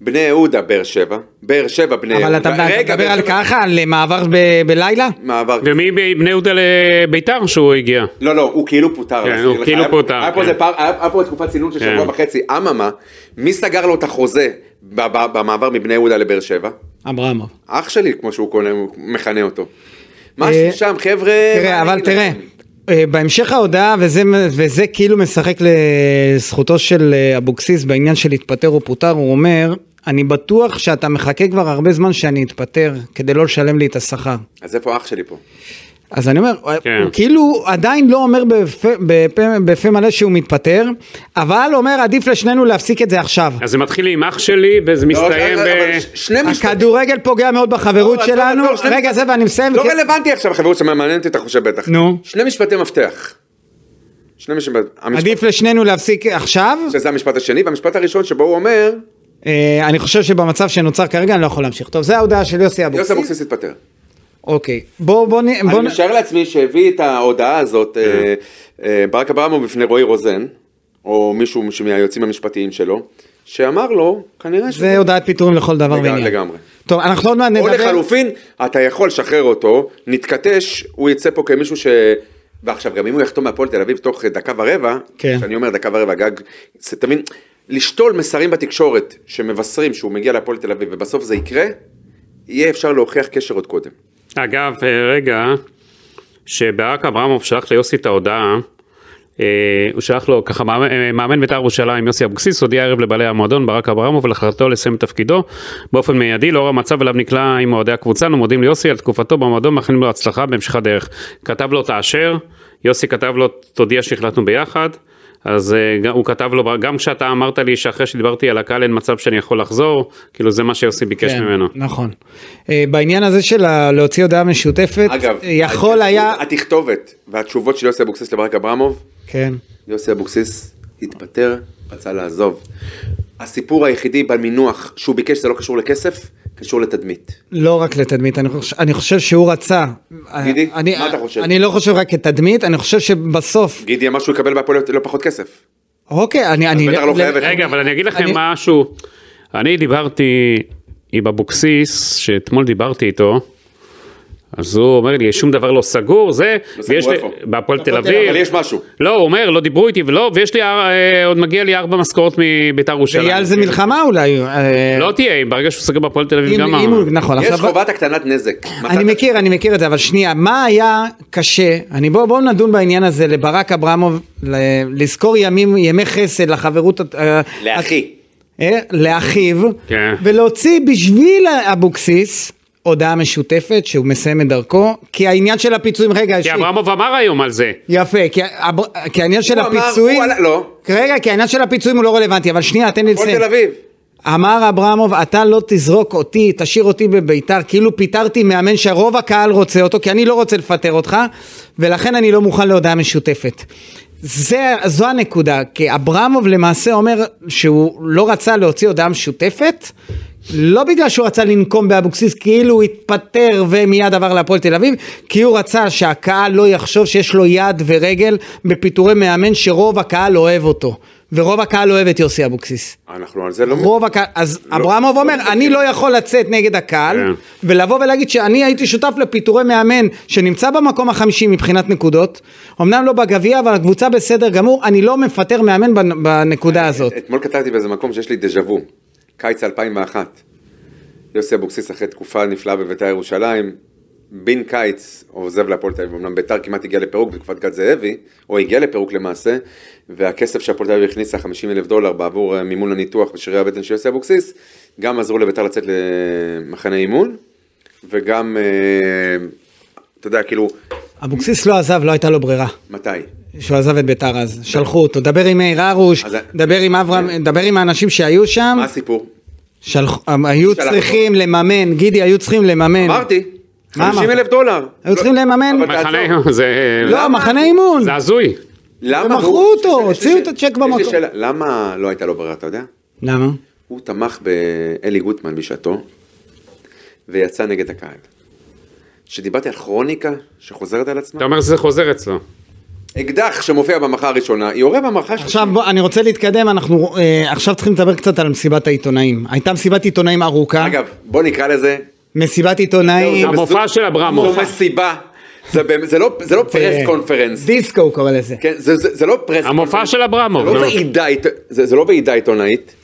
[SPEAKER 3] בני יהודה, באר שבע, באר שבע, בני יהודה.
[SPEAKER 2] אבל אתה אתה
[SPEAKER 3] רגע,
[SPEAKER 2] מדבר
[SPEAKER 3] באר
[SPEAKER 2] על
[SPEAKER 3] שבע-
[SPEAKER 2] ככה, על מעבר ב- בלילה?
[SPEAKER 3] מעבר.
[SPEAKER 4] ומי בני יהודה לביתר שהוא הגיע?
[SPEAKER 3] לא, לא, הוא כאילו פוטר.
[SPEAKER 4] כן,
[SPEAKER 3] להזכיר
[SPEAKER 4] הוא
[SPEAKER 3] לך.
[SPEAKER 4] כאילו
[SPEAKER 3] היה-
[SPEAKER 4] פוטר,
[SPEAKER 3] היה פה
[SPEAKER 4] כן.
[SPEAKER 3] איזה פער- היה היה פה איזה תקופת צינון של
[SPEAKER 4] כן.
[SPEAKER 3] שבוע וחצי. אממה, מי סגר לו את החוזה ב- ב- במעבר מבני יהודה לבאר שבע?
[SPEAKER 2] אברמוב.
[SPEAKER 3] אח שלי, כמו שהוא קונה- הוא מכנה אותו.
[SPEAKER 2] אה,
[SPEAKER 3] משהו שם, חבר'ה...
[SPEAKER 2] תראה, אבל
[SPEAKER 3] מעניין.
[SPEAKER 2] תראה, אה, בהמשך ההודעה, וזה, וזה כאילו משחק לזכותו של אה, אבוקסיס בעניין של התפטר או פוטר, הוא אומר, אני בטוח שאתה מחכה כבר הרבה זמן שאני אתפטר, כדי לא לשלם לי את השכר.
[SPEAKER 3] אז איפה אח שלי פה?
[SPEAKER 2] אז אני אומר,
[SPEAKER 4] כן.
[SPEAKER 2] הוא כאילו עדיין לא אומר בפה, בפה, בפה מלא שהוא מתפטר, אבל אומר עדיף לשנינו להפסיק את זה עכשיו.
[SPEAKER 4] אז זה מתחיל עם אח שלי וזה מסתיים
[SPEAKER 3] לא, אבל
[SPEAKER 4] ב...
[SPEAKER 3] ש- שני משפטים.
[SPEAKER 2] הכדורגל פוגע מאוד בחברות
[SPEAKER 3] לא, עזוב,
[SPEAKER 2] שלנו,
[SPEAKER 3] עזוב, שני
[SPEAKER 2] רגע זה
[SPEAKER 3] משפטים.
[SPEAKER 2] ואני מסיים, כן.
[SPEAKER 3] לא
[SPEAKER 2] כי-
[SPEAKER 3] רלוונטי עכשיו החברות שלך, מעניין אותי, אתה חושב בטח.
[SPEAKER 2] נו.
[SPEAKER 3] שני משפטי מפתח. שני משפטי...
[SPEAKER 2] עדיף לשנינו להפסיק עכשיו,
[SPEAKER 3] שזה המשפט השני, והמשפט הראשון שבו הוא אומר,
[SPEAKER 2] אה, אני חושב שבמצב שנוצר כרגע אני לא יכול להמשיך. טוב, זו ההודעה של יוסי
[SPEAKER 3] יוסי
[SPEAKER 2] אבוקסיס.
[SPEAKER 3] אבוקסיס התפטר.
[SPEAKER 2] אוקיי, בואו בואו נ- בואו
[SPEAKER 3] אני
[SPEAKER 2] נ... כן.
[SPEAKER 3] משער לעצמי שהביא את ההודעה הזאת אה, אה, ברק אברמוב בפני רועי רוזן, או מישהו מהיועצים המשפטיים שלו, שאמר לו, כנראה
[SPEAKER 2] זה הודעת פיטורים לכל דבר
[SPEAKER 3] לגמרי,
[SPEAKER 2] ועניין.
[SPEAKER 3] לגמרי.
[SPEAKER 2] טוב, אנחנו עוד מעט
[SPEAKER 3] או
[SPEAKER 2] נדבר.
[SPEAKER 3] לחלופין, אתה יכול לשחרר אותו, נתכתש, הוא יצא פה כמישהו ש... ועכשיו, גם אם הוא יחתום מהפועל תל אביב תוך דקה ורבע,
[SPEAKER 2] כן.
[SPEAKER 3] שאני אומר דקה ורבע גג, זה תמיד, לשתול מסרים בתקשורת שמבשרים שהוא מגיע להפועל תל אביב ובסוף זה יקרה, יהיה אפשר להוכיח קשר עוד קודם.
[SPEAKER 4] אגב, אה, רגע, שברק אברמוב שלח ליוסי את ההודעה, אה, הוא שלח לו, ככה, מאמן- אה, מאמן בית"ר ירושלים יוסי אבוקסיס הודיע הערב לבעלי המועדון ברק אברמוב על החלטתו לסיים את תפקידו באופן מיידי, לאור המצב אליו נקלע עם אוהדי הקבוצה, אנו מודים ליוסי על תקופתו במועדון, מאחלים לו הצלחה בהמשך הדרך. כתב לו תאשר, יוסי כתב לו תודיע שהחלטנו ביחד. אז אה, גם- הוא כתב לו, גם כשאתה אמרת לי שאחרי שדיברתי על הקהל אין מצב שאני יכול לחזור, כאילו זה מה שיוסי ביקש
[SPEAKER 2] כן,
[SPEAKER 4] ממנו.
[SPEAKER 2] נכון. אה, בעניין הזה של ה- להוציא הודעה משותפת,
[SPEAKER 3] אגב,
[SPEAKER 2] יכול
[SPEAKER 3] התכתוב-
[SPEAKER 2] היה...
[SPEAKER 3] התכתובת והתשובות של יוסי אבוקסיס לברק אברמוב,
[SPEAKER 2] כן.
[SPEAKER 3] יוסי אבוקסיס התפטר, רצה לעזוב. הסיפור היחידי במינוח שהוא ביקש זה לא קשור לכסף, קשור לתדמית.
[SPEAKER 2] לא רק לתדמית, אני חושב, אני חושב שהוא רצה.
[SPEAKER 3] גידי,
[SPEAKER 2] אני,
[SPEAKER 3] מה אתה חושב?
[SPEAKER 2] אני לא חושב רק כתדמית, אני חושב שבסוף,
[SPEAKER 3] גידי אמר שהוא יקבל בהפועל לא פחות כסף.
[SPEAKER 2] אוקיי, אני... אני
[SPEAKER 3] בטח לא חייבת.
[SPEAKER 4] רגע, אבל אני אגיד לכם
[SPEAKER 2] אני-
[SPEAKER 4] משהו. אני דיברתי עם אבוקסיס, שאתמול דיברתי איתו, אז הוא אומר לי, שום דבר לא סגור, זה,
[SPEAKER 3] לא סגור
[SPEAKER 4] ויש לי-
[SPEAKER 3] איפה?
[SPEAKER 4] בהפועל תל
[SPEAKER 3] אבל
[SPEAKER 4] אביב.
[SPEAKER 3] יש משהו.
[SPEAKER 4] לא, הוא אומר, לא דיברו איתי, ולא, ויש לי, אר- אה, עוד מגיע לי ארבע משכורות מביתר ירושלים.
[SPEAKER 2] ויהיה על זה מלחמה אולי. אה,
[SPEAKER 4] לא תהיה, ברגע שהוא סגר בהפועל תל אביב,
[SPEAKER 2] אם-
[SPEAKER 4] גם...
[SPEAKER 2] אם
[SPEAKER 4] ה-
[SPEAKER 2] הוא- נכון,
[SPEAKER 3] יש
[SPEAKER 2] עכשיו...
[SPEAKER 3] חובת הקטנת נזק.
[SPEAKER 2] אני מכיר, אני מכיר את זה, אבל שנייה, מה היה קשה, אני בואו בוא נדון בעניין הזה לברק אברמוב, ל- לזכור ימים, ימי חסד לחברות, הת- אה,
[SPEAKER 3] לאחי.
[SPEAKER 2] אה, לאחיו,
[SPEAKER 4] כן.
[SPEAKER 2] ולהוציא בשביל אבוקסיס הודעה משותפת שהוא מסיים את דרכו, כי העניין של הפיצויים, רגע, יש
[SPEAKER 4] כי
[SPEAKER 2] לי-
[SPEAKER 4] אברמוב אמר היום על זה.
[SPEAKER 2] יפה, כי, הב- כי העניין של
[SPEAKER 3] הוא אמר,
[SPEAKER 2] הפיצויים,
[SPEAKER 3] הוא עלה- לא.
[SPEAKER 2] רגע, כי העניין של הפיצויים הוא לא רלוונטי, אבל שנייה, תן לי
[SPEAKER 3] הפועל
[SPEAKER 2] לסיים.
[SPEAKER 3] תל אביב.
[SPEAKER 2] אמר אברמוב, אתה לא תזרוק אותי, תשאיר אותי בביתר, כאילו פיטרתי מאמן שרוב הקהל רוצה אותו, כי אני לא רוצה לפטר אותך, ולכן אני לא מוכן להודעה משותפת. זה, זו הנקודה, כי אברמוב למעשה אומר שהוא לא רצה להוציא הודעה משותפת, לא בגלל שהוא רצה לנקום באבוקסיס, כאילו הוא התפטר ומיד עבר להפועל תל אביב, כי הוא רצה שהקהל לא יחשוב שיש לו יד ורגל בפיטורי מאמן שרוב הקהל אוהב אותו, ורוב הקהל אוהב את יוסי אבוקסיס.
[SPEAKER 3] אנחנו על זה לא...
[SPEAKER 2] רוב הקהל, אז אברמוב אומר, אני לא יכול לצאת נגד הקהל,
[SPEAKER 4] כן.
[SPEAKER 2] ולבוא ולהגיד שאני הייתי שותף לפיטורי מאמן שנמצא במקום החמישי מבחינת נקודות, אמנם לא בגביע, אבל הקבוצה בסדר גמור, אני לא מפטר מאמן בנ- בנקודה הזאת.
[SPEAKER 3] אתמול כתבתי באיזה מקום שיש לי דז'ה וו. קיץ 2001. יוסי אבוקסיס אחרי תקופה נפלאה בבית"ר ירושלים. בן קיץ עוזב להפועל תל אביב, אמנם בית"ר כמעט הגיע לפירוק בתקופת גד זאבי, או הגיע לפירוק למעשה, והכסף שהפועל תל אביב הכניסה, 50 אלף דולר בעבור אה, מימון הניתוח בשרירי הבטן של יוסי אבוקסיס, גם עזרו לבית"ר לצאת למחנה אימון, וגם, אה, אתה יודע, כאילו,
[SPEAKER 2] אבוקסיס לא עזב, לא הייתה לו ברירה.
[SPEAKER 3] מתי?
[SPEAKER 2] שהוא עזב את ביתר אז, שלחו אותו, דבר עם מאיר הרוש,
[SPEAKER 3] אז- כן.
[SPEAKER 2] דבר עם אברהם, דבר עם האנשים שהיו שם,
[SPEAKER 3] מה הסיפור?
[SPEAKER 2] שלחו- הם היו
[SPEAKER 3] שלח אותו.
[SPEAKER 2] צריכים לממן, גידי, היו צריכים לממן.
[SPEAKER 3] אמרתי,
[SPEAKER 2] כן. מה
[SPEAKER 3] 50 אלף
[SPEAKER 2] אמרת?
[SPEAKER 3] דולר. לא,
[SPEAKER 2] היו צריכים לממן.
[SPEAKER 3] אבל
[SPEAKER 4] מחנה,
[SPEAKER 3] תעצור.
[SPEAKER 4] זה...
[SPEAKER 2] לא, מחנה אימון.
[SPEAKER 4] זה הזוי.
[SPEAKER 3] למה
[SPEAKER 2] מכרו
[SPEAKER 3] הוא-
[SPEAKER 2] אותו,
[SPEAKER 3] יש לי
[SPEAKER 2] הוציאו
[SPEAKER 3] שאלה-
[SPEAKER 2] את הצ'ק
[SPEAKER 3] יש לי
[SPEAKER 2] במקום.
[SPEAKER 3] שאלה, למה לא הייתה לו ברירה, אתה יודע?
[SPEAKER 2] למה?
[SPEAKER 3] הוא תמך באלי גוטמן בשעתו, ויצא נגד הקהל. כשדיברתי על כרוניקה שחוזרת על עצמה,
[SPEAKER 4] אתה אומר שזה חוזר אצלו.
[SPEAKER 3] אקדח שמופיע במערכה הראשונה, יורה במערכה השלישית.
[SPEAKER 2] עכשיו בוא, אני רוצה להתקדם, אנחנו אה, עכשיו צריכים לדבר קצת על מסיבת העיתונאים. הייתה מסיבת עיתונאים ארוכה,
[SPEAKER 3] אגב, בוא נקרא לזה...
[SPEAKER 2] מסיבת עיתונאים, אה,
[SPEAKER 3] זהו, זה
[SPEAKER 4] המופע
[SPEAKER 3] מסוג-
[SPEAKER 4] של אברמוב.
[SPEAKER 2] לא.
[SPEAKER 3] זו מסיבה. זה באמת- זה לא- זה לא פרס קונפרנס.
[SPEAKER 2] דיסקו הוא קורא לזה.
[SPEAKER 3] כן, זה- זה זה לא פרס
[SPEAKER 4] המופע
[SPEAKER 3] קונפרנס.
[SPEAKER 4] של אברמוב,
[SPEAKER 3] זה לא
[SPEAKER 4] נו.
[SPEAKER 3] ועידה עית- זה זה לא ועידה עיתונאית.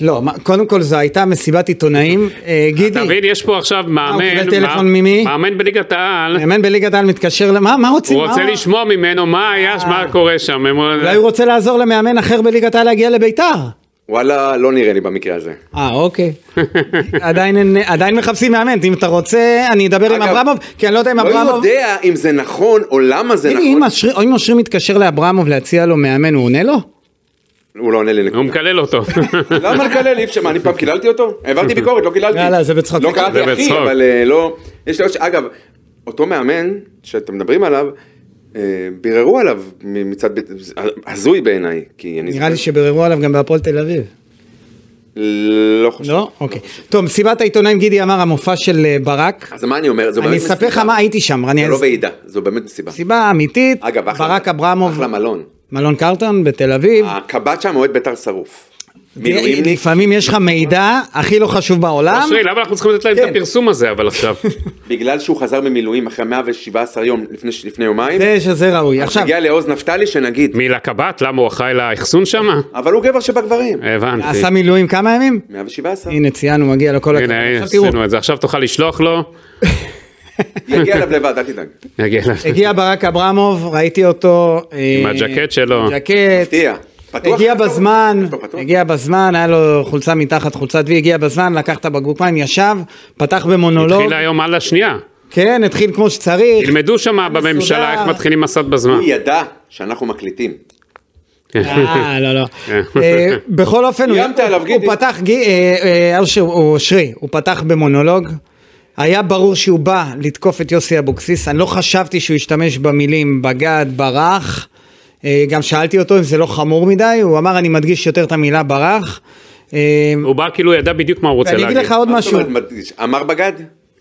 [SPEAKER 2] לא, מה- קודם כל זו הייתה מסיבת עיתונאים. אה, גידי,
[SPEAKER 4] תבין, יש פה עכשיו מאמן,
[SPEAKER 2] אה, קיבל
[SPEAKER 4] מה-
[SPEAKER 2] טלפון ממי?
[SPEAKER 4] מאמן בליגת העל,
[SPEAKER 2] מאמן בליגת העל מתקשר, למה, מה רוצים?
[SPEAKER 4] הוא רוצה
[SPEAKER 2] מה-
[SPEAKER 4] לשמוע ממנו מה היה, מה קורה שם. הם-
[SPEAKER 2] אולי הוא רוצה לעזור למאמן אחר בליגת העל להגיע לביתר.
[SPEAKER 3] וואלה, לא נראה לי במקרה הזה.
[SPEAKER 2] אה, אוקיי. עדיין, אין- עדיין מחפשים מאמן, אם אתה רוצה, אני אדבר עם
[SPEAKER 3] אגב,
[SPEAKER 2] אברמוב, כי אני לא יודע אם
[SPEAKER 3] לא
[SPEAKER 2] אברמוב...
[SPEAKER 3] יודע אם זה נכון או למה זה
[SPEAKER 2] תגיד לי, אם
[SPEAKER 3] נכון.
[SPEAKER 2] אשרי- או אם אושרי מתקשר לאברמוב להציע לו מאמן, הוא עונה לו?
[SPEAKER 3] הוא לא עונה לי
[SPEAKER 4] הוא
[SPEAKER 3] נקודה.
[SPEAKER 4] מקלל אותו.
[SPEAKER 3] למה לקלל? אי אפשר, מה, אני פעם קיללתי אותו? העברתי ביקורת, לא קיללתי.
[SPEAKER 2] יאללה, זה בצחוק.
[SPEAKER 3] לא
[SPEAKER 4] זה
[SPEAKER 3] קראתי אחי,
[SPEAKER 4] בצחוק.
[SPEAKER 3] אבל אה, לא... יש לי עוד ש... אגב, אותו מאמן שאתם מדברים עליו, אה, ביררו עליו מ- מצד... בית- זה הזוי בעיניי, כי אני...
[SPEAKER 2] נראה לי שביררו עליו גם בהפועל תל אביב.
[SPEAKER 3] לא חושב.
[SPEAKER 2] לא? אוקיי. טוב, מסיבת העיתונאים, גידי אמר, המופע של אה, ברק.
[SPEAKER 3] אז מה אני אומר? זו
[SPEAKER 2] אני
[SPEAKER 3] באמת
[SPEAKER 2] אספר לך
[SPEAKER 3] מסיבה.
[SPEAKER 2] מה הייתי שם, רני.
[SPEAKER 3] זה לא
[SPEAKER 2] אז-
[SPEAKER 3] ועידה, זו באמת מסיבה.
[SPEAKER 2] סיבה אמיתית,
[SPEAKER 3] אגב, אחלה-
[SPEAKER 2] ברק אברמוב,
[SPEAKER 3] אחלה מלון.
[SPEAKER 2] מלון קרטון בתל אביב. כן,
[SPEAKER 3] הקב"ט שם אוהד בית"ר שרוף. מילואימניק.
[SPEAKER 2] לפעמים יש לך מידע הכי לא חשוב בעולם.
[SPEAKER 4] אשרי, למה אנחנו צריכים לתת להם את
[SPEAKER 2] כן.
[SPEAKER 4] הפרסום הזה אבל עכשיו?
[SPEAKER 3] בגלל שהוא חזר ממילואים אחרי 117 יום לפני, לפני יומיים,
[SPEAKER 2] זה שזה ראוי. עכשיו,
[SPEAKER 3] הגיע לעוז נפתלי שנגיד,
[SPEAKER 4] מלקב"ט, למה הוא אחראי לאחסון שם?
[SPEAKER 3] אבל הוא גבר שבגברים.
[SPEAKER 4] הבנתי.
[SPEAKER 2] עשה מילואים כמה ימים?
[SPEAKER 3] 117.
[SPEAKER 2] אה. הנה, ציינו, מגיע לו כל הכבוד.
[SPEAKER 4] הנה, הנה,
[SPEAKER 2] עכשיו תראו,
[SPEAKER 4] עשינו את זה. עכשיו תוכל לשלוח לו.
[SPEAKER 3] יגיע אליו לבד, אל תדאג.
[SPEAKER 4] נגיע ל-
[SPEAKER 2] הגיע ברק אברמוב, ראיתי אותו. אה,
[SPEAKER 4] עם הג'קט שלו.
[SPEAKER 2] ג'קט.
[SPEAKER 3] תהיה. פתוח?
[SPEAKER 2] אה, הגיע
[SPEAKER 3] כפתור?
[SPEAKER 2] בזמן,
[SPEAKER 3] כפתור פתוח?
[SPEAKER 2] הגיע בזמן, היה לו חולצה מתחת חולצת וי, הגיע בזמן, לקח את הבקבוק מים, ישב, פתח במונולוג,
[SPEAKER 4] התחיל היום על השנייה.
[SPEAKER 2] כן, התחיל כמו שצריך,
[SPEAKER 4] ילמדו שם בממשלה איך מתחילים מסע בזמן.
[SPEAKER 3] הוא ידע שאנחנו מקליטים.
[SPEAKER 2] אה, לא, לא.
[SPEAKER 4] כן.
[SPEAKER 2] אה, בכל אופן, הוא-
[SPEAKER 3] איימת עליו,
[SPEAKER 2] הוא-
[SPEAKER 3] גידי.
[SPEAKER 2] הוא פתח, גי- אה, אה, אושר- הוא אושרי, הוא פתח במונולוג. היה ברור שהוא בא לתקוף את יוסי אבוקסיס, אני לא חשבתי שהוא ישתמש במילים בגד, ברח. אה, גם שאלתי אותו אם זה לא חמור מדי, הוא אמר אני מדגיש יותר את המילה ברח. אה,
[SPEAKER 4] הוא בא כאילו ידע בדיוק מה הוא רוצה
[SPEAKER 2] ואני אגיד
[SPEAKER 4] להגיד.
[SPEAKER 2] לך עוד
[SPEAKER 3] מה
[SPEAKER 2] משהו.
[SPEAKER 3] זאת אומרת, מדגיש? אמר בגד?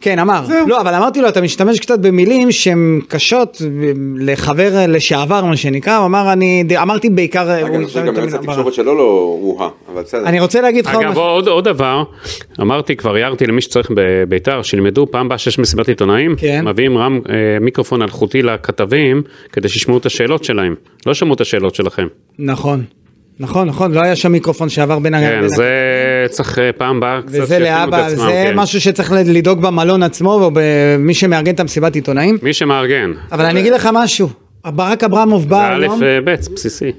[SPEAKER 2] כן, אמר. לא, אבל אמרתי לו, אתה משתמש קצת במילים שהן קשות אה, לחבר לשעבר, מה שנקרא, הוא אמר, אני ד- אמרתי בעיקר, אה,
[SPEAKER 3] אגב,
[SPEAKER 2] הוא
[SPEAKER 3] אני חושב
[SPEAKER 2] משתמש
[SPEAKER 3] גם
[SPEAKER 2] את
[SPEAKER 3] יועץ
[SPEAKER 2] המילה ברח.
[SPEAKER 3] התקשורת שלו לא הוא-הא, אבל בסדר.
[SPEAKER 2] אני רוצה להגיד לך עוד
[SPEAKER 4] אגב,
[SPEAKER 2] משהו.
[SPEAKER 4] עוד עוד דבר, אמרתי כבר, הערתי למי שצריך בביתר, שילמדו פעם הבאה שיש מסיבת עיתונאים,
[SPEAKER 2] כן.
[SPEAKER 4] מביאים רם, אה, מיקרופון אלחוטי לכתבים, כדי שישמעו את השאלות שלהם. לא שמעו את השאלות שלכם.
[SPEAKER 2] נכון, נכון, נכון, לא היה שם מיקרופון שעבר בין הרגליים.
[SPEAKER 4] כן, זה צריך אה, פעם הבאה קצת
[SPEAKER 2] וזה
[SPEAKER 4] שיתאימו את
[SPEAKER 2] להבא,
[SPEAKER 4] עצמם,
[SPEAKER 2] זה
[SPEAKER 4] כן.
[SPEAKER 2] משהו שצריך לדאוג במלון עצמו, או במי שמארגן את המסיבת עיתונאים.
[SPEAKER 4] מי שמארגן.
[SPEAKER 2] אבל אני אגיד לך משהו, ברק אברמוב
[SPEAKER 4] זה
[SPEAKER 2] בא
[SPEAKER 4] א'
[SPEAKER 2] היום,
[SPEAKER 4] אה, ב', בסיסי.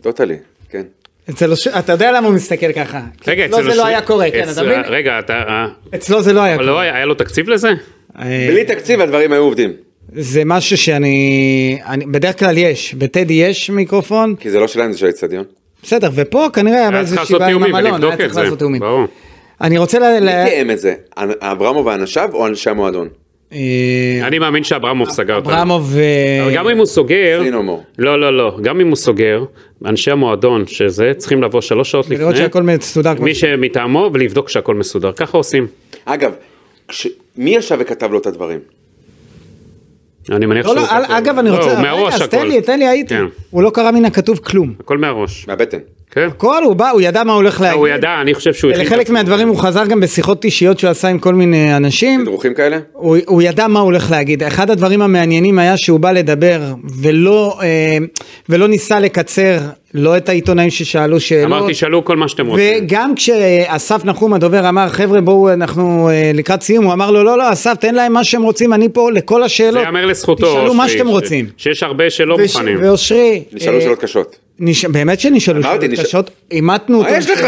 [SPEAKER 3] טוטלי, כן.
[SPEAKER 2] אצל אוש- אתה יודע למה הוא מסתכל ככה.
[SPEAKER 4] רגע,
[SPEAKER 2] אצלו זה
[SPEAKER 4] אצל
[SPEAKER 2] לא היה
[SPEAKER 4] אושרי-
[SPEAKER 2] קורה, כן, אתה
[SPEAKER 4] אצל-
[SPEAKER 2] מבין?
[SPEAKER 4] רגע, אתה... אה,
[SPEAKER 2] אצלו זה לא היה
[SPEAKER 4] אבל
[SPEAKER 2] קורה.
[SPEAKER 4] לא היה היה לו תקציב לזה?
[SPEAKER 2] אה,
[SPEAKER 3] בלי תקציב הדברים היו עובדים.
[SPEAKER 2] זה משהו שאני, אני- בדרך כלל יש, בטדי יש מיקרופון,
[SPEAKER 3] כי זה לא שלהם, זה של האצטדיון.
[SPEAKER 2] בסדר, ופה כנראה היה
[SPEAKER 4] היה
[SPEAKER 2] איזה
[SPEAKER 4] צריך לעשות
[SPEAKER 2] שבעה עם
[SPEAKER 4] תיאומים
[SPEAKER 2] המלון,
[SPEAKER 4] ולבדוק
[SPEAKER 2] היה
[SPEAKER 4] את
[SPEAKER 2] צריך
[SPEAKER 4] זה.
[SPEAKER 2] לעשות תיאומים.
[SPEAKER 4] ברור.
[SPEAKER 2] אני רוצה ל...
[SPEAKER 3] מי
[SPEAKER 2] ל-
[SPEAKER 3] תיאם את זה? אברמוב ואנשיו או אנשי המועדון?
[SPEAKER 2] אה,
[SPEAKER 4] אני מאמין שאברמוב סגר אותנו.
[SPEAKER 2] אברמוב... אה,
[SPEAKER 4] אבל גם אם הוא סוגר,
[SPEAKER 3] Say no more.
[SPEAKER 4] לא לא לא, גם אם הוא סוגר, אנשי המועדון שזה צריכים לבוא שלוש שעות לפני,
[SPEAKER 2] לראות שהכל מסודר כמו
[SPEAKER 4] מי שמטעמו ולבדוק שהכל מסודר, ככה עושים.
[SPEAKER 3] אגב, כש- מי ישב וכתב לו את הדברים?
[SPEAKER 4] אני מניח
[SPEAKER 2] לא,
[SPEAKER 4] שהוא...
[SPEAKER 2] לא, אל-
[SPEAKER 4] ככה-
[SPEAKER 2] אגב, אני
[SPEAKER 4] לא,
[SPEAKER 2] רוצה...
[SPEAKER 4] הוא מהראש
[SPEAKER 2] רגע,
[SPEAKER 4] הכל.
[SPEAKER 2] אז תן לי, תן לי, הייתי.
[SPEAKER 4] כן,
[SPEAKER 2] הוא לא קרא מן הכתוב כלום.
[SPEAKER 4] הכל מהראש.
[SPEAKER 3] מהבטן.
[SPEAKER 2] אה.
[SPEAKER 4] כן.
[SPEAKER 2] הכל, הוא בא, הוא ידע מה הוא הולך
[SPEAKER 4] לא,
[SPEAKER 2] להגיד.
[SPEAKER 4] הוא ידע, אני חושב שהוא... הכין את
[SPEAKER 2] לחלק
[SPEAKER 4] עצמו.
[SPEAKER 2] מהדברים הוא חזר גם בשיחות אישיות שהוא עשה עם כל מיני אנשים.
[SPEAKER 3] תדרוכים כאלה?
[SPEAKER 2] הוא, הוא ידע מה הוא הולך להגיד. אחד הדברים המעניינים היה שהוא בא לדבר ולא, אה, ולא ניסה לקצר לא את העיתונאים ששאלו שאלות.
[SPEAKER 4] אמרתי, שאלו כל מה שאתם רוצים.
[SPEAKER 2] וגם כשאסף נחום הדובר אמר חבר'ה בואו אנחנו אה, לקראת סיום הוא אמר לו לא לא אסף תן להם מה שהם רוצים אני פה לכל השאלות.
[SPEAKER 4] זה ייאמר לזכותו.
[SPEAKER 2] תשאלו מה
[SPEAKER 4] אושרי,
[SPEAKER 2] שאתם
[SPEAKER 4] ש-
[SPEAKER 2] רוצים.
[SPEAKER 4] שיש הרבה שלא
[SPEAKER 2] וש-
[SPEAKER 4] מוכנים.
[SPEAKER 2] ואושרי.
[SPEAKER 3] נשאלו
[SPEAKER 2] אה,
[SPEAKER 3] שאלות קשות.
[SPEAKER 2] נש... באמת שנשאלו
[SPEAKER 3] אמרתי,
[SPEAKER 2] שאלות
[SPEAKER 3] נשאל-
[SPEAKER 2] קשות, אימתנו
[SPEAKER 3] מה יש
[SPEAKER 2] בשאלות.
[SPEAKER 3] לך?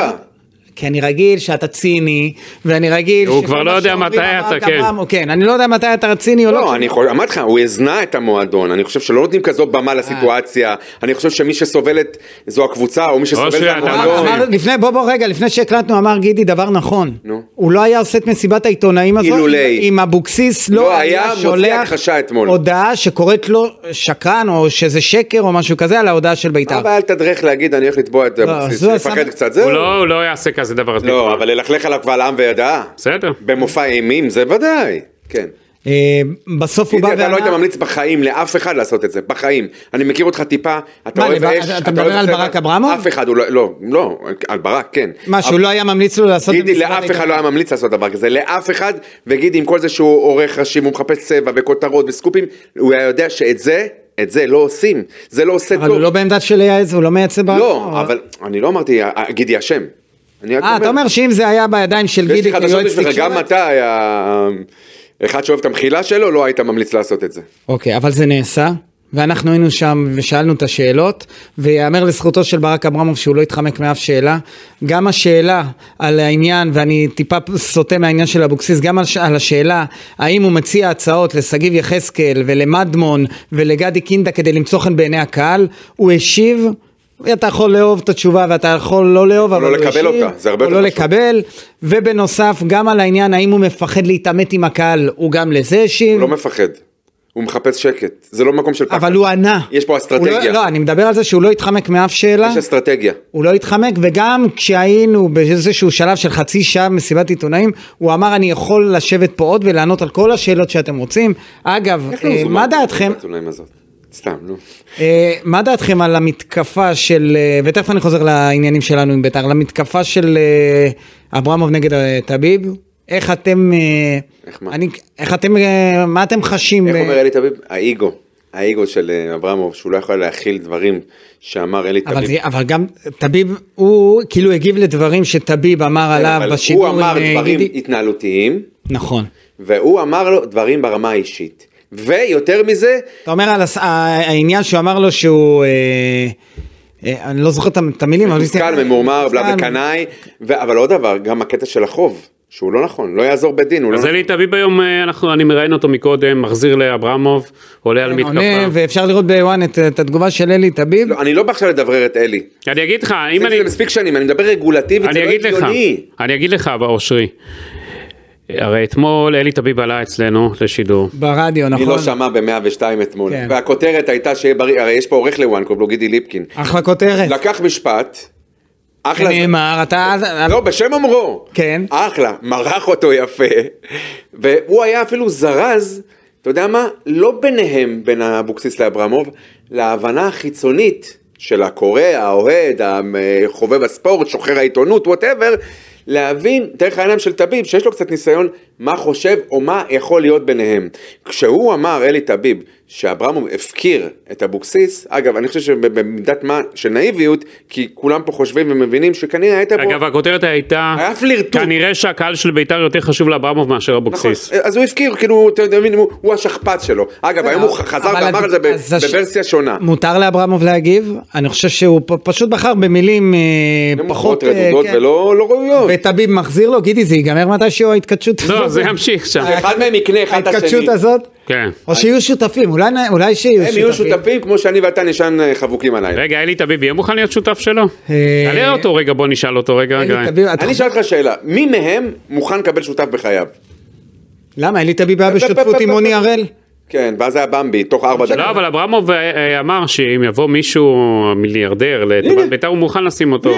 [SPEAKER 2] כי אני רגיל שאתה ציני, ואני רגיל...
[SPEAKER 4] הוא
[SPEAKER 2] שכל
[SPEAKER 4] כבר
[SPEAKER 2] מה
[SPEAKER 4] לא יודע
[SPEAKER 2] שאומרים
[SPEAKER 4] מתי
[SPEAKER 2] אמר
[SPEAKER 4] אתה,
[SPEAKER 2] גם
[SPEAKER 4] כן.
[SPEAKER 2] רם, כן, אני לא יודע מתי אתה ציני או לא.
[SPEAKER 3] לא, אני חושב, אמרתי לך, הוא הזנה את המועדון, אני חושב שלא נותנים כזו
[SPEAKER 2] אה.
[SPEAKER 3] במה לסיטואציה, אני חושב שמי שסובלת זו הקבוצה, או מי שסובל
[SPEAKER 4] אושרי,
[SPEAKER 3] את
[SPEAKER 2] אמר-
[SPEAKER 4] אתה
[SPEAKER 3] המועדון.
[SPEAKER 4] מקשיב.
[SPEAKER 2] אמר- לפני, בוא בוא רגע, לפני שהקלטנו אמר גידי דבר נכון.
[SPEAKER 3] נו.
[SPEAKER 2] הוא לא היה עושה את מסיבת העיתונאים הזו,
[SPEAKER 3] אילולי.
[SPEAKER 2] אם אבוקסיס לא
[SPEAKER 3] לא היה
[SPEAKER 2] היה
[SPEAKER 3] מוציא
[SPEAKER 2] שולח
[SPEAKER 3] הכחשה אתמול.
[SPEAKER 2] הודעה שקוראת לו שקרן, או שזה שקר או משהו כזה, על ההודעה של בית"ר.
[SPEAKER 3] אבל אל תדרך להגיד, אני הולך לתבוע את
[SPEAKER 2] לא,
[SPEAKER 3] אבוקסיס,
[SPEAKER 2] זו הסם-
[SPEAKER 3] לפחד קצת, זהו.
[SPEAKER 4] הוא לא- הוא לא יעשה כזה דבר. אז
[SPEAKER 3] לא,
[SPEAKER 4] בטח.
[SPEAKER 3] אבל ללכלך עליו קבל עם וידעה,
[SPEAKER 4] בסדר.
[SPEAKER 3] במופע אימים, זה ודאי, כן.
[SPEAKER 2] אה, בסוף הוא בא
[SPEAKER 3] גידי, אתה לא היית ממליץ בחיים לאף אחד לעשות את זה, בחיים. אני מכיר אותך טיפה, אתה
[SPEAKER 2] מה,
[SPEAKER 3] אוהב
[SPEAKER 2] לב-
[SPEAKER 3] אש,
[SPEAKER 2] אתה מדבר
[SPEAKER 3] אוהב
[SPEAKER 2] על
[SPEAKER 3] צבע.
[SPEAKER 2] ברק אברמוב?
[SPEAKER 3] אף אחד, הוא לא, לא, לא, על ברק, כן.
[SPEAKER 2] מה, שהוא לא היה ממליץ לו לעשות...
[SPEAKER 3] גידי,
[SPEAKER 2] במסיבת
[SPEAKER 3] לאף אחד
[SPEAKER 2] עיתונאים?
[SPEAKER 3] לא היה ממליץ לעשות דבר כזה, לאף אחד, וגידי עם כל זה שהוא עורך ראשי והוא מחפש צבע וכותרות וסקופים, הוא היה יודע שאת זה, את זה לא עושים, זה לא עושה
[SPEAKER 2] אבל הוא
[SPEAKER 3] טוב.
[SPEAKER 2] לא בעמדה של לייעץ, הוא לא מייעץ לבעיה.
[SPEAKER 3] לא, אבל אני לא אמרתי, אה, גידי אשם. אני רק
[SPEAKER 2] אה, אתה אומר שאם זה היה בידיים של לא
[SPEAKER 3] ויש
[SPEAKER 2] גידי
[SPEAKER 3] לי חדשות בשבילך, גם
[SPEAKER 2] תקשורת-
[SPEAKER 3] אתה, היה- אה, אחד שאוהב את המחילה שלו, לא היית ממליץ לעשות את זה.
[SPEAKER 2] אוקיי, אבל זה נעשה, ואנחנו היינו שם ושאלנו את השאלות, ויאמר לזכותו של ברק אברמוב שהוא לא התחמק מאף שאלה. גם השאלה על העניין, ואני טיפה סוטה מהעניין של אבוקסיס, גם על, ש- על השאלה האם הוא מציע הצעות לשגיב יחזקאל ולמדמון ולגדי קינדה כדי למצוא חן בעיני הקהל, הוא השיב. אתה יכול לאהוב את התשובה ואתה יכול לא לאהוב, אבל
[SPEAKER 3] לא
[SPEAKER 2] הוא
[SPEAKER 3] לקבל
[SPEAKER 2] השיב,
[SPEAKER 3] אותה, זה הרבה
[SPEAKER 2] או
[SPEAKER 3] יותר
[SPEAKER 2] לא
[SPEAKER 3] פשוט.
[SPEAKER 2] לקבל, ובנוסף גם על העניין האם הוא מפחד להתעמת עם הקהל, הוא גם לזה השיב.
[SPEAKER 3] הוא לא מפחד, הוא מחפש שקט, זה לא מקום של פחד.
[SPEAKER 2] אבל הוא ענה.
[SPEAKER 3] יש פה אסטרטגיה.
[SPEAKER 2] הוא לא, לא, אני מדבר על זה שהוא לא התחמק מאף שאלה.
[SPEAKER 3] יש אסטרטגיה.
[SPEAKER 2] הוא לא התחמק, וגם כשהיינו באיזשהו שלב של חצי שעה מסיבת עיתונאים, הוא אמר אני יכול לשבת פה עוד ולענות על כל השאלות שאתם רוצים. אגב,
[SPEAKER 3] איך לא
[SPEAKER 2] אה,
[SPEAKER 3] זומנתי
[SPEAKER 2] מה דעתכם,
[SPEAKER 3] לעיתונאים הזאת? סתם, נו.
[SPEAKER 2] אה, מה דעתכם על המתקפה של, אה, ותכף אני חוזר לעניינים שלנו עם בית"ר, למתקפה של אה, אברמוב נגד אה, טביב, איך אתם, אה,
[SPEAKER 3] איך מה?
[SPEAKER 2] אני- איך אתם, אה, מה אתם חשים?
[SPEAKER 3] איך
[SPEAKER 2] אה,
[SPEAKER 3] אומר אלי תביב? האיגו. האיגו של אה, אברמוב, שהוא לא יכול להכיל דברים שאמר אלי
[SPEAKER 2] אבל, זה,
[SPEAKER 3] תביב. כן,
[SPEAKER 2] אבל גם טביב, הוא כאילו הגיב לדברים שטביב אמר עליו
[SPEAKER 3] כן, אבל
[SPEAKER 2] בשידור
[SPEAKER 3] הוא אמר
[SPEAKER 2] אה,
[SPEAKER 3] דברים
[SPEAKER 2] גידי.
[SPEAKER 3] התנהלותיים,
[SPEAKER 2] נכון.
[SPEAKER 3] והוא אמר לו דברים ברמה האישית. ויותר מזה,
[SPEAKER 2] אתה אומר על הס... ה- העניין שהוא אמר לו שהוא, אה, אה, אני לא זוכר את את המילים, אבל-
[SPEAKER 3] מתוסכל, ממורמר, בלה
[SPEAKER 2] מתוסכל.
[SPEAKER 3] וקנאי, ו- אבל עוד דבר, גם הקטע של החוב, שהוא לא נכון, לא יעזור בדין, הוא לא
[SPEAKER 4] אז
[SPEAKER 3] נכון.
[SPEAKER 4] אלי תביב היום, אה, אנחנו, אני מראיין אותו מקודם, מחזיר לאברמוב, עולה על
[SPEAKER 2] עונה,
[SPEAKER 4] מתקפה.
[SPEAKER 2] ואפשר לראות בוואן את, את התגובה של אלי טביב.
[SPEAKER 3] לא, אני לא בא עכשיו לדברר את אלי.
[SPEAKER 4] אני אגיד לך, אם אני...
[SPEAKER 3] זה מספיק שנים, אני מדבר רגולטיבית, זה
[SPEAKER 4] אני
[SPEAKER 3] לא
[SPEAKER 4] אגיד לך,
[SPEAKER 3] הגיוני.
[SPEAKER 4] אני אגיד לך, אבל, אושרי. הרי אתמול אלי תביב עלה אצלנו לשידור.
[SPEAKER 2] ברדיו,
[SPEAKER 3] היא
[SPEAKER 2] נכון?
[SPEAKER 3] לא שמעה ב-102 אתמול,
[SPEAKER 2] כן.
[SPEAKER 3] והכותרת הייתה שיהיה בריא, הרי יש פה עורך לוואן, קוראים לו גידי ליפקין.
[SPEAKER 2] אחלה כותרת.
[SPEAKER 3] לקח משפט, אחלה,
[SPEAKER 2] נאמר, אתה...
[SPEAKER 3] לא, בשם אומרו.
[SPEAKER 2] כן.
[SPEAKER 3] אחלה, מרח אותו יפה. והוא היה אפילו זרז, אתה יודע מה? לא ביניהם, בין אבוקסיס לאברמוב, להבנה החיצונית של הקורא, האוהד, חובב הספורט, שוחר העיתונות, וואטאבר, להבין דרך העיניים של טביב, שיש לו קצת ניסיון, מה חושב או מה יכול להיות ביניהם. כשהוא אמר, אלי טביב, שאברמוב הפקיר את אבוקסיס, אגב, אני חושב שבמידת מה של נאיביות, כי כולם פה חושבים ומבינים שכנראה הייתה פה...
[SPEAKER 4] אגב, הכותרת הייתה,
[SPEAKER 3] היה פלירטוט.
[SPEAKER 4] כנראה שהקהל של בית"ר יותר חשוב לאברמוב מאשר אבוקסיס.
[SPEAKER 3] נכון, אז הוא הפקיר, כאילו, אתה מבין, הוא- הוא השכפ"ץ שלו. אגב, היום הוא חזר
[SPEAKER 2] אבל
[SPEAKER 3] ואמר
[SPEAKER 2] אז-
[SPEAKER 3] את זה ב-
[SPEAKER 2] אז הש-
[SPEAKER 3] בוורסיה שונה.
[SPEAKER 2] מותר לאברמוב להגיב? אני חושב שהוא פ- פשוט בחר במילים אה,
[SPEAKER 3] נמוכות,
[SPEAKER 2] פחות... אה,
[SPEAKER 3] רדודות
[SPEAKER 2] כן.
[SPEAKER 3] ולא לא ראויות.
[SPEAKER 2] וטביב מחזיר לו, גידי, זה ייגמר מתישהו ההתכתשות
[SPEAKER 3] נכון.
[SPEAKER 2] הזאת.
[SPEAKER 4] לא, זה ימשיך שם.
[SPEAKER 3] אחד מהם יקנה אחד את השני.
[SPEAKER 2] ההתכתשות הזאת?
[SPEAKER 4] כן.
[SPEAKER 3] אוקיי.
[SPEAKER 2] או שיהיו שותפים, אולי נ- אולי שיהיו
[SPEAKER 3] הם
[SPEAKER 2] שותפים.
[SPEAKER 3] יהיו שותפים כמו שאני ואתה נשען אה, חבוקים עליי.
[SPEAKER 4] רגע, אלי תביב יהיה מוכן להיות שותף שלו?
[SPEAKER 2] אה,
[SPEAKER 4] תעלה אותו רגע, בוא נשאל אותו רגע.
[SPEAKER 2] אלי
[SPEAKER 4] רגע.
[SPEAKER 2] תביב, אתה-
[SPEAKER 3] אני אשאל אותך שאלה, מי מהם מוכן לקבל שותף בחייו?
[SPEAKER 2] למה? אלי תביב היה בשותפות עם מוני הראל?
[SPEAKER 3] כן, ואז היה במבי, תוך ארבע דקות.
[SPEAKER 4] לא, אבל אברמוב אה, אה, אמר שאם יבוא מישהו מיליארדר לטובת בית"ר, הוא מוכן לשים אותו.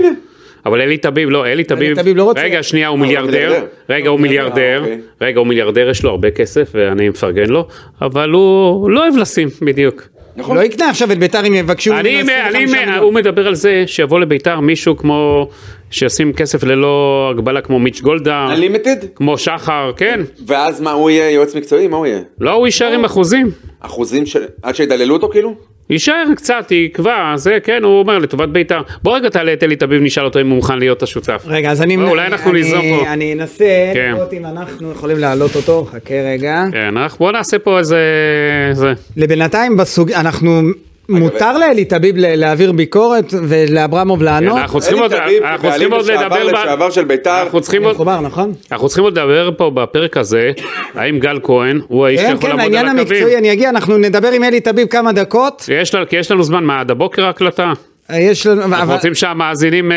[SPEAKER 4] אבל אלי תביב, לא, אלי תביב,
[SPEAKER 2] תביב לא רוצה.
[SPEAKER 4] רגע, שנייה, הוא
[SPEAKER 3] הוא
[SPEAKER 4] מיליארדר,
[SPEAKER 3] מיליארדר.
[SPEAKER 4] רגע, הוא מיליארדר,
[SPEAKER 3] אוקיי.
[SPEAKER 4] רגע, הוא מיליארדר, יש לו הרבה כסף, ואני מפרגן לו, אבל הוא לא אוהב לשים, בדיוק.
[SPEAKER 3] נכון.
[SPEAKER 2] לא יקנה עכשיו את ביתר אם יבקשו ממנו
[SPEAKER 4] אני,
[SPEAKER 2] 25
[SPEAKER 4] אני,
[SPEAKER 2] מיליון.
[SPEAKER 4] הוא מדבר על זה שיבוא לביתר מישהו כמו, שישים כסף ללא הגבלה כמו מיץ' גולדהר,
[SPEAKER 3] Unlimited?
[SPEAKER 4] כמו שחר, כן.
[SPEAKER 3] ואז מה, הוא יהיה יועץ מקצועי? מה הוא יהיה?
[SPEAKER 4] לא, הוא יישאר עם אחוזים.
[SPEAKER 3] אחוזים של... עד שידללו אותו כאילו?
[SPEAKER 4] יישאר קצת, יקבע, זה כן, הוא אומר לטובת בית"ר. בוא רגע תעלה את אלי תביב, נשאל אותו אם הוא מוכן להיות השותף.
[SPEAKER 2] רגע, אז אני...
[SPEAKER 4] בוא, לא, אולי אנחנו
[SPEAKER 2] אני-
[SPEAKER 4] ניזום פה.
[SPEAKER 2] אני אנסה
[SPEAKER 4] כן.
[SPEAKER 2] לראות אם אנחנו יכולים להעלות אותו, חכה רגע.
[SPEAKER 4] כן, אנחנו בוא נעשה פה איזה... זה.
[SPEAKER 2] לבינתיים בסוג... אנחנו... מותר לאלי תביב ל- להעביר ביקורת ולאברמוב
[SPEAKER 4] כן,
[SPEAKER 2] לענות?
[SPEAKER 4] אנחנו צריכים
[SPEAKER 3] אלי
[SPEAKER 4] עוד
[SPEAKER 3] תביב,
[SPEAKER 4] אנחנו צריכים
[SPEAKER 3] בעלים
[SPEAKER 4] עוד
[SPEAKER 3] לשעבר
[SPEAKER 4] לדבר... ב-
[SPEAKER 3] לשעבר של בית"ר.
[SPEAKER 4] אנחנו צריכים עוד...
[SPEAKER 2] מחובר, נכון?
[SPEAKER 4] אנחנו צריכים עוד לדבר פה בפרק הזה, האם גל כהן הוא האיש
[SPEAKER 2] כן,
[SPEAKER 4] שיכול
[SPEAKER 2] כן,
[SPEAKER 4] לעמוד
[SPEAKER 2] העניין
[SPEAKER 4] על הקווים?
[SPEAKER 2] המקצועי, אני אגיע, אנחנו נדבר עם אלי תביב כמה דקות.
[SPEAKER 4] יש לנו- כי יש לנו זמן, מה, עד הבוקר ההקלטה?
[SPEAKER 2] אה, יש לנו...
[SPEAKER 4] אנחנו
[SPEAKER 2] אבל-
[SPEAKER 4] רוצים שהמאזינים אה,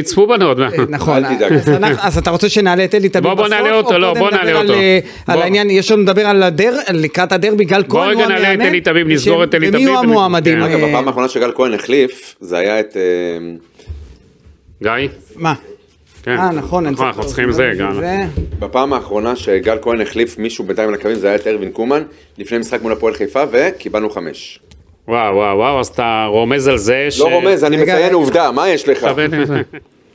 [SPEAKER 4] יצפו בנו עוד מעט.
[SPEAKER 2] נכון,
[SPEAKER 3] אל תדאג.
[SPEAKER 2] אז אנחנו- אז אתה רוצה שנעלה את אלי תביב
[SPEAKER 4] בוא,
[SPEAKER 2] בסוף?
[SPEAKER 4] בוא נעלה אותו,
[SPEAKER 2] או
[SPEAKER 4] לא,
[SPEAKER 2] קודם
[SPEAKER 4] בוא
[SPEAKER 2] נדבר
[SPEAKER 4] נעלה
[SPEAKER 2] על,
[SPEAKER 4] אותו.
[SPEAKER 2] אה, על
[SPEAKER 4] בוא.
[SPEAKER 2] העניין, יש לנו לדבר על הדר, לקראת הדרבי, גל כהן הוא המאמן.
[SPEAKER 4] רגע נעלה את אלי תביב, נסגור את אלי
[SPEAKER 2] ומי
[SPEAKER 4] תביב
[SPEAKER 2] הוא
[SPEAKER 4] ונ-
[SPEAKER 2] המועמדים?
[SPEAKER 4] כן.
[SPEAKER 3] אגב,
[SPEAKER 2] אה,
[SPEAKER 3] הפעם האחרונה שגל כהן החליף, זה היה את... אה,
[SPEAKER 4] גיא?
[SPEAKER 2] מה?
[SPEAKER 4] כן.
[SPEAKER 2] אה, נכון, אין
[SPEAKER 4] נכון, אנחנו צריכים זה גם.
[SPEAKER 3] בפעם האחרונה שגל כהן החליף מישהו בינתיים על הקווים זה היה את ארווין קומן, לפני משחק מול הפועל חיפה, וקיבלנו חמש.
[SPEAKER 4] וואו, וואו, וואו, אז אתה רומז על זה ש...
[SPEAKER 3] לא רומז, אני
[SPEAKER 2] רגע,
[SPEAKER 3] מציין
[SPEAKER 2] רגע.
[SPEAKER 3] עובדה, מה יש לך?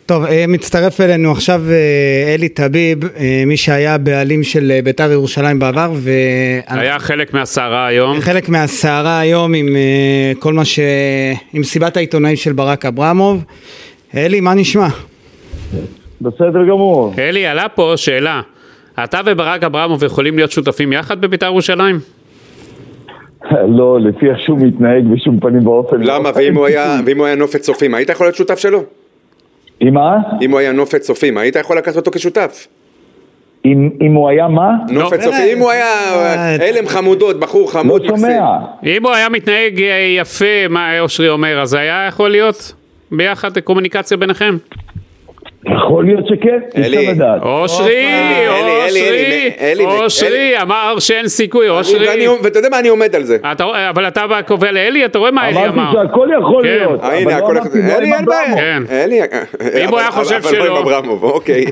[SPEAKER 2] טוב, אה, מצטרף אלינו עכשיו אה, אלי טביב, אה, מי שהיה בעלים של אה, בית"ר ירושלים בעבר, והיה
[SPEAKER 4] היה חלק מהסערה היום.
[SPEAKER 2] חלק מהסערה היום עם אה, כל מה ש... עם סיבת העיתונאים של ברק אברמוב. אלי, מה נשמע?
[SPEAKER 5] בסדר גמור.
[SPEAKER 4] אלי, עלה פה שאלה. אתה וברק אברמוב יכולים להיות שותפים יחד בבית"ר ירושלים?
[SPEAKER 5] לא, לפי איך שהוא מתנהג בשום פנים ואופן. לא.
[SPEAKER 3] למה? ואם הוא היה- ואם הוא היה נופת צופים, היית יכול להיות שותף שלו?
[SPEAKER 5] עם מה?
[SPEAKER 3] אם הוא היה נופת צופים, היית יכול לקחת אותו כשותף?
[SPEAKER 5] אם אם הוא היה מה?
[SPEAKER 3] נופת צופים, אם הוא היה
[SPEAKER 2] אה,
[SPEAKER 3] הלם חמודות, בחור
[SPEAKER 5] לא
[SPEAKER 3] חמוד, מקסים.
[SPEAKER 5] שומע.
[SPEAKER 4] אם הוא היה מתנהג אה, יפה, מה אושרי אומר, אז היה יכול להיות ביחד קומוניקציה ביניכם?
[SPEAKER 5] יכול להיות שכן, אי
[SPEAKER 3] אלי.
[SPEAKER 5] אפשר לדעת.
[SPEAKER 4] אושרי,
[SPEAKER 3] אלי, אלי,
[SPEAKER 4] אושרי,
[SPEAKER 3] אלי,
[SPEAKER 4] אושרי, אמר שאין סיכוי,
[SPEAKER 3] ואני-
[SPEAKER 4] אושרי.
[SPEAKER 3] ואתה יודע מה, אני עומד על זה.
[SPEAKER 4] אתה רואה- אבל אתה בא- קובע לאלי, אתה רואה מה אלי
[SPEAKER 5] אמרתי
[SPEAKER 4] אמר.
[SPEAKER 5] שהכל יכול
[SPEAKER 4] כן.
[SPEAKER 5] להיות.
[SPEAKER 3] אה,
[SPEAKER 5] אבל
[SPEAKER 3] הנה,
[SPEAKER 5] לא
[SPEAKER 3] הכל...
[SPEAKER 5] אמרתי, לא
[SPEAKER 3] אלי,
[SPEAKER 5] עם
[SPEAKER 3] אין בעיה.
[SPEAKER 5] אברמוב.
[SPEAKER 4] כן.
[SPEAKER 3] אלי...
[SPEAKER 4] אם הוא היה
[SPEAKER 3] אבל-
[SPEAKER 4] חושב
[SPEAKER 3] אבל לא
[SPEAKER 4] שלא.
[SPEAKER 3] עם אברמוב, אוקיי.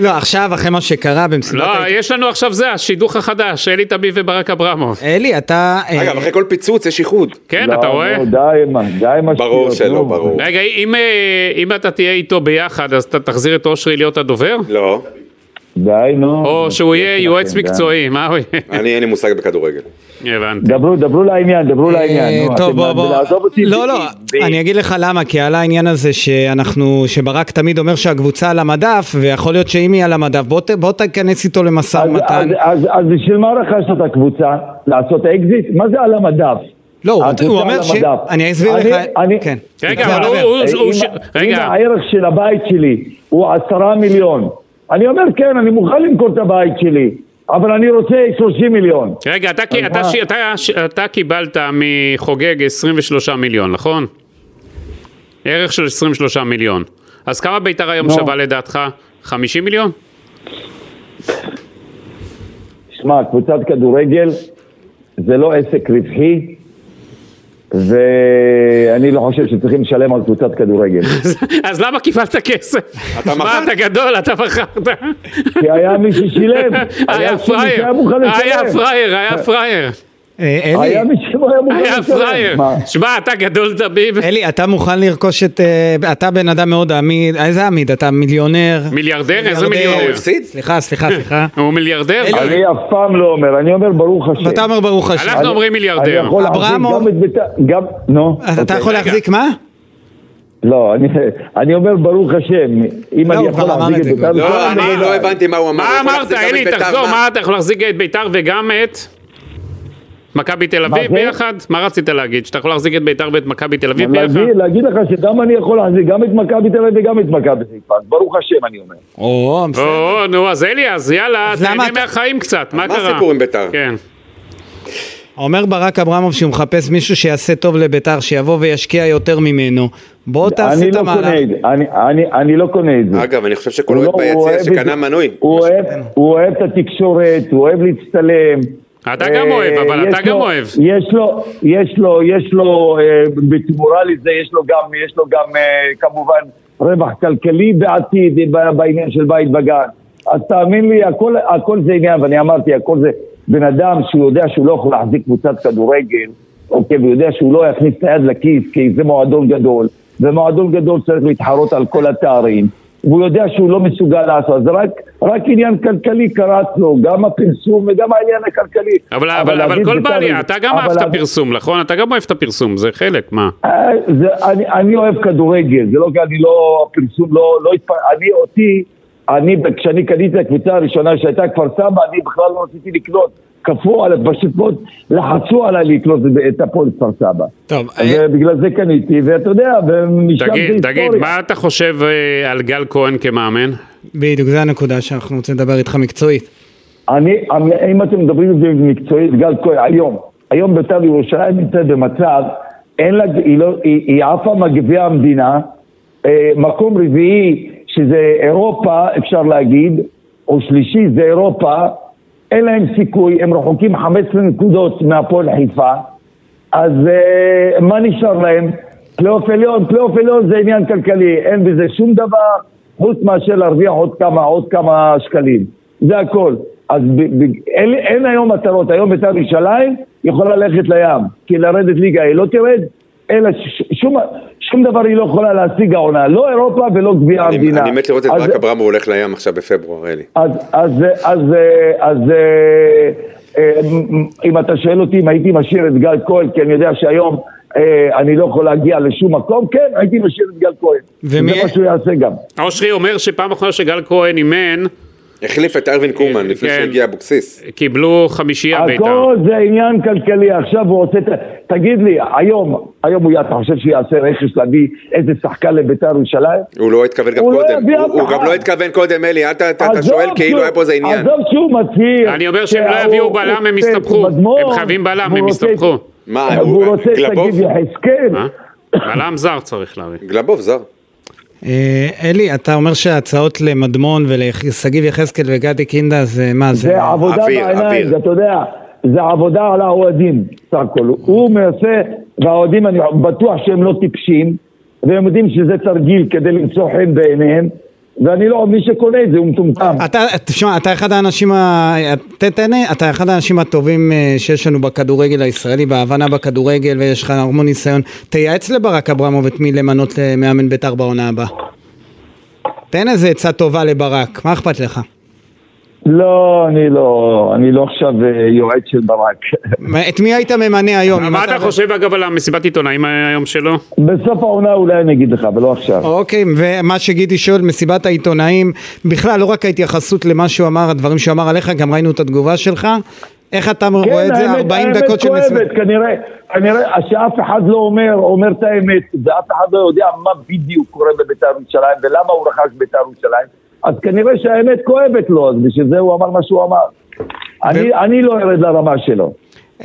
[SPEAKER 2] לא, עכשיו, אחרי מה שקרה במסיבת
[SPEAKER 4] לא,
[SPEAKER 2] העיתונאים.
[SPEAKER 4] יש לנו עכשיו זה, השידוך החדש, אלי טביב וברק אברמוב.
[SPEAKER 2] אלי, אתה... אה,
[SPEAKER 3] אגב, אחרי כל פיצוץ יש איחוד.
[SPEAKER 4] כן,
[SPEAKER 5] לא,
[SPEAKER 4] אתה רואה?
[SPEAKER 5] לא, די, מה, די עם השטויות.
[SPEAKER 3] ברור שלא,
[SPEAKER 5] נו.
[SPEAKER 3] ברור.
[SPEAKER 4] רגע, אם, אה, אם אתה תהיה איתו ביחד, אז אתה תחזיר את אושרי להיות הדובר?
[SPEAKER 3] לא,
[SPEAKER 5] די, נו.
[SPEAKER 4] או שהוא יהיה יועץ
[SPEAKER 5] די.
[SPEAKER 4] מקצועי, מה הוא
[SPEAKER 3] אני אין לי מושג בכדורגל.
[SPEAKER 4] יהיה? הבנתי.
[SPEAKER 5] דברו, דברו לעניין, דברו
[SPEAKER 2] אה,
[SPEAKER 5] לעניין. לא נו,
[SPEAKER 2] טוב
[SPEAKER 5] אתם-
[SPEAKER 2] בוא בוא,
[SPEAKER 5] לעזוב אותי ב-
[SPEAKER 2] לא לא,
[SPEAKER 5] ב-
[SPEAKER 2] אני אגיד לך למה, כי עלה העניין הזה שאנחנו, שברק תמיד אומר שהקבוצה על המדף, ויכול להיות שאם היא על המדף, בוא ת- בוא תיכנס איתו למשא
[SPEAKER 5] אז-
[SPEAKER 2] ומתן.
[SPEAKER 5] אז- אז- אז בשביל מה רכשת את הקבוצה? לעשות אקזיט? מה זה על המדף?
[SPEAKER 2] לא, הוא-
[SPEAKER 5] הקבוצה
[SPEAKER 2] הוא
[SPEAKER 5] על
[SPEAKER 2] אומר ש...
[SPEAKER 5] המדף.
[SPEAKER 2] אני אסביר לך,
[SPEAKER 5] אני-
[SPEAKER 2] כן.
[SPEAKER 4] רגע,
[SPEAKER 2] כן,
[SPEAKER 4] אבל הוא-
[SPEAKER 2] דבר.
[SPEAKER 4] הוא...
[SPEAKER 5] אה,
[SPEAKER 4] הוא
[SPEAKER 5] אם
[SPEAKER 4] ש-
[SPEAKER 5] ה- אם
[SPEAKER 4] רגע,
[SPEAKER 5] הערך של הבית שלי הוא עשרה מיליון, אני אומר כן, אני מוכן למכור את הבית שלי, אבל אני רוצה שלושים מיליון.
[SPEAKER 4] רגע, אתה
[SPEAKER 5] אז
[SPEAKER 4] כי- אתה
[SPEAKER 5] מה?
[SPEAKER 4] ש- אתה ש- אתה קיבלת מחוגג 23 מיליון, נכון? ערך של 23 מיליון. אז כמה ביתר היום
[SPEAKER 5] נו.
[SPEAKER 4] שווה לדעתך? 50 מיליון?
[SPEAKER 5] שמע, קבוצת כדורגל זה לא עסק רווחי, ואני לא חושב שצריכים לשלם על קבוצת כדורגל.
[SPEAKER 4] אז למה קיבלת כסף?
[SPEAKER 3] אתה
[SPEAKER 4] מה,
[SPEAKER 3] מכרת.
[SPEAKER 4] אתה גדול, אתה מכרת.
[SPEAKER 5] כי היה מי ששילם, היה
[SPEAKER 4] היה
[SPEAKER 5] מי
[SPEAKER 4] פראייר,
[SPEAKER 5] שהיה מוכן
[SPEAKER 4] היה
[SPEAKER 5] לשלם.
[SPEAKER 4] פראייר, היה פראייר.
[SPEAKER 2] אה, אלי,
[SPEAKER 5] היה מי שהיה מוכן לשלם.
[SPEAKER 4] היה פראייר.
[SPEAKER 5] מה?
[SPEAKER 4] שמע, אתה גדול דביב,
[SPEAKER 2] אלי, אתה מוכן לרכוש את... אה, אתה בן אדם מאוד עמיד, אה, איזה עמיד? אתה מיליונר?
[SPEAKER 4] מיליארדר? איזה
[SPEAKER 2] מיליארדר.
[SPEAKER 3] הוא
[SPEAKER 4] מיליונר?
[SPEAKER 3] הפסיד?
[SPEAKER 2] סליחה, סליחה, סליחה.
[SPEAKER 4] הוא מיליארדר?
[SPEAKER 5] אני אף פעם לא אומר, אני אומר ברוך השם.
[SPEAKER 2] ואתה אומר ברוך השם.
[SPEAKER 4] אנחנו אומרים
[SPEAKER 5] אני
[SPEAKER 4] מיליארדר.
[SPEAKER 5] יכול להחזיק
[SPEAKER 2] אברמוב?
[SPEAKER 5] גם את ביתר, גם, נו.
[SPEAKER 2] אז אתה
[SPEAKER 5] אוקיי.
[SPEAKER 2] יכול להחזיק מה?
[SPEAKER 5] לא, אני- אני אומר ברוך השם, אם
[SPEAKER 2] לא,
[SPEAKER 5] אני
[SPEAKER 2] הוא
[SPEAKER 5] יכול
[SPEAKER 2] כבר אמר
[SPEAKER 5] להחזיק
[SPEAKER 2] את
[SPEAKER 5] את
[SPEAKER 2] זה
[SPEAKER 5] ביתר...
[SPEAKER 2] כבר.
[SPEAKER 5] בכל
[SPEAKER 3] לא,
[SPEAKER 5] המדינה.
[SPEAKER 3] אני לא הבנתי מה הוא אמר. הוא יכול
[SPEAKER 4] מה אמרת,
[SPEAKER 3] להחזיק גם את
[SPEAKER 4] אלי,
[SPEAKER 3] בית"ר,
[SPEAKER 4] תחזור,
[SPEAKER 3] מה?
[SPEAKER 4] מה אתה יכול להחזיק את ביתר וגם את מכבי תל אביב
[SPEAKER 5] זה?
[SPEAKER 4] ביחד? מה רצית להגיד? שאתה יכול להחזיק את ביתר ואת מכבי תל אביב ביחד?
[SPEAKER 5] להגיד- להגיד לך שגם אני יכול להחזיק גם את מכבי תל אביב וגם את מכבי חיפה, אז ברוך השם אני אומר.
[SPEAKER 2] או,
[SPEAKER 4] או,
[SPEAKER 2] בסדר.
[SPEAKER 4] או, נו, אז אלי, אז יאללה,
[SPEAKER 2] אז למה
[SPEAKER 4] תהנה
[SPEAKER 2] אתה-
[SPEAKER 4] מהחיים קצת, מה
[SPEAKER 3] מה
[SPEAKER 4] קרה?
[SPEAKER 3] הסיפור עם בית"ר?
[SPEAKER 4] כן.
[SPEAKER 2] אומר ברק אברמוב שהוא מחפש מישהו שיעשה טוב לביתר, שיבוא וישקיע יותר ממנו. בוא תעשה
[SPEAKER 5] אני
[SPEAKER 2] את
[SPEAKER 5] לא קונה
[SPEAKER 2] המהלך.
[SPEAKER 5] את זה, אני- אני- אני לא קונה את זה.
[SPEAKER 3] אגב, אני חושב שכל
[SPEAKER 5] הוא
[SPEAKER 3] אוהד
[SPEAKER 5] לא- הוא
[SPEAKER 3] ביציע
[SPEAKER 5] אוהב את
[SPEAKER 3] שקנה
[SPEAKER 5] זה.
[SPEAKER 3] מנוי.
[SPEAKER 5] הוא אוהב- הוא אוהב את התקשורת, הוא אוהב להצטלם.
[SPEAKER 4] אתה
[SPEAKER 5] אה,
[SPEAKER 4] גם אוהב, אבל
[SPEAKER 5] יש
[SPEAKER 4] אתה גם
[SPEAKER 5] לו-
[SPEAKER 4] אוהב.
[SPEAKER 5] יש לו, יש לו, יש לו, אה, בתמורה לזה יש לו גם, יש לו גם אה, כמובן רווח כלכלי בעתיד ב- בעניין של בית וגן. אז תאמין לי, הכל, הכל זה עניין, ואני אמרתי, הכל זה בן אדם שהוא יודע שהוא לא יכול להחזיק קבוצת כדורגל, אוקיי, ויודע שהוא לא יכניס את היד לכיס, כי זה מועדון גדול, ומועדון גדול צריך להתחרות על כל התארים. והוא יודע שהוא לא מסוגל לעשות, אז רק, רק עניין כלכלי קרץ לו, גם הפרסום וגם העניין הכלכלי.
[SPEAKER 4] אבל, אבל, אבל
[SPEAKER 5] להביא
[SPEAKER 4] כל
[SPEAKER 5] בית"ר
[SPEAKER 4] בעלי,
[SPEAKER 5] לליגה-
[SPEAKER 4] אתה גם
[SPEAKER 5] אבל
[SPEAKER 4] אהב את
[SPEAKER 5] להביא-
[SPEAKER 4] הפרסום, נכון? אתה גם אוהב את הפרסום, זה חלק, מה?
[SPEAKER 5] אה, זה- אני- אני אוהב כדורגל, זה לא כי אני לא, הפרסום לא, לא התפ... אני אותי, אני, כשאני קניתי את הקבוצה הראשונה שהייתה כפר סבא, אני בכלל לא רציתי לקנות, כפו עליי, פשוט מאוד לחצו עליי לקנות את הפועל כפר סבא.
[SPEAKER 2] טוב, אה,
[SPEAKER 5] ובגלל זה קניתי, ואתה יודע, ומשם זה
[SPEAKER 4] תגיד,
[SPEAKER 5] היסטוריה.
[SPEAKER 4] תגיד, מה אתה חושב אה, על גל כהן כמאמן?
[SPEAKER 2] בדיוק, זו הנקודה שאנחנו רוצים לדבר איתך מקצועית.
[SPEAKER 5] אני, אם אתם מדברים על זה מקצועית, גל כהן, היום, היום בית"ר ירושלים נמצאת במצב, אין לה, היא, לא, היא, היא עפה מגביע המדינה, אה, מקום רביעי שזה אירופה, אפשר להגיד, או שלישי זה אירופה, אין להם סיכוי, הם רחוקים 15 נקודות מהפועל חיפה, אז אה, מה נשאר להם? פלייאוף עליון, פלייאוף עליון זה עניין כלכלי, אין בזה שום דבר, חוץ מאשר להרוויח עוד כמה, עוד כמה שקלים. זה הכל. אז ב- ב- אין, אין היום מטרות, היום בית"ר ירושלים יכולה ללכת לים, כי לרדת ליגה היא לא תרד, אלא ש- שום, שום דבר היא לא יכולה להשיג העונה, לא אירופה ולא גביע
[SPEAKER 3] אני
[SPEAKER 5] המדינה.
[SPEAKER 3] אני מת לראות את
[SPEAKER 5] אז-
[SPEAKER 3] ברק אברמוב הולך לים עכשיו בפברואר, אלי.
[SPEAKER 5] אז, אז, אז, אה, אז אה, אה, אם אתה שואל אותי אם הייתי משאיר את גל כהן, כי אני יודע שהיום אה, אני לא יכול להגיע לשום מקום, כן, הייתי משאיר את גל כהן.
[SPEAKER 2] ומי-
[SPEAKER 5] זה מה שהוא יעשה גם.
[SPEAKER 4] אושרי אומר שפעם אחרונה שגל כהן אימן,
[SPEAKER 3] החליף את ארווין קומן לפני
[SPEAKER 4] כן.
[SPEAKER 3] שהגיע אבוקסיס.
[SPEAKER 4] קיבלו חמישייה בית"ר.
[SPEAKER 5] הכל זה עניין כלכלי, עכשיו הוא עושה את ה... תגיד לי, היום, היום הוא, יע- אתה חושב שיעשה רכש להביא איזה שחקן לבית"ר ירושלים?
[SPEAKER 3] הוא לא התכוון גם
[SPEAKER 5] הוא לא
[SPEAKER 3] קודם.
[SPEAKER 5] הביא
[SPEAKER 3] הוא-
[SPEAKER 5] אף
[SPEAKER 3] הוא גם
[SPEAKER 5] אחד.
[SPEAKER 3] לא התכוון קודם, אלי. אתה אתה- אתה
[SPEAKER 5] עזוב
[SPEAKER 3] שואל כאילו
[SPEAKER 5] שהוא-
[SPEAKER 3] היה פה איזה עניין.
[SPEAKER 5] עזוב שהוא מצהיר.
[SPEAKER 4] אני אומר שהם לא
[SPEAKER 5] שהוא-
[SPEAKER 4] יביאו בלם, הם
[SPEAKER 5] הוא-
[SPEAKER 4] יסתבכו.
[SPEAKER 5] מדמון,
[SPEAKER 4] הם חייבים בלם,
[SPEAKER 5] והוא
[SPEAKER 4] הם
[SPEAKER 5] רוצה-
[SPEAKER 4] יסתבכו.
[SPEAKER 3] מה,
[SPEAKER 5] הוא
[SPEAKER 3] הוא
[SPEAKER 5] רוצה,
[SPEAKER 3] גלבוב?
[SPEAKER 5] תגיד, יחזקאל.
[SPEAKER 4] אה? בלם זר צריך להביא.
[SPEAKER 3] גלבוב זר.
[SPEAKER 2] אה, אלי, אתה אומר שההצעות למדמון ולשגיב יחזקאל וגדי קינדה זה מה זה?
[SPEAKER 5] זה עבודה
[SPEAKER 3] אוויר,
[SPEAKER 5] בעיניים,
[SPEAKER 3] אוויר.
[SPEAKER 5] זה, אתה יודע, זה עבודה על האוהדים, סך הכל. הוא מנסה, והאוהדים, אני בטוח שהם לא טיפשים, והם יודעים שזה תרגיל כדי למצוא חן בעיניהם, ואני לא, מי שקונה את זה הוא מטומטם.
[SPEAKER 2] אתה, תשמע, אתה אחד האנשים, ה... ת- תהנה, אתה אחד האנשים הטובים אה, שיש לנו בכדורגל הישראלי, בהבנה בכדורגל, ויש לך המון ניסיון. תייעץ לברק אה, אברמוב את מי למנות למאמן בית"ר בעונה הבאה. תן איזה עצה טובה לברק, מה אכפת לך?
[SPEAKER 5] לא, אני לא, אני לא עכשיו אה, יועץ של ברק.
[SPEAKER 2] מה- את מי היית ממנה היום? אם לא-
[SPEAKER 4] מה אתה חושב אגב על המסיבת עיתונאים היום שלו?
[SPEAKER 5] בסוף העונה אולי אני אגיד לך, אבל לא עכשיו.
[SPEAKER 2] אוקיי, ומה שגידי שואל, מסיבת העיתונאים, בכלל, לא רק ההתייחסות למה שהוא אמר, הדברים שהוא אמר עליך, גם ראינו את התגובה שלך. איך אתה רואה את זה 40 דקות של
[SPEAKER 5] כן, האמת
[SPEAKER 2] מסיבת...
[SPEAKER 5] כואבת, כנראה, כנראה שאף אחד לא אומר, אומר את האמת, ואף אחד לא יודע מה בדיוק קורה בביתר ירושלים, ולמה הוא רכש ביתר ירושלים, אז כנראה שהאמת כואבת לו, אז בשביל זה הוא אמר מה שהוא אמר. אני, אני לא ארד לרמה שלו.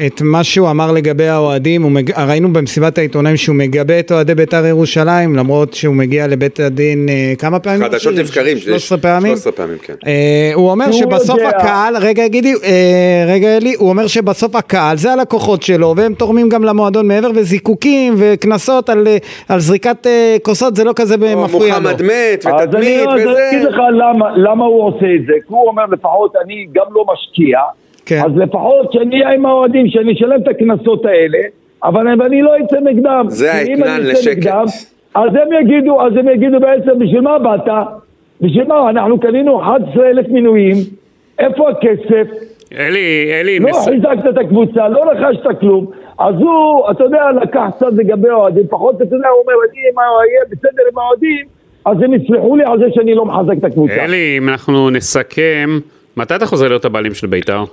[SPEAKER 2] את מה שהוא אמר לגבי האוהדים, הוא מג... ראינו במסיבת העיתונאים שהוא מגבה את אוהדי בית"ר ירושלים, למרות שהוא מגיע לבית הדין אה, כמה פעמים?
[SPEAKER 3] חדשות לבקרים.
[SPEAKER 2] 13 פעמים?
[SPEAKER 3] 13 פעמים, כן.
[SPEAKER 2] אה, הוא אומר
[SPEAKER 5] הוא
[SPEAKER 2] שבסוף
[SPEAKER 5] יודע.
[SPEAKER 2] הקהל, רגע גידי, אה, רגע אלי, הוא אומר שבסוף הקהל זה הלקוחות שלו והם תורמים גם למועדון מעבר וזיקוקים וקנסות על, אה, על זריקת אה, כוסות זה לא כזה
[SPEAKER 3] או
[SPEAKER 2] מפריע לו.
[SPEAKER 3] מוחמד מת
[SPEAKER 5] אז אני
[SPEAKER 3] ותדמית
[SPEAKER 5] לא- אז אני אגיד
[SPEAKER 3] וזה.
[SPEAKER 5] לך למה, למה הוא עושה את זה, כי הוא אומר לפחות אני גם לא משקיע,
[SPEAKER 2] כן.
[SPEAKER 5] אז לפחות שאני אהיה עם האוהדים, שאני אשלם את הקנסות האלה, אבל אני- ואני לא אצא נגדם.
[SPEAKER 3] זה
[SPEAKER 5] כי אם אני
[SPEAKER 3] האתנן
[SPEAKER 5] אצא
[SPEAKER 3] לשקט.
[SPEAKER 5] נגדם, אז הם יגידו, אז הם יגידו בעצם, בשביל מה באת? בשביל מה? אנחנו קנינו 11 אלף מינויים, איפה הכסף?
[SPEAKER 4] אלי, אלי,
[SPEAKER 5] לא
[SPEAKER 4] מס-
[SPEAKER 5] חיזקת את הקבוצה, לא רכשת כלום. אז הוא, אתה יודע, לקח קצת לגבי האוהדים, פחות, אתה יודע, הוא אומר, אני אם אהיה בסדר עם האוהדים, אז הם יסלחו לי על זה שאני לא מחזק את הקבוצה.
[SPEAKER 4] אלי, אם אנחנו נסכם, מתי אתה חוזר להיות הבעלים של בית"ר?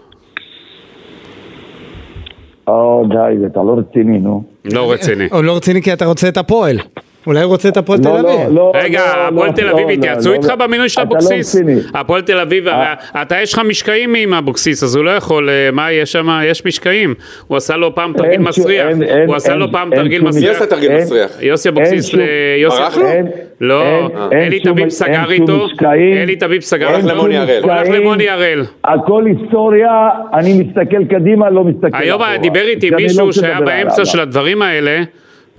[SPEAKER 5] או, די, אתה לא רציני, נו.
[SPEAKER 4] לא רציני.
[SPEAKER 2] או לא רציני כי אתה רוצה את הפועל. אולי הוא רוצה את הפועל תל
[SPEAKER 5] לא, לא,
[SPEAKER 2] אביב.
[SPEAKER 5] לא,
[SPEAKER 4] רגע,
[SPEAKER 5] לא,
[SPEAKER 4] הפועל
[SPEAKER 5] לא,
[SPEAKER 4] תל אביב
[SPEAKER 5] לא,
[SPEAKER 4] התייעצו
[SPEAKER 5] לא,
[SPEAKER 4] איתך
[SPEAKER 5] לא.
[SPEAKER 4] במינוי של
[SPEAKER 5] אתה לא אה.
[SPEAKER 4] אבוקסיס?
[SPEAKER 5] רציני.
[SPEAKER 4] הפועל תל אביב, הרי אתה יש לך משקעים עם אבוקסיס, אז הוא לא יכול, אה, מה יש שם? יש משקעים. הוא עשה לו פעם תרגיל
[SPEAKER 5] שום-
[SPEAKER 4] מסריח.
[SPEAKER 5] אין- אין-
[SPEAKER 4] הוא עשה
[SPEAKER 5] אין-
[SPEAKER 4] לו פעם
[SPEAKER 5] אין
[SPEAKER 4] תרגיל
[SPEAKER 5] שום
[SPEAKER 3] מי
[SPEAKER 4] מסריח.
[SPEAKER 3] עשה תרגיל
[SPEAKER 5] אין-
[SPEAKER 3] מסריח?
[SPEAKER 4] יוסי
[SPEAKER 5] אין
[SPEAKER 4] אברקסיס
[SPEAKER 5] שום-
[SPEAKER 4] ליוסי...
[SPEAKER 3] ברח לו?
[SPEAKER 5] אין-
[SPEAKER 4] לא,
[SPEAKER 5] אין- אין
[SPEAKER 4] אלי
[SPEAKER 5] שום-
[SPEAKER 4] תביב
[SPEAKER 5] אין
[SPEAKER 4] סגר
[SPEAKER 5] שום
[SPEAKER 4] איתו,
[SPEAKER 5] משקעים.
[SPEAKER 4] אלי תביב סגר
[SPEAKER 5] אין
[SPEAKER 3] הלך
[SPEAKER 4] איתו,
[SPEAKER 5] שום
[SPEAKER 3] למוני הראל.
[SPEAKER 4] הוא הלך
[SPEAKER 5] משקעים.
[SPEAKER 4] למוני הראל.
[SPEAKER 5] הכל היסטוריה, אני מסתכל קדימה, לא מסתכל
[SPEAKER 4] היום
[SPEAKER 5] אחורה.
[SPEAKER 4] דיבר איתי
[SPEAKER 5] אז אני לא
[SPEAKER 4] מישהו
[SPEAKER 5] רוצה
[SPEAKER 4] שהיה
[SPEAKER 5] לדבר
[SPEAKER 4] באמצע
[SPEAKER 5] עליו.
[SPEAKER 4] של הדברים האלה,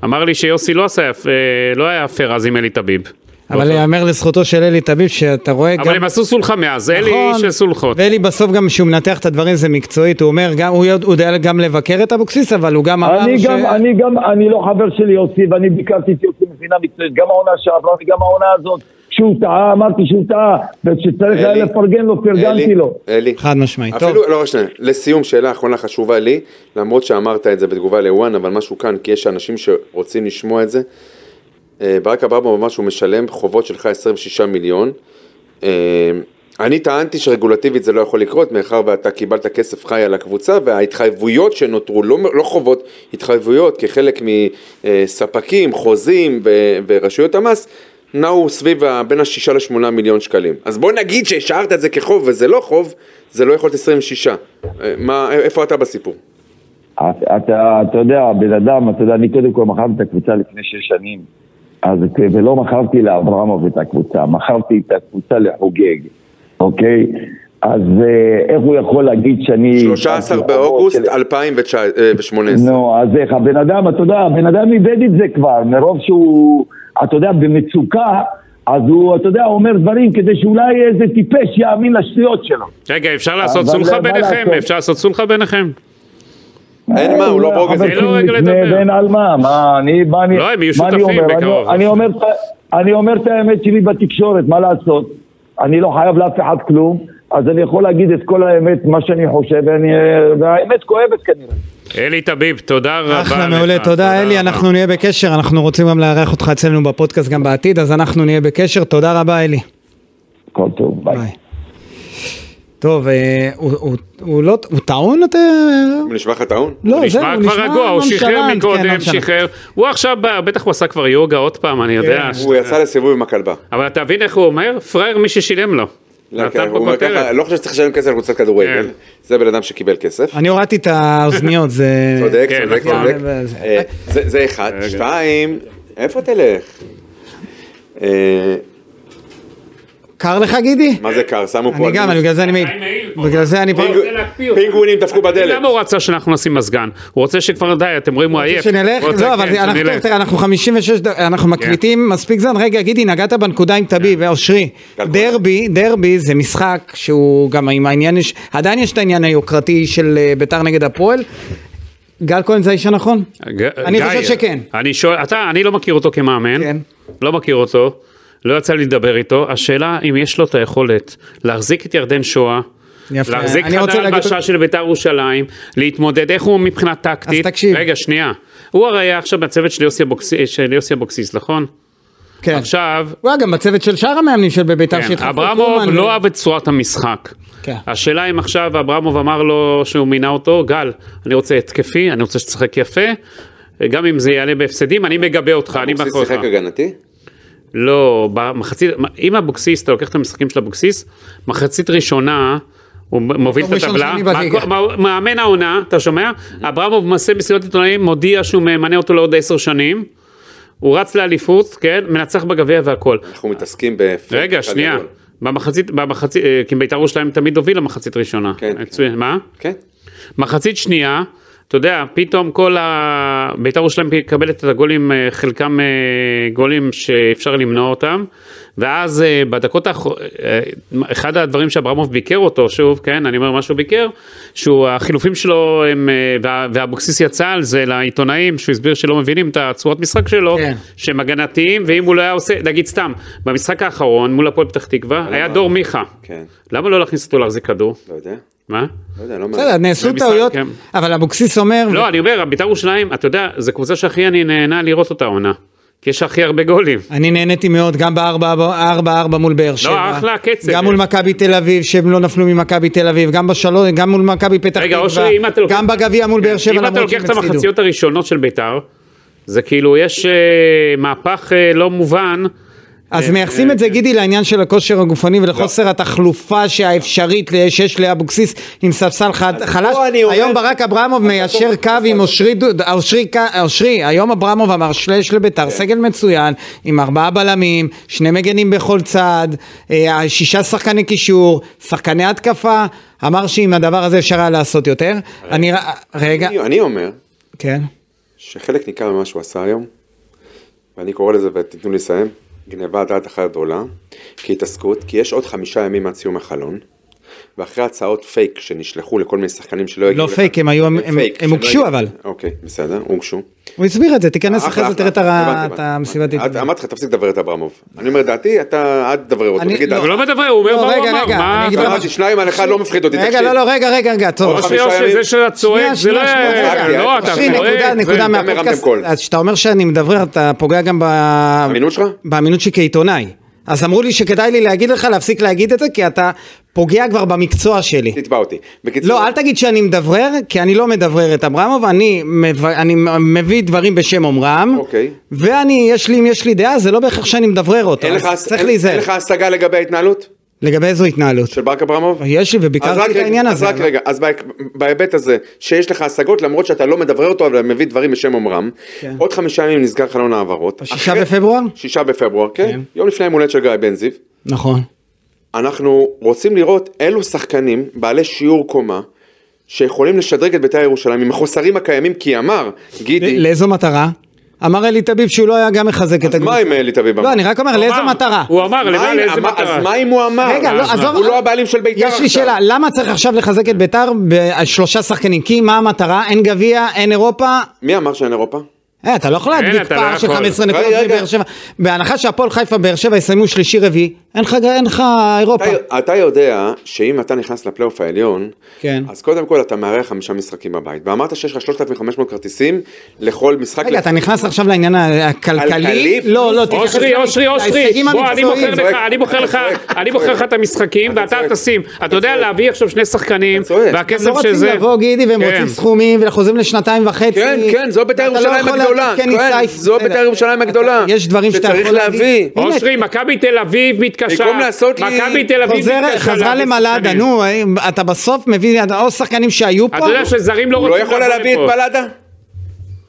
[SPEAKER 4] אמר לי שיוסי לא עשה יפ- אה, לא היה פייר אז עם אלי תביב.
[SPEAKER 3] נכון.
[SPEAKER 2] אבל ייאמר לזכותו של אלי תביב שאתה רואה גם...
[SPEAKER 4] אבל הם עשו סולחה מאז, אלי
[SPEAKER 2] נכון.
[SPEAKER 4] של סולחות.
[SPEAKER 2] ואלי בסוף גם כשהוא מנתח את הדברים זה מקצועית, הוא אומר, גם, הוא יודע- הוא יודע גם לבקר את אבוקסיס, אבל הוא גם אמר
[SPEAKER 5] אני
[SPEAKER 2] ש...
[SPEAKER 5] גם, אני גם, אני לא חבר של יוסי, ואני ביקרתי את יוסי מבחינה מקצועית, גם העונה שעברה וגם העונה הזאת. שהוא טעה, אמרתי שהוא טעה, וכשצריך היה
[SPEAKER 3] אלי,
[SPEAKER 5] לפרגן לו,
[SPEAKER 3] אלי,
[SPEAKER 5] פרגנתי לו.
[SPEAKER 3] אלי.
[SPEAKER 2] חד משמעית. טוב.
[SPEAKER 3] אפילו, לא, רק שנייה, לסיום שאלה אחרונה חשובה לי, למרות שאמרת את זה בתגובה לוואן, אבל משהו כאן, כי יש אנשים שרוצים לשמוע את זה. אה, ברק אברבוב אמר שהוא משלם חובות שלך 26 מיליון. אה, אני טענתי שרגולטיבית זה לא יכול לקרות, מאחר ואתה קיבלת כסף חי על הקבוצה, וההתחייבויות שנותרו, לא, לא חובות, התחייבויות כחלק מספקים, חוזים ו, ורשויות המס, נעו סביב ה- בין השישה לשמונה מיליון שקלים. אז בוא נגיד שהשארת את זה כחוב וזה לא חוב, זה לא יכול להיות 26. אה, מה, איפה אתה בסיפור?
[SPEAKER 5] אתה, אתה, אתה יודע, בן אדם, אתה יודע, אני קודם כל מכרתי את הקבוצה לפני שש שנים, אז, ולא מכרתי לאברמוב את הקבוצה, מכרתי את הקבוצה לחוגג, אוקיי? אז אה, איך הוא יכול להגיד שאני...
[SPEAKER 3] 13 באוגוסט אה,
[SPEAKER 5] של-
[SPEAKER 3] 2018.
[SPEAKER 5] נו, אז איך, הבן אדם, אתה יודע, הבן אדם איבד את זה כבר, מרוב שהוא, אתה יודע, במצוקה, אז הוא, אתה יודע, הוא אומר דברים כדי שאולי איזה טיפש יאמין לשטויות שלו.
[SPEAKER 4] רגע, אפשר לעשות
[SPEAKER 5] אבל
[SPEAKER 4] סולחה
[SPEAKER 5] מה
[SPEAKER 4] ביניכם?
[SPEAKER 5] לעשות?
[SPEAKER 4] אפשר לעשות סולחה ביניכם?
[SPEAKER 3] אין מה, הוא לא
[SPEAKER 5] אה,
[SPEAKER 3] ברוגז.
[SPEAKER 5] אבל
[SPEAKER 4] אין לו רגע
[SPEAKER 5] לפני
[SPEAKER 4] לדבר.
[SPEAKER 5] ואין על מה, מה אני, מה אני,
[SPEAKER 4] לא, הם יהיו
[SPEAKER 5] מה אני
[SPEAKER 4] שותפים
[SPEAKER 5] אומר?
[SPEAKER 4] בקרוב.
[SPEAKER 5] אני, אני, אומר, את ה- אני אומר את האמת שלי בתקשורת, מה לעשות? אני לא חייב לאף אחד כלום, אז אני יכול להגיד את כל האמת, מה שאני חושב, ואני, והאמת כואבת כנראה.
[SPEAKER 4] אלי טביב, תודה רבה לך.
[SPEAKER 2] אחלה, מעולה, תודה אלי,
[SPEAKER 4] רבה.
[SPEAKER 2] אנחנו נהיה בקשר, אנחנו רוצים גם לארח אותך אצלנו בפודקאסט גם בעתיד, אז אנחנו נהיה בקשר, תודה רבה אלי.
[SPEAKER 5] כל טוב, ביי.
[SPEAKER 2] ביי. טוב, אה, הוא- הוא- הוא לא, הוא טעון? אתה-
[SPEAKER 3] הוא נשמע לך טעון?
[SPEAKER 2] לא,
[SPEAKER 4] הוא
[SPEAKER 2] זהו,
[SPEAKER 4] נשמע כבר רגוע, הוא שחרר
[SPEAKER 2] נונשלנט, כן,
[SPEAKER 4] מקודם,
[SPEAKER 2] נונשלנט. כן,
[SPEAKER 4] שחרר. הוא עכשיו, בא- בטח הוא עשה כבר יוגה עוד פעם, אני יודע. ש-
[SPEAKER 3] הוא יצא לסיבוב עם הכלבה.
[SPEAKER 4] אבל אתה מבין איך הוא אומר? פראייר מי ששילם לו.
[SPEAKER 3] לא,
[SPEAKER 4] נתן
[SPEAKER 3] כן,
[SPEAKER 4] פה
[SPEAKER 3] הוא אומר ככה,
[SPEAKER 4] כותרת.
[SPEAKER 3] לא חושב שצריך לשלם כסף על קבוצת כדורגל.
[SPEAKER 4] כן.
[SPEAKER 3] זה בן אדם שקיבל כסף.
[SPEAKER 2] אני הורדתי את האוזניות, זה...
[SPEAKER 3] צודק,
[SPEAKER 4] כן,
[SPEAKER 3] צודק,
[SPEAKER 4] נכון.
[SPEAKER 3] צודק.
[SPEAKER 4] כן.
[SPEAKER 2] וזה-
[SPEAKER 3] אה, זה זה אחד. שתיים, איפה תלך? אה,
[SPEAKER 2] קר לך גידי?
[SPEAKER 3] מה זה קר? שמו פה...
[SPEAKER 2] אני
[SPEAKER 3] על-
[SPEAKER 2] גם, אני- בגלל זה אני מעיד.
[SPEAKER 4] אני מעיל פה.
[SPEAKER 2] בגלל זה אני פה.
[SPEAKER 4] רוצה להקפיא אותם.
[SPEAKER 3] פינגווינים דפקו בדלת.
[SPEAKER 4] למה הוא רצה שאנחנו נשים מזגן? הוא רוצה שכבר די, אתם רואים, הוא עייף.
[SPEAKER 2] שנלך,
[SPEAKER 4] הוא רוצה,
[SPEAKER 2] לא, אבל
[SPEAKER 4] כן,
[SPEAKER 2] זה- אנחנו-
[SPEAKER 4] שנלך. כן.
[SPEAKER 2] תראה, אנחנו 56, דק- אנחנו מקליטים מספיק זמן. רגע, גידי, נגעת בנקודה עם טבי ואושרי.
[SPEAKER 3] גלגול.
[SPEAKER 2] דרבי, דרבי זה משחק שהוא גם עם העניין, יש- עדיין יש את העניין היוקרתי של אה, ביתר נגד הפועל. גל כהן זה האיש הנכון?
[SPEAKER 4] ג-
[SPEAKER 2] אני
[SPEAKER 4] גיא,
[SPEAKER 2] חושב שכן.
[SPEAKER 4] אני שואל, אתה, אני לא מכיר אותו כמאמן,
[SPEAKER 2] כן.
[SPEAKER 4] לא מכיר אותו, לא יצא לי לדבר איתו, השאלה אם יש לו את היכולת להחזיק את ירדן שואה,
[SPEAKER 2] יפה.
[SPEAKER 4] להחזיק
[SPEAKER 2] אני רוצה
[SPEAKER 4] חדר
[SPEAKER 2] להגיד-
[SPEAKER 4] הלבשה של בית"ר ירושלים, להתמודד, איך הוא מבחינה טקטית,
[SPEAKER 2] אז תקשיב.
[SPEAKER 4] רגע שנייה, הוא הרי היה עכשיו בצוות של יוסי אבוקסיס- של יוסי אבוקסיס, נכון?
[SPEAKER 2] כן.
[SPEAKER 4] עכשיו,
[SPEAKER 2] הוא היה גם בצוות של שאר המאמנים של ביתר
[SPEAKER 4] כן,
[SPEAKER 2] שהתחלפו.
[SPEAKER 4] אברמוב
[SPEAKER 2] קומן ו-
[SPEAKER 4] לא אהב את צורת המשחק.
[SPEAKER 2] כן.
[SPEAKER 4] השאלה אם עכשיו אברמוב אמר לו שהוא מינה אותו, גל, אני רוצה התקפי, אני רוצה שתשחק יפה, גם אם זה יעלה בהפסדים, אני מגבה אותך, אני
[SPEAKER 3] אבוקסיס
[SPEAKER 4] מאחוריך.
[SPEAKER 3] שיחק הגנתי?
[SPEAKER 4] לא, במחצית, אם אבוקסיס, אתה לוקח את המשחקים של אבוקסיס, מחצית ראשונה, הוא מוביל את
[SPEAKER 2] ראשון,
[SPEAKER 4] הטבלה,
[SPEAKER 2] שני בליגה.
[SPEAKER 4] מה- מה- מאמן העונה, אתה שומע? אברמוב מנסה מסיבת עיתונאים, מודיע שהוא ממנה אותו לעוד עשר שנים, הוא רץ לאליפות, כן, מנצח בגביע והכל.
[SPEAKER 3] אנחנו מתעסקים בפייק.
[SPEAKER 4] רגע,
[SPEAKER 3] אחד
[SPEAKER 4] שנייה.
[SPEAKER 3] גדול.
[SPEAKER 4] במחצית, במחצית, אה, כי בית"ר ירושלים תמיד הובילה מחצית ראשונה.
[SPEAKER 3] כן.
[SPEAKER 4] מצוין, מה?
[SPEAKER 3] כן.
[SPEAKER 4] מחצית שנייה, אתה יודע, פתאום כל ה... בית"ר ירושלים מקבלת את הגולים, אה, חלקם אה, גולים שאפשר למנוע אותם, ואז אה, בדקות האחרונות, אחד הדברים שאברמוב ביקר אותו, שוב, כן, אני אומר מה שהוא ביקר, שהוא, החילופים שלו הם, אה, וה- ואבוקסיס יצא על זה לעיתונאים, שהוא הסביר שלא מבינים את הצורת משחק שלו,
[SPEAKER 2] כן.
[SPEAKER 4] שהם הגנתיים, ואם הוא לא היה עושה, נגיד סתם, במשחק האחרון מול הפועל פתח תקווה, היה דור מיכה.
[SPEAKER 3] כן.
[SPEAKER 4] למה לא להכניס אותו להחזיק כדור?
[SPEAKER 3] לא יודע.
[SPEAKER 4] מה?
[SPEAKER 3] לא יודע, לא
[SPEAKER 2] בסדר,
[SPEAKER 3] מעניין.
[SPEAKER 2] נעשו
[SPEAKER 4] במשחק,
[SPEAKER 2] טעויות,
[SPEAKER 4] כן.
[SPEAKER 2] אבל אבוקסיס אומר,
[SPEAKER 4] לא, אני אומר, בית"ר ירושלים, אתה יודע, זו קבוצה שהכי אני נהנה לראות אותה עונה. כי יש הכי הרבה גולים.
[SPEAKER 2] אני נהניתי מאוד גם ב-4-4 מול באר שבע.
[SPEAKER 4] לא, אחלה הקצב.
[SPEAKER 2] גם מול מכבי תל אביב, שהם לא נפלו ממכבי תל אביב, גם בשלוש, גם מול מכבי פתח
[SPEAKER 4] רגע,
[SPEAKER 2] תקווה,
[SPEAKER 4] אושרי, אם אתה לוקח... כן,
[SPEAKER 2] גם בגביע מול באר שבע,
[SPEAKER 4] אם אתה
[SPEAKER 2] למרות
[SPEAKER 4] לוקח
[SPEAKER 2] שהם
[SPEAKER 4] את
[SPEAKER 2] הפסידו.
[SPEAKER 4] המחציות הראשונות של בית"ר, זה כאילו, יש אה, מהפך אה, לא מובן.
[SPEAKER 3] אה,
[SPEAKER 2] אז מייחסים
[SPEAKER 3] כן.
[SPEAKER 2] את זה, גידי, לעניין של הכושר הגופני
[SPEAKER 3] לא.
[SPEAKER 2] ולחוסר התחלופה שהאפשרית ל- שיש לאבוקסיס עם ספסל חד- חלש.
[SPEAKER 3] פה אני אומר-
[SPEAKER 2] היום ברק אברמוב מיישר קו עם אושרי, דוד- אושרי ק- אושרי, היום אברמוב אמר שיש
[SPEAKER 3] כן.
[SPEAKER 2] לביתר סגל מצוין, עם ארבעה בלמים, שני מגנים בכל צד, אה, שישה שחקני קישור, שחקני התקפה, אמר שעם הדבר הזה אפשר היה לעשות יותר. אני, ר- רגע,
[SPEAKER 3] אני- אני אומר
[SPEAKER 2] כן.
[SPEAKER 3] שחלק ניכר ממה שהוא עשה היום, ואני קורא לזה, ותיתנו לי לסיים, גניבה דעת אחת גדולה, כי התעסקות, כי יש עוד חמישה ימים עד סיום החלון, ואחרי הצעות פייק שנשלחו לכל מיני שחקנים שלא הגיעו... לכאן-
[SPEAKER 2] לא פייק, הם היו- הם-
[SPEAKER 3] פייק,
[SPEAKER 2] הם
[SPEAKER 3] שלא
[SPEAKER 2] הוגשו,
[SPEAKER 3] הגיעו-
[SPEAKER 2] אבל.
[SPEAKER 3] אוקיי, בסדר, הוגשו.
[SPEAKER 2] הוא הסביר את זה, תיכנס
[SPEAKER 3] אחלה,
[SPEAKER 2] אחרי זה,
[SPEAKER 3] אחלה.
[SPEAKER 2] תראה את
[SPEAKER 3] הבנתי,
[SPEAKER 2] ה- את
[SPEAKER 3] הבנתי.
[SPEAKER 2] המסיבת
[SPEAKER 3] את-
[SPEAKER 2] עיתונאים.
[SPEAKER 3] אמרתי לך, תפסיק לדבר את אברמוב. אני אומר דעתי, אתה, אל תדבר אותו.
[SPEAKER 2] אני-
[SPEAKER 3] תגיד,
[SPEAKER 2] לא.
[SPEAKER 4] הוא לא מדבר, הוא אומר
[SPEAKER 2] לא,
[SPEAKER 4] מה הוא
[SPEAKER 2] רגע,
[SPEAKER 4] אמר.
[SPEAKER 2] רגע,
[SPEAKER 4] מה-
[SPEAKER 2] אני אגיד לך
[SPEAKER 4] אבל-
[SPEAKER 3] אמרתי, שניים על אחד לא מפחיד אותי,
[SPEAKER 2] רגע,
[SPEAKER 3] תקשיב.
[SPEAKER 2] לא, לא, רגע, רגע, רגע, טוב.
[SPEAKER 3] עוד
[SPEAKER 4] אושרי, אושרי,
[SPEAKER 3] ימים.
[SPEAKER 4] זה של הצועק,
[SPEAKER 2] שנייה,
[SPEAKER 4] זה לא...
[SPEAKER 2] שנייה, שנייה,
[SPEAKER 3] רגע.
[SPEAKER 4] אה, לא, אתה
[SPEAKER 2] אושרי,
[SPEAKER 3] רואה,
[SPEAKER 4] צועק.
[SPEAKER 2] נקודה,
[SPEAKER 4] זה-
[SPEAKER 2] נקודה
[SPEAKER 3] אתם הרמתם
[SPEAKER 2] מהפודקאסט,
[SPEAKER 3] קול.
[SPEAKER 2] אז כשאתה אומר שאני מדבר, אתה פוגע גם ב...
[SPEAKER 3] האמינות שלך?
[SPEAKER 2] באמינות שלי כעיתונאי. אז אמרו לי שכדאי לי להגיד לך להפסיק להגיד את זה, כי אתה פוגע כבר במקצוע שלי.
[SPEAKER 3] תתבע אותי. בקיצור,
[SPEAKER 2] לא, אל תגיד שאני מדברר, כי אני לא מדברר את אברמוב, אני, מב... אני מביא דברים בשם אומרם,
[SPEAKER 3] אוקיי.
[SPEAKER 2] ואני, יש לי, אם יש לי דעה, זה לא בהכרח שאני מדברר אותה,
[SPEAKER 3] אין לך-
[SPEAKER 2] אז צריך
[SPEAKER 3] אין- אין
[SPEAKER 2] להיזהר.
[SPEAKER 3] לך השגה לגבי ההתנהלות
[SPEAKER 2] לגבי איזו התנהלות?
[SPEAKER 3] של ברק אברמוב?
[SPEAKER 2] יש לי,
[SPEAKER 3] אז רק
[SPEAKER 2] וביקרתי את
[SPEAKER 3] רגע,
[SPEAKER 2] העניין הזה. לא?
[SPEAKER 3] אז רק
[SPEAKER 2] אבל-
[SPEAKER 3] רגע, אז בהיק- בהיבט הזה, שיש לך השגות, למרות שאתה לא מדברר אותו, אבל מביא דברים בשם אומרם.
[SPEAKER 2] כן.
[SPEAKER 3] עוד חמישה ימים נסגר חלון העברות.
[SPEAKER 2] שישה
[SPEAKER 3] אחרי-
[SPEAKER 2] בפברואר?
[SPEAKER 3] שישה בפברואר, כן.
[SPEAKER 2] כן.
[SPEAKER 3] יום לפני יום הולדת של גיא בן זיו.
[SPEAKER 2] נכון.
[SPEAKER 3] אנחנו רוצים לראות אילו שחקנים בעלי שיעור קומה. שיכולים לשדרג את בית"ר ירושלים עם החוסרים הקיימים, כי אמר גידי,
[SPEAKER 2] לאיזו מטרה? אמר אלי תביב שהוא לא היה גם מחזק את
[SPEAKER 3] אז מה
[SPEAKER 2] הגבול.
[SPEAKER 3] אם אלי תביב אמר?
[SPEAKER 2] לא, אני רק אומר, לאיזה
[SPEAKER 4] אמר-
[SPEAKER 2] מטרה?
[SPEAKER 4] הוא אמר,
[SPEAKER 3] מה
[SPEAKER 4] למה
[SPEAKER 3] אם-
[SPEAKER 4] לאיזה
[SPEAKER 3] מה-
[SPEAKER 4] מטרה?
[SPEAKER 3] אז מה אם הוא אמר?
[SPEAKER 2] רגע, לא, עזוב.
[SPEAKER 3] הוא לא הבעלים של בית"ר
[SPEAKER 2] יש לי
[SPEAKER 3] עכשיו.
[SPEAKER 2] שאלה, למה צריך עכשיו לחזק את ביתר בשלושה שחקנים? כי מה המטרה? אין גביע, אין אירופה.
[SPEAKER 3] מי אמר שאין אירופה?
[SPEAKER 2] אה, אתה לא יכול להדביק
[SPEAKER 4] אתה לא
[SPEAKER 2] פער של
[SPEAKER 4] יכול. אה.
[SPEAKER 2] 15 נקודות
[SPEAKER 3] רגע, רגע.
[SPEAKER 2] מבאר שבע. בהנחה שהפועל חיפה באר שבע יסיימו שלישי רביעי, אין לך- אין לך אירופה.
[SPEAKER 3] אתה- אתה יודע שאם אתה נכנס לפלייאוף העליון,
[SPEAKER 2] כן.
[SPEAKER 3] אז קודם כל אתה מארח חמישה משחקים בבית, ואמרת שיש לך 3,500 כרטיסים לכל משחק.
[SPEAKER 2] רגע, אתה נכנס עכשיו לעניין הכלכלי?
[SPEAKER 3] כלכלי?
[SPEAKER 2] לא, לא, תתייחס
[SPEAKER 4] אושרי,
[SPEAKER 2] לה-
[SPEAKER 4] אושרי, אושרי,
[SPEAKER 2] להישגים
[SPEAKER 4] בוא, אני
[SPEAKER 2] המקצועיים.
[SPEAKER 4] בוחר לך,
[SPEAKER 3] צועק.
[SPEAKER 4] אני בוחר לך,
[SPEAKER 3] אתה צועק.
[SPEAKER 4] אני בוחר לך את המשחקים,
[SPEAKER 3] אתה
[SPEAKER 4] ואתה
[SPEAKER 3] צועק.
[SPEAKER 4] תשים. אתה
[SPEAKER 3] אתה
[SPEAKER 4] יודע
[SPEAKER 3] צועק.
[SPEAKER 4] להביא עכשיו שני שחקנים,
[SPEAKER 3] אתה צועק.
[SPEAKER 2] הם לא
[SPEAKER 4] והכסף
[SPEAKER 2] רוצים
[SPEAKER 4] שזה...
[SPEAKER 2] לבוא גידי והם
[SPEAKER 4] כן.
[SPEAKER 2] רוצים סכומים וחוזרים לשנתיים וחצי.
[SPEAKER 3] כן, כן, זו בית"ר
[SPEAKER 2] אתה לא
[SPEAKER 3] ירושלים
[SPEAKER 2] יכול
[SPEAKER 3] הגדולה.
[SPEAKER 2] להגיד, כן,
[SPEAKER 3] כהן,
[SPEAKER 2] ניסייף.
[SPEAKER 3] זו בית"ר
[SPEAKER 2] בסדר.
[SPEAKER 3] ירושלים הגדולה.
[SPEAKER 2] יש דברים שאתה יכול
[SPEAKER 3] שצריך להביא.
[SPEAKER 2] הנה,
[SPEAKER 4] אושרי, מכבי תל אביב מתקשה.
[SPEAKER 3] במקום לעשות לי-
[SPEAKER 4] מכבי תל אביב
[SPEAKER 2] חוזר-
[SPEAKER 4] מתקשה.
[SPEAKER 2] חזרה
[SPEAKER 4] להביא
[SPEAKER 2] למלאדה,
[SPEAKER 4] שחקנים.
[SPEAKER 2] נו, אתה בסוף מביא אתה- או שחקנים שהיו פה.
[SPEAKER 4] אתה יודע שזרים לא
[SPEAKER 3] הוא לא
[SPEAKER 4] רוצים
[SPEAKER 3] יכול היה להביא את
[SPEAKER 4] לפה.
[SPEAKER 3] בלאדה?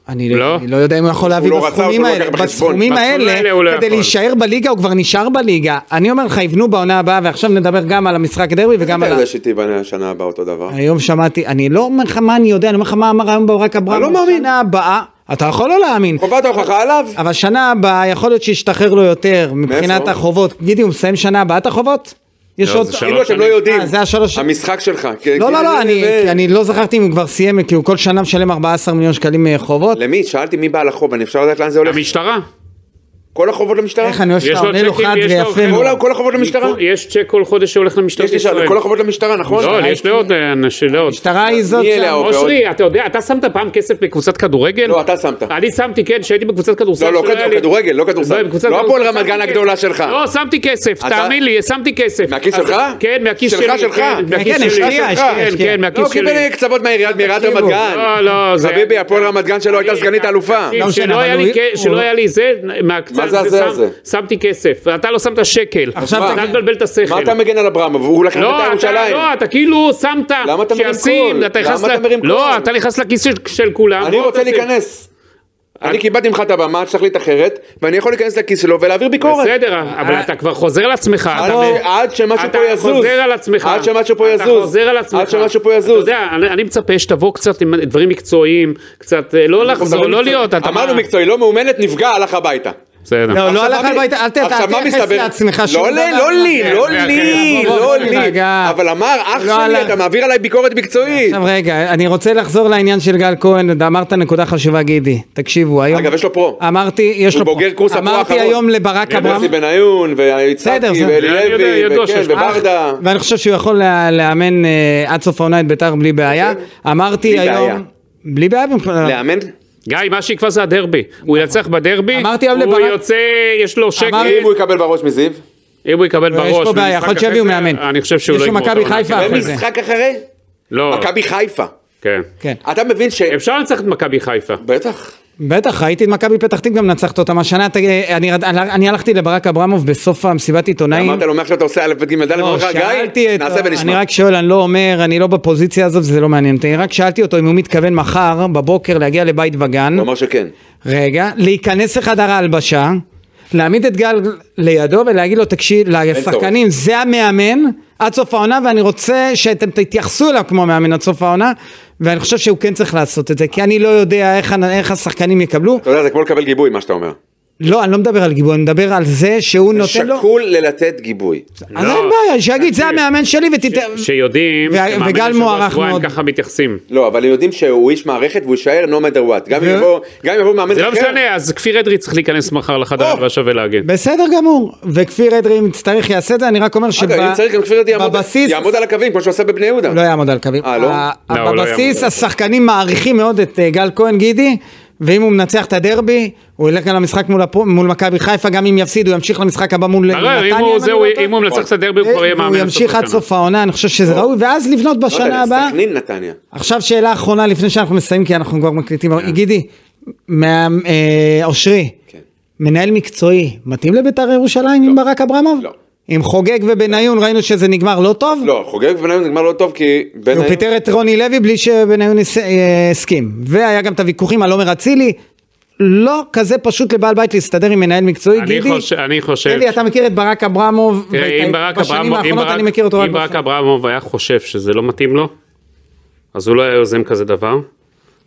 [SPEAKER 2] אני
[SPEAKER 4] לא.
[SPEAKER 2] לא- אני לא יודע אם הוא יכול להביא
[SPEAKER 3] לא רצה,
[SPEAKER 2] בסכומים
[SPEAKER 3] הוא לא לקח
[SPEAKER 2] האלה,
[SPEAKER 3] בחשבון.
[SPEAKER 2] בסכומים
[SPEAKER 4] בסכומים האלה הוא לא
[SPEAKER 2] האלה, כדי
[SPEAKER 4] יכול.
[SPEAKER 2] להישאר בליגה, הוא כבר נשאר בליגה. אני אומר לך, יבנו בעונה הבאה, ועכשיו נדבר גם על המשחק דרבי וגם
[SPEAKER 3] אתה
[SPEAKER 2] על... ה-
[SPEAKER 3] יודע שתיבנה השנה הבאה אותו דבר.
[SPEAKER 2] היום שמעתי, אני לא אומר לך מה אני יודע, אני אומר לך מה אמר היום ברק אברהם.
[SPEAKER 3] לא מאמין.
[SPEAKER 2] שנה הבאה, אתה יכול לא להאמין.
[SPEAKER 3] חובת ההוכחה עליו.
[SPEAKER 2] אבל שנה הבאה יכול להיות שישתחרר לו יותר מבחינת
[SPEAKER 3] מאיפה?
[SPEAKER 2] החובות. גידי, הוא מסיים שנה הבאה את החובות? יש
[SPEAKER 4] לא,
[SPEAKER 2] עוד...
[SPEAKER 4] זה
[SPEAKER 3] כאילו
[SPEAKER 4] שלוש
[SPEAKER 3] אתם לא
[SPEAKER 4] שנים.
[SPEAKER 3] יודעים.
[SPEAKER 2] אה, זה השלוש-
[SPEAKER 3] המשחק שלך. כאילו,
[SPEAKER 2] לא, לא, לא, אני- כי אני לא זכרתי אם הוא כבר סיים, כי הוא כל שנה משלם 14 מיליון שקלים אה, חובות.
[SPEAKER 3] למי? שאלתי מי בעל החוב, אני אפשר לדעת לאן זה הולך?
[SPEAKER 4] המשטרה.
[SPEAKER 3] כל החובות למשטרה?
[SPEAKER 2] איך אני אוהב
[SPEAKER 4] יש
[SPEAKER 2] שאתה
[SPEAKER 4] לו
[SPEAKER 2] עונה לו
[SPEAKER 4] צ'קים,
[SPEAKER 2] חד
[SPEAKER 4] יש לו
[SPEAKER 2] ויפה. מאוד.
[SPEAKER 3] כל ה- כל החובות למשטרה?
[SPEAKER 4] יש צ'ק כל חודש שהולך למשטרת
[SPEAKER 3] יש לי
[SPEAKER 4] ישראל.
[SPEAKER 3] שאלה, כל החובות למשטרה, נכון?
[SPEAKER 4] לא, יש לי עוד אנשים, לא עוד.
[SPEAKER 2] המשטרה היא זאת...
[SPEAKER 3] מי אלה
[SPEAKER 2] שה-
[SPEAKER 3] ההורים?
[SPEAKER 4] אושרי, אתה יודע, אתה שמת פעם כסף בקבוצת כדורגל?
[SPEAKER 3] לא, אתה שמת.
[SPEAKER 4] אני שמתי, כן, כשהייתי בקבוצת כדורסל.
[SPEAKER 3] לא, לא,
[SPEAKER 4] שלא היה
[SPEAKER 3] כדור-
[SPEAKER 4] לי-
[SPEAKER 3] כדורגל, לא כדורסל.
[SPEAKER 4] בקבוצת
[SPEAKER 3] לא הפועל
[SPEAKER 4] כדורסל
[SPEAKER 3] רמת גן
[SPEAKER 4] שמתי
[SPEAKER 3] הגדולה
[SPEAKER 4] כסף.
[SPEAKER 3] שלך.
[SPEAKER 4] לא, שמתי כסף,
[SPEAKER 3] אתה-
[SPEAKER 4] תאמין לי, שמתי כסף.
[SPEAKER 3] מהכיס
[SPEAKER 4] אז-
[SPEAKER 3] שלך?
[SPEAKER 4] כן, מהכיס
[SPEAKER 3] שלך,
[SPEAKER 4] שלי.
[SPEAKER 3] שלך?
[SPEAKER 4] כן, מהכיס
[SPEAKER 2] כן,
[SPEAKER 4] שלי.
[SPEAKER 2] השקיע,
[SPEAKER 4] כן,
[SPEAKER 2] השקיע, השקיע.
[SPEAKER 4] כן, מהכיס
[SPEAKER 3] לא,
[SPEAKER 4] שלי.
[SPEAKER 3] קיבל קצוות מהעיריית מעיריית
[SPEAKER 2] תקשיבו.
[SPEAKER 3] רמת גן.
[SPEAKER 4] לא, לא, זה-
[SPEAKER 3] חביבי, הפועל רמת גן שלא הייתה סגנית האלופה.
[SPEAKER 4] תקשיב,
[SPEAKER 2] לא משנה,
[SPEAKER 4] כן, שלא
[SPEAKER 2] אבל
[SPEAKER 4] היה
[SPEAKER 2] הוא-
[SPEAKER 4] לי כ-
[SPEAKER 2] הוא- לא-
[SPEAKER 4] שלא היה לי זה, מהקצת,
[SPEAKER 3] מה זה הזה
[SPEAKER 4] שם-
[SPEAKER 3] הזה?
[SPEAKER 4] שמתי כסף, ואתה לא שמת שקל.
[SPEAKER 2] עכשיו
[SPEAKER 4] אתה
[SPEAKER 3] תגיד-
[SPEAKER 4] מבלבל את השכל.
[SPEAKER 3] מה אתה מגן על אברמוב? הוא לקח
[SPEAKER 4] לא,
[SPEAKER 3] את
[SPEAKER 4] אתה-
[SPEAKER 3] ירושלים.
[SPEAKER 4] לא, אתה כאילו שמת,
[SPEAKER 3] למה אתה מרים
[SPEAKER 4] שישים,
[SPEAKER 3] קול?
[SPEAKER 4] אתה נכנס
[SPEAKER 3] למה
[SPEAKER 4] ל-
[SPEAKER 3] אתה מרים
[SPEAKER 4] לא,
[SPEAKER 3] קול?
[SPEAKER 4] אתה נכנס לכיס של- של כולם.
[SPEAKER 3] אני
[SPEAKER 4] בוא
[SPEAKER 3] רוצה
[SPEAKER 4] תעשה.
[SPEAKER 3] להיכנס. אני קיבלתי ממך את הבמה, צריך להחליט אחרת, ואני יכול להיכנס לכיס שלו ולהעביר ביקורת.
[SPEAKER 4] בסדר, אבל אתה כבר חוזר על עצמך.
[SPEAKER 3] עד
[SPEAKER 4] אתה-
[SPEAKER 3] ש- עד שמשהו
[SPEAKER 4] אתה
[SPEAKER 3] פה יזוז.
[SPEAKER 4] חוזר על עצמך.
[SPEAKER 3] עד שמשהו פה
[SPEAKER 4] אתה
[SPEAKER 3] יזוז.
[SPEAKER 4] חוזר על עצמך.
[SPEAKER 3] עד שמשהו פה יזוז.
[SPEAKER 4] אתה יודע, אני אני מצפה שתבוא קצת עם דברים מקצועיים, קצת אה, לא לחזור, לא להיות. אתה-
[SPEAKER 3] אמרנו מקצועי, לא מאומנת, נפגע, הלך הביתה.
[SPEAKER 4] בסדר.
[SPEAKER 2] לא, לא
[SPEAKER 3] עכשיו,
[SPEAKER 2] הלך
[SPEAKER 3] מה מי-
[SPEAKER 2] הביתה, אל ת-
[SPEAKER 3] עכשיו,
[SPEAKER 2] אל
[SPEAKER 3] מה
[SPEAKER 2] תייחס
[SPEAKER 3] מסתבר?
[SPEAKER 2] לעצמך שום
[SPEAKER 3] לא,
[SPEAKER 2] דבר.
[SPEAKER 3] לי, לא לי,
[SPEAKER 2] כן,
[SPEAKER 3] לא
[SPEAKER 2] כן,
[SPEAKER 3] לי,
[SPEAKER 2] כן, בוא,
[SPEAKER 3] לא
[SPEAKER 2] בוא
[SPEAKER 3] לי.
[SPEAKER 2] נירגע.
[SPEAKER 3] אבל אמר, אח
[SPEAKER 2] לא
[SPEAKER 3] שלי,
[SPEAKER 2] הלך.
[SPEAKER 3] אתה מעביר עליי ביקורת מקצועית.
[SPEAKER 2] עכשיו רגע, אני רוצה לחזור לעניין של גל כהן, אמרת נקודה חשובה גידי, תקשיבו היום, אה,
[SPEAKER 3] אגב, יש לו פרו.
[SPEAKER 2] אמרתי, יש
[SPEAKER 3] הוא
[SPEAKER 2] לו
[SPEAKER 3] בוגר קורס הפרו
[SPEAKER 2] אמרתי
[SPEAKER 3] האחרון.
[SPEAKER 2] היום לברק אברהם,
[SPEAKER 3] יוסי בניון,
[SPEAKER 2] בסדר,
[SPEAKER 3] ויצחקי,
[SPEAKER 2] זה-
[SPEAKER 3] ואלי
[SPEAKER 4] אני יודע,
[SPEAKER 3] לוי,
[SPEAKER 4] ידוע
[SPEAKER 3] וכן,
[SPEAKER 4] שיש-
[SPEAKER 3] וברדה.
[SPEAKER 2] ואני חושב שהוא יכול לה- לאמן אה, עד סוף העונה את ביתר בלי בעיה, אמרתי
[SPEAKER 3] אוקיי. בלי
[SPEAKER 2] היום,
[SPEAKER 3] בעיה.
[SPEAKER 2] בלי בעיה, במקום-
[SPEAKER 3] לאמן?
[SPEAKER 4] גיא, מה שיקבע זה הדרבי. הוא ינצח בדרבי,
[SPEAKER 2] אמרתי היום
[SPEAKER 4] הוא
[SPEAKER 2] לברק-
[SPEAKER 4] יוצא, יש לו שקל,
[SPEAKER 2] אמרתי-
[SPEAKER 3] אם הוא יקבל בראש מזיו?
[SPEAKER 4] אם הוא יקבל בראש.
[SPEAKER 2] יש פה בעיה,
[SPEAKER 4] במשחק
[SPEAKER 2] יכול להיות שיביאו
[SPEAKER 4] אחרי זה,
[SPEAKER 2] מאמן,
[SPEAKER 4] אני חושב שהוא
[SPEAKER 2] יש
[SPEAKER 4] לא
[SPEAKER 2] לו
[SPEAKER 4] יגמור את
[SPEAKER 2] מכבי
[SPEAKER 4] העונה.
[SPEAKER 2] חיפה אחרי זה,
[SPEAKER 3] ומשחק אחרי?
[SPEAKER 4] לא,
[SPEAKER 3] מכבי חיפה.
[SPEAKER 4] כן.
[SPEAKER 2] כן.
[SPEAKER 3] אתה מבין ש...
[SPEAKER 4] אפשר לנצח את מכבי חיפה.
[SPEAKER 3] בטח.
[SPEAKER 2] בטח, ראיתי את מכבי פתח תקווה מנצחת אותם השנה, ת- אני רד- אני הלכתי לברק אברמוב בסוף המסיבת עיתונאים,
[SPEAKER 3] אמרת לו, מעכשיו אתה עושה א' ב' ג' ד', אני אומר
[SPEAKER 2] לא,
[SPEAKER 3] לך,
[SPEAKER 2] שאלתי
[SPEAKER 3] גיא,
[SPEAKER 2] את...
[SPEAKER 3] נעשה
[SPEAKER 2] אני
[SPEAKER 3] ונשמע.
[SPEAKER 2] רק שואל, אני לא אומר, אני לא בפוזיציה הזאת, זה לא מעניין אותי. אני רק שאלתי אותו אם הוא מתכוון מחר בבוקר להגיע לבית וגן,
[SPEAKER 3] הוא אמר שכן.
[SPEAKER 2] רגע, להיכנס לחדר ההלבשה, להעמיד את גל לידו ולהגיד לו, תקשיב, לשחקנים, זה המאמן עד סוף העונה, ואני רוצה שאתם תתייחסו אליו כמו מאמן עד סוף העונה, ואני חושב שהוא כן צריך לעשות את זה, כי אני לא יודע איך, איך השחקנים יקבלו.
[SPEAKER 3] אתה יודע, זה כמו לקבל גיבוי, מה שאתה אומר.
[SPEAKER 2] לא, אני לא מדבר על גיבוי, אני מדבר על זה שהוא נותן לו...
[SPEAKER 3] שקול ללתת גיבוי.
[SPEAKER 2] אז
[SPEAKER 4] לא.
[SPEAKER 2] אין בעיה, שיגיד, זה
[SPEAKER 4] תקשיב.
[SPEAKER 2] המאמן שלי ותיתן...
[SPEAKER 4] שיודעים,
[SPEAKER 2] ו-
[SPEAKER 4] שמאמן
[SPEAKER 2] וגל
[SPEAKER 4] לשבוע,
[SPEAKER 2] מוערך
[SPEAKER 4] שבועיים
[SPEAKER 2] מאוד.
[SPEAKER 4] ככה מתייחסים.
[SPEAKER 3] לא, אבל הם יודעים שהוא איש מערכת והוא יישאר no matter what. גם אם
[SPEAKER 2] ו-
[SPEAKER 3] יבוא- גם אם יבוא מאמן
[SPEAKER 4] זה לא
[SPEAKER 2] כן.
[SPEAKER 3] אחר,
[SPEAKER 4] משנה, אז כפיר אדרי צריך להיכנס מחר לחדר
[SPEAKER 3] או!
[SPEAKER 4] הלבשה ולהגיד.
[SPEAKER 2] בסדר גמור, וכפיר אדרי אם יצטרך יעשה את זה, אני רק אומר
[SPEAKER 3] אגב, אם צריך גם כפיר אדרי יעמוד-
[SPEAKER 2] בבסיס-
[SPEAKER 3] יעמוד על הקווים, כמו שהוא עושה בבני יהודה.
[SPEAKER 2] לא יעמוד על קווים.
[SPEAKER 3] אה, לא?
[SPEAKER 2] ה-
[SPEAKER 4] לא, הוא לא יעמוד על
[SPEAKER 2] בבסיס
[SPEAKER 4] הקווים.
[SPEAKER 2] השחקנים מעריכים מאוד את אה, גל כהן גידי, ואם הוא מנצח את הדרבי, הוא ילך גם למשחק מול הפו- מול מכבי חיפה, גם אם יפסיד הוא ימשיך למשחק הבא מול
[SPEAKER 4] ברור, אם
[SPEAKER 2] נתניה,
[SPEAKER 4] הוא-
[SPEAKER 2] אם
[SPEAKER 4] זהו,
[SPEAKER 2] אני לא טועה.
[SPEAKER 4] אם הוא מנצח את הדרבי הוא כבר יהיה מאמן.
[SPEAKER 2] והוא ימשיך עד סוף העונה, אני חושב שזה ראוי, ואז לבנות
[SPEAKER 3] לא יודע,
[SPEAKER 2] בשנה הבאה.
[SPEAKER 3] סכנין נתניה.
[SPEAKER 2] עכשיו שאלה אחרונה לפני שאנחנו מסיימים, כי אנחנו כבר
[SPEAKER 4] כן.
[SPEAKER 2] מקליטים. גידי, מה- אה, אושרי,
[SPEAKER 3] כן.
[SPEAKER 2] מנהל מקצועי, מתאים לביתר ירושלים עם ברק אברמוב?
[SPEAKER 3] לא.
[SPEAKER 2] עם חוגג ובניון ראינו שזה נגמר לא טוב?
[SPEAKER 3] לא, חוגג ובניון נגמר לא טוב כי...
[SPEAKER 2] הוא
[SPEAKER 3] בניון-
[SPEAKER 2] פיטר את רוני לוי בלי שבניון הס- אה, הסכים. והיה גם את הוויכוחים על עומר אצילי. לא כזה פשוט לבעל בית להסתדר עם מנהל מקצועי,
[SPEAKER 4] אני
[SPEAKER 2] גידי.
[SPEAKER 4] חושב- אני חושב-
[SPEAKER 2] אלי, אתה מכיר את ברק אברמוב? ואת-
[SPEAKER 4] תראה, אם ברק
[SPEAKER 2] בשנים
[SPEAKER 4] אברמוב- אם
[SPEAKER 2] האחרונות
[SPEAKER 4] ברק-
[SPEAKER 2] אני מכיר אותו רק
[SPEAKER 4] אם ברק
[SPEAKER 2] בשנה.
[SPEAKER 4] אברמוב היה חושב שזה לא מתאים לו, אז הוא לא היה יוזם כזה דבר.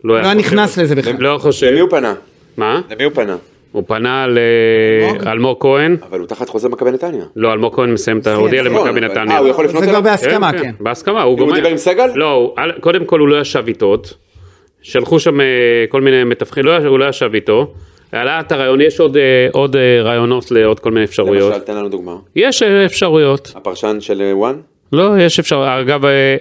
[SPEAKER 4] לא היה
[SPEAKER 2] לא היה
[SPEAKER 4] חושב-
[SPEAKER 2] נכנס לזה בכלל.
[SPEAKER 4] כן. לא חושב.
[SPEAKER 3] למי הוא פנה?
[SPEAKER 4] מה?
[SPEAKER 3] למי הוא פנה?
[SPEAKER 4] הוא פנה לאלמוג כהן,
[SPEAKER 3] אבל הוא תחת חוזה מכבי נתניה.
[SPEAKER 4] לא, אלמוג כהן מסיים
[SPEAKER 2] כן,
[SPEAKER 4] את ההודיע
[SPEAKER 3] נכון,
[SPEAKER 4] למכבי
[SPEAKER 3] אבל-
[SPEAKER 4] נתניה.
[SPEAKER 3] אה, הוא יכול לפנות
[SPEAKER 2] זה כבר
[SPEAKER 3] אליו?
[SPEAKER 2] בהסכמה, כן.
[SPEAKER 4] בהסכמה, הוא
[SPEAKER 3] הוא
[SPEAKER 4] גומר.
[SPEAKER 3] דיבר עם סגל?
[SPEAKER 4] לא, הוא- אל- קודם כל הוא לא ישב איתו עוד. שלחו שם אה, כל מיני מתווכים, לא, הוא לא ישב איתו. עלה את הרעיון, יש עוד, אה, עוד אה, רעיונות לעוד כל מיני אפשרויות.
[SPEAKER 3] למשל, תן לנו דוגמה.
[SPEAKER 4] יש אה, אפשרויות.
[SPEAKER 3] הפרשן של אה, וואן?
[SPEAKER 4] לא, יש אפשר, אגב, אה,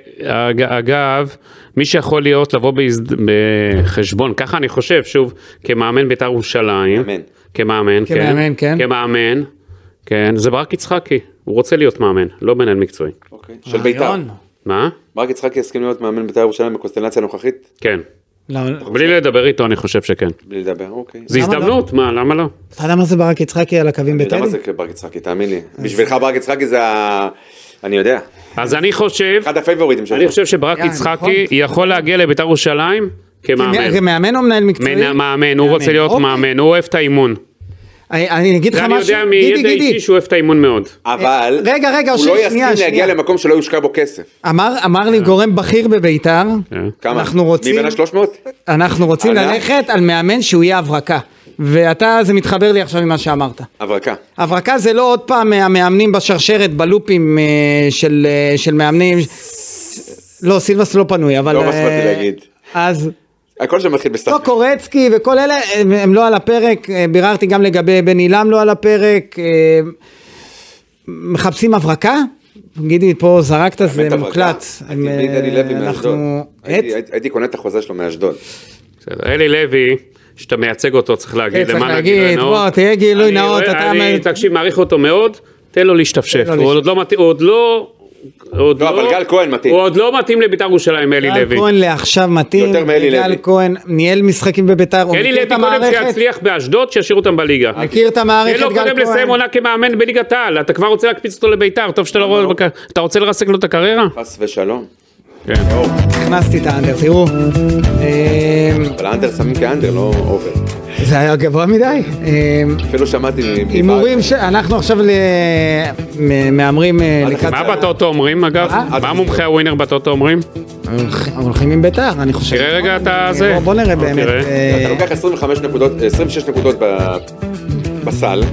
[SPEAKER 4] אג- אגב, מי שיכול להיות לבוא בהזד... בחשבון, ככה אני חושב, שוב, כמאמן בית"ר ירושלים,
[SPEAKER 3] מאמן.
[SPEAKER 4] כמאמן, כן,
[SPEAKER 2] כמאמן, כן.
[SPEAKER 4] כמאמן, כן, זה ברק יצחקי, הוא רוצה להיות מאמן, לא מנהל מקצועי.
[SPEAKER 3] אוקיי. של ביתר.
[SPEAKER 2] רעיון.
[SPEAKER 4] מה?
[SPEAKER 3] ברק יצחקי יסכים להיות מאמן בית"ר ירושלים בקונסטלציה הנוכחית?
[SPEAKER 4] כן.
[SPEAKER 2] לא, אתה
[SPEAKER 4] בלי לדבר איתו, אני חושב שכן.
[SPEAKER 3] בלי לדבר, אוקיי.
[SPEAKER 4] זו
[SPEAKER 2] למה לא?
[SPEAKER 4] הזדמנות, מה, למה לא?
[SPEAKER 2] יודע מה זה ברק יצחקי על הקווים
[SPEAKER 3] אני יודע מה
[SPEAKER 2] בטדי?
[SPEAKER 3] זה ברק יצחקי, תאמין לי. בשבילך ברק יצחקי זה ה... אני יודע.
[SPEAKER 4] אז אני חושב,
[SPEAKER 3] אחד הפייבוריטים שלך.
[SPEAKER 4] אני חושב שברק
[SPEAKER 2] יאללה,
[SPEAKER 4] יצחקי
[SPEAKER 2] נכון. כן,
[SPEAKER 4] יכול להגיע לבית"ר ירושלים כמאמן.
[SPEAKER 2] מאמן או מנהל מקצועי?
[SPEAKER 4] מנ- מאמן, הוא רוצה להיות
[SPEAKER 2] אוקיי.
[SPEAKER 4] מאמן, הוא אוהב את האימון.
[SPEAKER 2] אני- אה, אני אגיד לך
[SPEAKER 4] זה אני
[SPEAKER 2] משהו,
[SPEAKER 4] יודע
[SPEAKER 2] גידי,
[SPEAKER 4] מידע אישי
[SPEAKER 2] גידי,
[SPEAKER 4] שהוא אוהב את האימון מאוד.
[SPEAKER 3] אבל...
[SPEAKER 2] אה, רגע, רגע,
[SPEAKER 3] הוא
[SPEAKER 2] אושר,
[SPEAKER 3] לא
[SPEAKER 2] שנייה,
[SPEAKER 3] יסכים להגיע
[SPEAKER 2] שנייה.
[SPEAKER 3] למקום שלא יושקע בו כסף.
[SPEAKER 2] אמר אמר
[SPEAKER 4] אה.
[SPEAKER 2] לי גורם בכיר בביתר,
[SPEAKER 4] כן.
[SPEAKER 3] כמה?
[SPEAKER 2] אנחנו רוצים-
[SPEAKER 3] מבין ה-300?
[SPEAKER 2] אנחנו רוצים
[SPEAKER 3] עלה?
[SPEAKER 2] ללכת על מאמן שהוא יהיה הברקה. ואתה, זה מתחבר לי עכשיו ממה שאמרת.
[SPEAKER 3] הברקה.
[SPEAKER 2] הברקה זה לא עוד פעם המאמנים בשרשרת, בלופים אה, של, אה, של מאמנים. לא, סילבס לא פנוי, אבל...
[SPEAKER 3] לא מה שבאתי
[SPEAKER 2] אה,
[SPEAKER 3] להגיד.
[SPEAKER 2] אז
[SPEAKER 3] הכל שם מתחיל בסתם.
[SPEAKER 2] לא קורצקי וכל אלה, הם, הם לא על הפרק, אה, ביררתי גם לגבי בן עילם לא על הפרק. אה, מחפשים הברקה? גידי, פה זרקת, זה מוקלט. הם,
[SPEAKER 3] הייתי בלי דני
[SPEAKER 2] אה,
[SPEAKER 3] לוי מאשדוד.
[SPEAKER 2] אנחנו...
[SPEAKER 3] הייתי-
[SPEAKER 2] את?
[SPEAKER 3] הייתי- הייתי קונה את החוזה שלו מאשדוד.
[SPEAKER 4] בסדר. אלי לוי, שאתה מייצג אותו, צריך
[SPEAKER 2] כן,
[SPEAKER 4] להגיד
[SPEAKER 2] צריך
[SPEAKER 4] למען
[SPEAKER 2] להגיד,
[SPEAKER 4] הגילוי הנאות.
[SPEAKER 2] בוא, תהיה גילוי
[SPEAKER 4] אני
[SPEAKER 2] נאות,
[SPEAKER 4] אוהב-
[SPEAKER 2] אתה
[SPEAKER 4] אני,
[SPEAKER 2] אומר-
[SPEAKER 4] תקשיב, מעריך אותו מאוד, תן לו להשתפשף.
[SPEAKER 2] לו
[SPEAKER 4] הוא עוד לא מתאים, הוא עוד לא... הוא עוד
[SPEAKER 3] לא, אבל גל כהן מתאים.
[SPEAKER 4] הוא עוד לא מתאים לבית"ר ירושלים, אלי
[SPEAKER 2] גל
[SPEAKER 4] לוי.
[SPEAKER 2] כהן לעכשיו מתאים,
[SPEAKER 3] יותר מאלי
[SPEAKER 2] גל
[SPEAKER 3] לוי.
[SPEAKER 2] כהן ניהל משחקים בביתר, הוא
[SPEAKER 4] אלי
[SPEAKER 2] מכיר את
[SPEAKER 4] לוי קודם
[SPEAKER 2] המערכת,
[SPEAKER 4] שיצליח באשדוד, שישאיר אותם בליגה.
[SPEAKER 2] מכיר את המערכת,
[SPEAKER 4] תן לו
[SPEAKER 2] גל
[SPEAKER 4] קודם לסיים
[SPEAKER 2] כהן.
[SPEAKER 4] עונה כמאמן בליגת העל, אתה כבר רוצה להקפיץ אותו לבית"ר, טוב שאתה לא רואה... בק- אתה רוצה לרסק לו את הקריירה?
[SPEAKER 3] חס ושלום.
[SPEAKER 4] כן.
[SPEAKER 2] הכנסתי את האנדר, תראו, אמ,
[SPEAKER 3] אבל האנדר שמים כאנדר, לא אובר.
[SPEAKER 2] זה היה גבוה מדי, אמ,
[SPEAKER 3] אפילו שמעתי מ-
[SPEAKER 2] הימורים
[SPEAKER 3] מבעל.
[SPEAKER 2] שאנחנו עכשיו ל- מ- מהמרים אה, לקראת,
[SPEAKER 4] מה בטוטו אומרים אגב?
[SPEAKER 2] אה?
[SPEAKER 4] מה מומחי הווינר בטוטו אומרים?
[SPEAKER 2] הולכים- הולכים עם ביתר, אני חושב,
[SPEAKER 4] תראה רגע את
[SPEAKER 2] בוא-
[SPEAKER 4] הזה.
[SPEAKER 2] אה, בוא נראה
[SPEAKER 4] בוא
[SPEAKER 2] באמת,
[SPEAKER 4] תראה.
[SPEAKER 2] אה,
[SPEAKER 3] אתה לוקח 25 נקודות, 26 נקודות ב- בסל,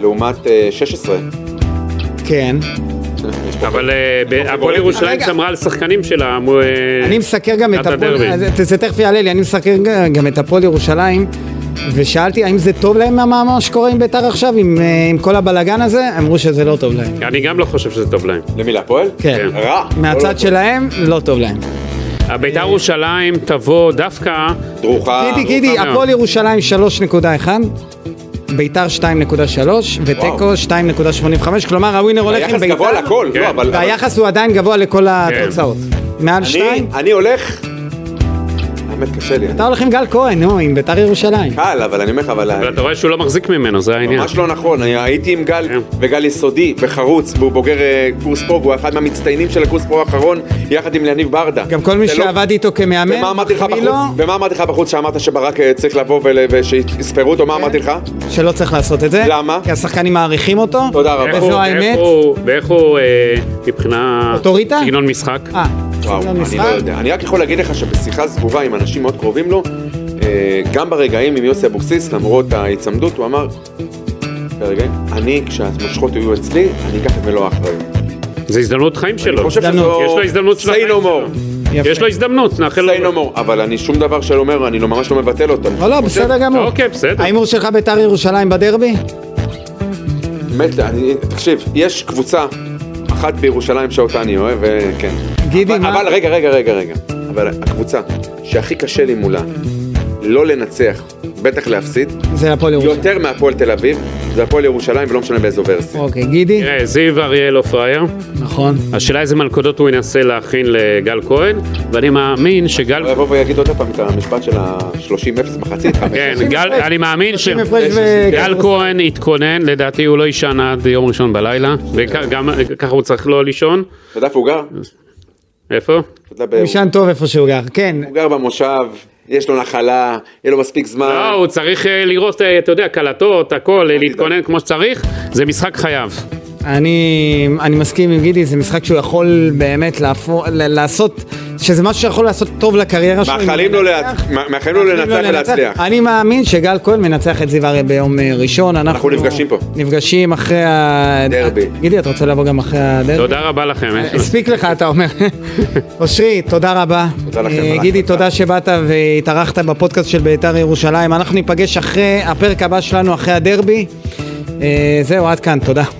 [SPEAKER 3] לעומת אה, 16.
[SPEAKER 2] כן,
[SPEAKER 4] אבל אה, ב- הפועל ירושלים
[SPEAKER 2] רגע.
[SPEAKER 4] שמרה על שחקנים שלה. מו- אה,
[SPEAKER 2] אני מסקר גם את
[SPEAKER 4] עד
[SPEAKER 2] הפועל,
[SPEAKER 4] הדרבי.
[SPEAKER 2] אז זה- זה תכף יעלה לי, אני מסקר ג- גם את הפועל ירושלים. ושאלתי האם זה טוב להם מה- מה שקורה עם ביתר עכשיו, עם, אה, עם כל הבלגן הזה, אמרו שזה לא טוב להם.
[SPEAKER 4] אני גם לא חושב שזה טוב להם.
[SPEAKER 3] למי להפועל?
[SPEAKER 2] כן.
[SPEAKER 3] רע.
[SPEAKER 2] מהצד שלהם, לא טוב להם. אה,
[SPEAKER 4] בית"ר ירושלים תבוא דווקא,
[SPEAKER 3] לא, דרוכה.
[SPEAKER 2] גידי, גידי,
[SPEAKER 4] מאוחר מאוד.
[SPEAKER 2] הפועל ירושלים 3.1, ביתר 2.3, ותיקו
[SPEAKER 3] וואו.
[SPEAKER 2] 2.85, כלומר הווינר הולך עם
[SPEAKER 3] היחס
[SPEAKER 2] ביתר,
[SPEAKER 3] גבוה לכל,
[SPEAKER 4] כן.
[SPEAKER 3] לא, אבל...
[SPEAKER 2] והיחס הוא עדיין גבוה לכל התוצאות. מעל
[SPEAKER 3] אני-
[SPEAKER 2] 2?
[SPEAKER 3] אני הולך... האמת קשה לי.
[SPEAKER 2] אתה הולך עם גל כהן, נו, עם ביתר ירושלים.
[SPEAKER 3] קל, אבל אני אומר לך, אבל...
[SPEAKER 4] אבל אתה רואה שהוא לא מחזיק ממנו, זה העניין.
[SPEAKER 3] ממש לא נכון, אני הייתי עם גל,
[SPEAKER 4] כן.
[SPEAKER 3] וגל יסודי וחרוץ, והוא בוגר אה, קורס פרו, והוא אחד מהמצטיינים של הקורס פרו האחרון, יחד עם יניב ברדה.
[SPEAKER 2] גם כל מי
[SPEAKER 3] זה לא-
[SPEAKER 2] שעבד איתו כמאמן,
[SPEAKER 3] ומה אמרתי לך
[SPEAKER 2] החמיא
[SPEAKER 3] בחוץ?
[SPEAKER 2] לו.
[SPEAKER 3] ומה אמרתי לך בחוץ שאמרת שברק אה, צריך לבוא ול- ושיספרו אותו? מה
[SPEAKER 2] כן.
[SPEAKER 3] אמרתי לך?
[SPEAKER 2] שלא צריך לעשות את זה.
[SPEAKER 3] למה?
[SPEAKER 2] כי השחקנים מעריכים אותו.
[SPEAKER 3] תודה רבה.
[SPEAKER 4] איך
[SPEAKER 2] וזו
[SPEAKER 4] הוא-
[SPEAKER 2] האמת.
[SPEAKER 4] איך הוא- ואיך הוא אה, מבחינה...
[SPEAKER 2] אוטוריטה?
[SPEAKER 4] סגנון משחק.
[SPEAKER 2] אה,
[SPEAKER 3] וואו,
[SPEAKER 2] סגנון
[SPEAKER 3] אני לא
[SPEAKER 2] משחק.
[SPEAKER 3] יודע. אני רק יכול להגיד לך שבשיחה סגורה עם אנשים מאוד קרובים לו, אה, גם ברגעים עם יוסי אבוקסיס, למרות ההיצמדות, הוא אמר, ברגעים, אני, כשהמושכות יהיו אצלי, אני אקח את מלוא האחריות.
[SPEAKER 2] אה.
[SPEAKER 4] זה הזדמנות חיים
[SPEAKER 3] אני
[SPEAKER 4] שלו.
[SPEAKER 3] חושב
[SPEAKER 2] הזדמנות.
[SPEAKER 3] שזו...
[SPEAKER 4] יש לו הזדמנות של
[SPEAKER 3] say
[SPEAKER 4] החיים
[SPEAKER 3] no
[SPEAKER 4] שלו. כן, לא
[SPEAKER 3] more.
[SPEAKER 2] יפה.
[SPEAKER 4] יש לו הזדמנות, נאחל
[SPEAKER 3] say
[SPEAKER 4] לו.
[SPEAKER 3] no more, אבל אני שום דבר שאני אומר, אני לא ממש לא מבטל אותו.
[SPEAKER 2] לא, לא, בסדר גמור.
[SPEAKER 4] אוקיי, בסדר.
[SPEAKER 2] ההימור שלך ביתר ירושלים בדרבי?
[SPEAKER 3] באמת, אני, תקשיב, יש קבוצה אחת בירושלים שאותה אני אוהב, וכן.
[SPEAKER 2] גידי,
[SPEAKER 3] אבל,
[SPEAKER 2] מה-
[SPEAKER 3] אבל רגע, רגע, רגע, רגע. אבל הקבוצה שהכי קשה לי מולה לא לנצח, בטח להפסיד,
[SPEAKER 2] זה הפועל ירושלים.
[SPEAKER 3] יותר מהפועל תל אביב, זה הפועל ירושלים ולא משנה באיזו ורסיה.
[SPEAKER 2] אוקיי, גידי?
[SPEAKER 4] תראה, זיו אריאל לא פראייר.
[SPEAKER 2] נכון.
[SPEAKER 4] השאלה איזה מלכודות הוא ינסה להכין לגל כהן, ואני מאמין שגל...
[SPEAKER 3] הוא יבוא ויגיד עוד פעם את המשפט של ה-30-0 מחצית.
[SPEAKER 4] כן,
[SPEAKER 2] יש
[SPEAKER 4] גל,
[SPEAKER 2] הפרש.
[SPEAKER 4] אני מאמין ש...
[SPEAKER 2] יש הפרש ו- כן.
[SPEAKER 4] גל כהן התכונן, לדעתי הוא לא יישן עד יום ראשון בלילה, וגם ככה הוא צריך לא לישון.
[SPEAKER 3] אתה יודע איפה הוא גר?
[SPEAKER 4] איפה?
[SPEAKER 3] אתה יודע, ב-
[SPEAKER 2] הוא ישן טוב איפה שהוא גר, כן.
[SPEAKER 3] הוא גר במושב, יש לו נחלה, יהיה לו מספיק
[SPEAKER 4] לא,
[SPEAKER 3] זמן.
[SPEAKER 4] הוא צריך אה, לראות, אה, אתה יודע, קלטות, הכל, אה, להתכונן
[SPEAKER 3] תדאג.
[SPEAKER 4] כמו שצריך, זה משחק חייו.
[SPEAKER 2] אני, אני מסכים עם גידי, זה משחק שהוא יכול באמת להפו, ל- לעשות שזה משהו שיכול לעשות טוב לקריירה שלו. אם הוא
[SPEAKER 3] מאחלים לו
[SPEAKER 2] מנצח.
[SPEAKER 3] להצ- מא- מאחלים לו לא לנצח ולהצליח.
[SPEAKER 2] לא אני מאמין שגל כהן מנצח את זיו הרי ביום אה, ראשון.
[SPEAKER 3] אנחנו נפגשים פה.
[SPEAKER 2] נפגשים אחרי ה...
[SPEAKER 3] דרבי.
[SPEAKER 2] גידי, אתה רוצה לבוא גם אחרי הדרבי?
[SPEAKER 4] תודה רבה לכם. אה. יש-
[SPEAKER 2] הספיק לך, אתה אומר. אושרי, תודה רבה.
[SPEAKER 3] תודה לכם,
[SPEAKER 2] אה,
[SPEAKER 3] תודה.
[SPEAKER 2] גידי, תודה שבאת והתארחת בפודקאסט של בית"ר ירושלים. אנחנו ניפגש אחרי הפרק הבא שלנו, אחרי הדרבי. אה, זהו, עד כאן, תודה.